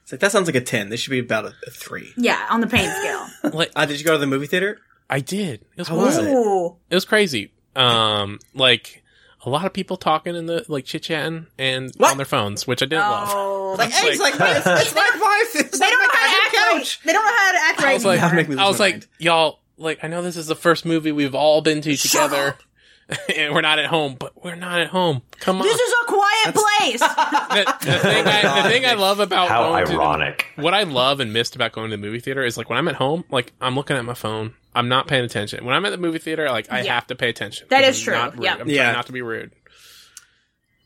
Speaker 5: It's like that sounds like a ten. This should be about a, a three.
Speaker 2: yeah, on the pain scale.
Speaker 4: like
Speaker 5: Uh, did you go to the movie theater?
Speaker 4: I did. It was
Speaker 5: How was
Speaker 4: horrible.
Speaker 5: it?
Speaker 2: Ooh.
Speaker 4: it was crazy. Um, like a lot of people talking in the like chit chatting and
Speaker 5: What?
Speaker 4: on their phones, which I didn't love.
Speaker 2: Oh,
Speaker 5: Like, hey, it's like, it's, it's my wife. It's
Speaker 2: they
Speaker 5: like
Speaker 2: don't
Speaker 5: my
Speaker 2: know how to act
Speaker 5: goddamn
Speaker 2: right.
Speaker 5: couch.
Speaker 2: They don't know how to act right.
Speaker 4: I was like,
Speaker 5: That'd
Speaker 2: anymore.
Speaker 5: make me lose
Speaker 4: I was
Speaker 5: my
Speaker 4: like,
Speaker 5: mind.
Speaker 4: y'all, like I know this is the first movie we've all been to together, and we're not at home, but we're not at home. Come on.
Speaker 2: this is a quiet place.
Speaker 4: the, the thing I, the thing I love about
Speaker 3: How
Speaker 4: going to the-
Speaker 3: ironic.
Speaker 4: what I love and missed about going to the movie theater is like when I'm at home, like I'm looking at my phone. I'm not paying attention. When I'm at the movie theater, like I
Speaker 2: Yeah.
Speaker 4: have to pay attention.
Speaker 2: That
Speaker 4: That
Speaker 2: is
Speaker 4: is
Speaker 2: true.
Speaker 4: Not rude.
Speaker 2: Yeah.
Speaker 4: I'm
Speaker 5: Yeah.
Speaker 4: trying not to be rude.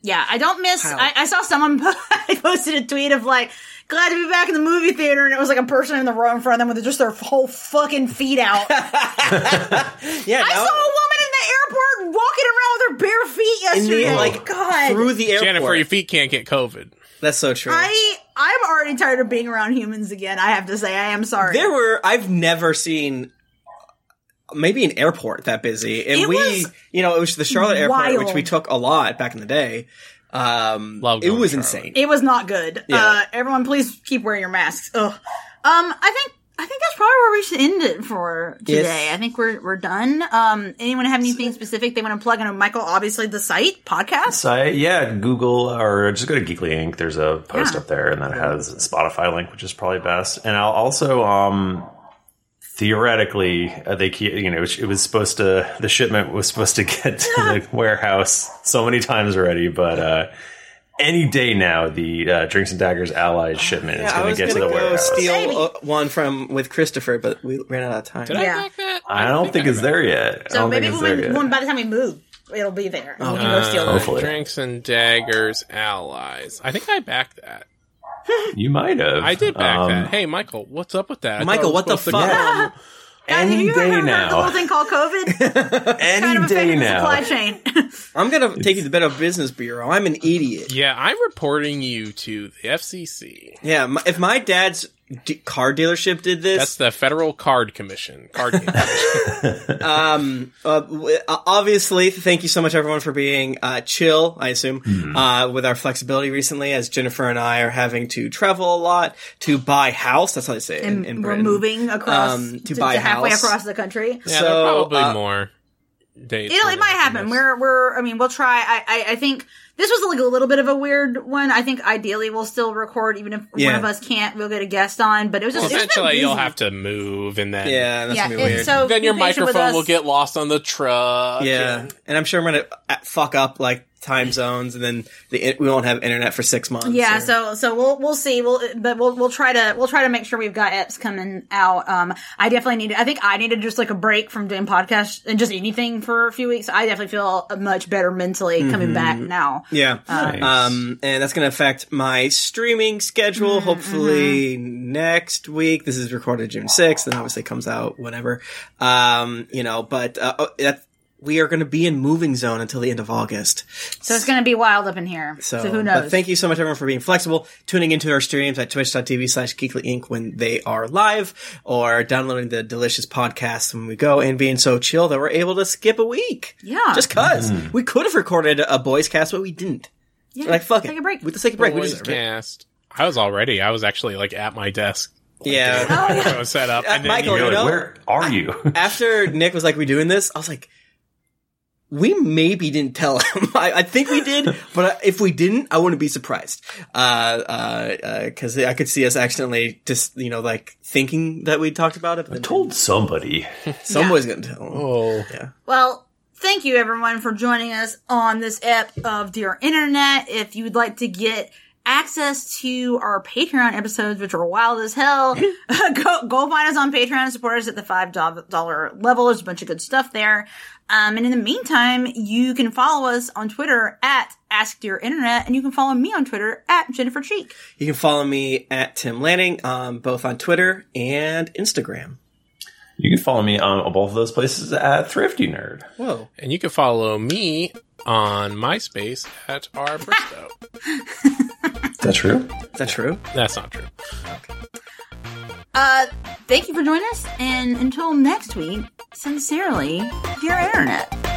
Speaker 2: Yeah, I don't miss.
Speaker 5: How?
Speaker 2: I, I saw someone po- I posted a tweet of like, glad to be back in the movie theater, and it was like a person in the row in front of them with just their whole fucking feet out. I
Speaker 5: yeah,
Speaker 2: saw a woman in the airport walking around with her bare feet yesterday.
Speaker 5: like,
Speaker 2: God,
Speaker 5: through the airport.
Speaker 4: Jennifer, your feet can't get COVID.
Speaker 5: That's so true.
Speaker 2: I I'm already tired of being around humans again. I have to say, I am sorry.
Speaker 5: There were I've never seen maybe an airport that busy, and
Speaker 2: It
Speaker 5: we
Speaker 2: was
Speaker 5: you know it was the Charlotte airport,
Speaker 2: wild.
Speaker 5: which we took a lot back in the day. Um,
Speaker 4: Love
Speaker 5: it
Speaker 4: going
Speaker 5: was
Speaker 4: to
Speaker 5: insane.
Speaker 2: It was not good.
Speaker 5: Yeah.
Speaker 2: Uh, everyone, please keep wearing your masks. Ugh. Um, I think I think that's probably where we should end it for
Speaker 5: Yes.
Speaker 2: today. I think we're we're done. Um, anyone have anything specific they want to plug? I know Michael, obviously the site podcast.
Speaker 3: So I, yeah, Google or just go to Geekly Inc. There's a post
Speaker 2: Yeah.
Speaker 3: up there, and that has a Spotify link, which is probably best. And I'll also, um, theoretically, uh, they ke- you know it was supposed to the shipment was supposed to get to the warehouse so many times already, but uh, any day now the uh, Drinks and Daggers Allies shipment is
Speaker 5: I
Speaker 3: going
Speaker 5: was
Speaker 3: to get to
Speaker 5: gonna
Speaker 3: the
Speaker 5: go
Speaker 3: warehouse.
Speaker 5: steal
Speaker 2: Maybe.
Speaker 5: uh, one from with Christopher, but we ran out of time.
Speaker 4: Did
Speaker 2: Yeah.
Speaker 4: I back that?
Speaker 3: I don't think it's there yet. I
Speaker 2: So
Speaker 3: don't
Speaker 2: maybe
Speaker 3: think it's there
Speaker 2: when, when
Speaker 3: yet. Uh,
Speaker 2: by the time we move, it'll be there. and we can go steal it.
Speaker 3: hopefully.
Speaker 4: Drinks and daggers, allies. I think I backed that.
Speaker 3: You might have.
Speaker 4: I did back
Speaker 3: Um,
Speaker 4: that. Hey, Michael, what's up with that? I
Speaker 5: Michael,
Speaker 4: thought it
Speaker 5: what the
Speaker 4: was supposed to go-
Speaker 5: fuck?
Speaker 2: God, have
Speaker 3: Any
Speaker 2: you ever
Speaker 3: day
Speaker 2: heard of the
Speaker 3: now.
Speaker 2: whole thing called COVID?
Speaker 3: Any
Speaker 2: kind of
Speaker 3: day
Speaker 2: affecting the
Speaker 3: now.
Speaker 2: supply chain.
Speaker 5: I'm gonna take you to the Better Business Bureau. I'm an idiot.
Speaker 4: Yeah, I'm reporting you to the FCC.
Speaker 5: Yeah, my, if my dad's d- car dealership did this,
Speaker 4: That's the Federal Card Commission. Card Commission.
Speaker 5: um, uh, w- uh, obviously, thank you so much, everyone, for being uh, chill. I assume uh, with our flexibility recently, as Jennifer and I are having to travel a lot to buy house. That's how they say it in, in
Speaker 2: We're
Speaker 5: Britain.
Speaker 2: moving across
Speaker 5: Um, to
Speaker 2: to,
Speaker 5: buy
Speaker 2: to halfway
Speaker 5: house.
Speaker 2: across the country.
Speaker 4: Yeah, there
Speaker 5: So,
Speaker 4: are probably
Speaker 5: uh,
Speaker 4: more dates.
Speaker 2: It'll,
Speaker 4: than
Speaker 2: it might
Speaker 4: that,
Speaker 2: happen.
Speaker 4: yes.
Speaker 2: We're we're. I mean, we'll try. I, I I think this was like a little bit of a weird one. I think ideally we'll still record, even if one
Speaker 5: Yeah.
Speaker 2: of us can't. We'll get a guest on, but it was just it's been
Speaker 4: essentially you'll
Speaker 2: busy.
Speaker 4: have to move and then
Speaker 5: Yeah, that's
Speaker 2: Yeah,
Speaker 5: gonna be
Speaker 2: and
Speaker 5: weird.
Speaker 2: so
Speaker 4: then
Speaker 2: be
Speaker 4: your
Speaker 2: patient with
Speaker 4: microphone will
Speaker 2: us.
Speaker 4: get lost on the truck.
Speaker 5: yeah, and I'm sure I'm gonna uh, fuck up like time zones, and then the in- we won't have internet for six months.
Speaker 2: Yeah,
Speaker 5: or-
Speaker 2: so so we'll we'll see. We'll but we'll we'll try to we'll try to make sure we've got eps coming out. Um, I definitely need. I think I needed just like a break from doing podcasts and just anything for a few weeks. I definitely feel much better mentally
Speaker 5: Mm-hmm.
Speaker 2: coming back now.
Speaker 5: yeah.
Speaker 3: Nice.
Speaker 5: Um, and that's going to affect my streaming schedule.
Speaker 2: Mm-hmm.
Speaker 5: Hopefully next week. This is recorded June sixth, and obviously comes out whenever. Um, you know, but uh, oh, that we are going to be in moving zone until the end of August.
Speaker 2: So it's gonna be wild up in here. So,
Speaker 5: So,
Speaker 2: who
Speaker 5: But
Speaker 2: knows?
Speaker 5: thank you so much, everyone, for being flexible, tuning into our streams at twitch.tv slash geekly inc when they are live, or downloading the delicious podcasts when we go, and being so chill that we're able to skip a week.
Speaker 2: Yeah.
Speaker 5: Just because. We could have recorded a boys cast, but we didn't.
Speaker 2: Yeah,
Speaker 5: Like, fuck it.
Speaker 2: Take a break.
Speaker 5: We just take a break. we
Speaker 4: Boys
Speaker 5: deserve it.
Speaker 4: cast. I was already. I was actually like at my desk.
Speaker 5: Yeah.
Speaker 2: Oh,
Speaker 4: I was set up. and then
Speaker 5: Michael,
Speaker 4: you
Speaker 5: you
Speaker 3: You're
Speaker 5: know-
Speaker 3: like, where are you?
Speaker 5: After Nick was like, we doing this, I was like, we maybe didn't tell him. I, I think we did, but if we didn't, I wouldn't be surprised. Uh, uh, uh 'cause cause I could see us accidentally just, you know, like thinking that we talked about it, but then
Speaker 3: Told somebody.
Speaker 5: somebody's gonna tell him.
Speaker 4: Oh,
Speaker 2: Well, thank you everyone for joining us on this ep of Dear Internet. If you would like to get access to our Patreon episodes, which are wild as hell, go, go find us on Patreon and support us at the $5 level. There's a bunch of good stuff there. Um, and in the meantime, you can follow us on Twitter at Ask Dear Internet, and you can follow me on Twitter at Jennifer Cheek.
Speaker 5: You can follow me at Tim Lanning, um, both on Twitter and Instagram.
Speaker 3: You can follow me on both of those places at Thrifty Nerd.
Speaker 5: Whoa.
Speaker 4: and you can follow me on MySpace at R Bristow.
Speaker 3: Is that true?
Speaker 5: Is that true?
Speaker 4: That's not true.
Speaker 2: Uh, thank you for joining us, and until next week, sincerely, Dear Internet.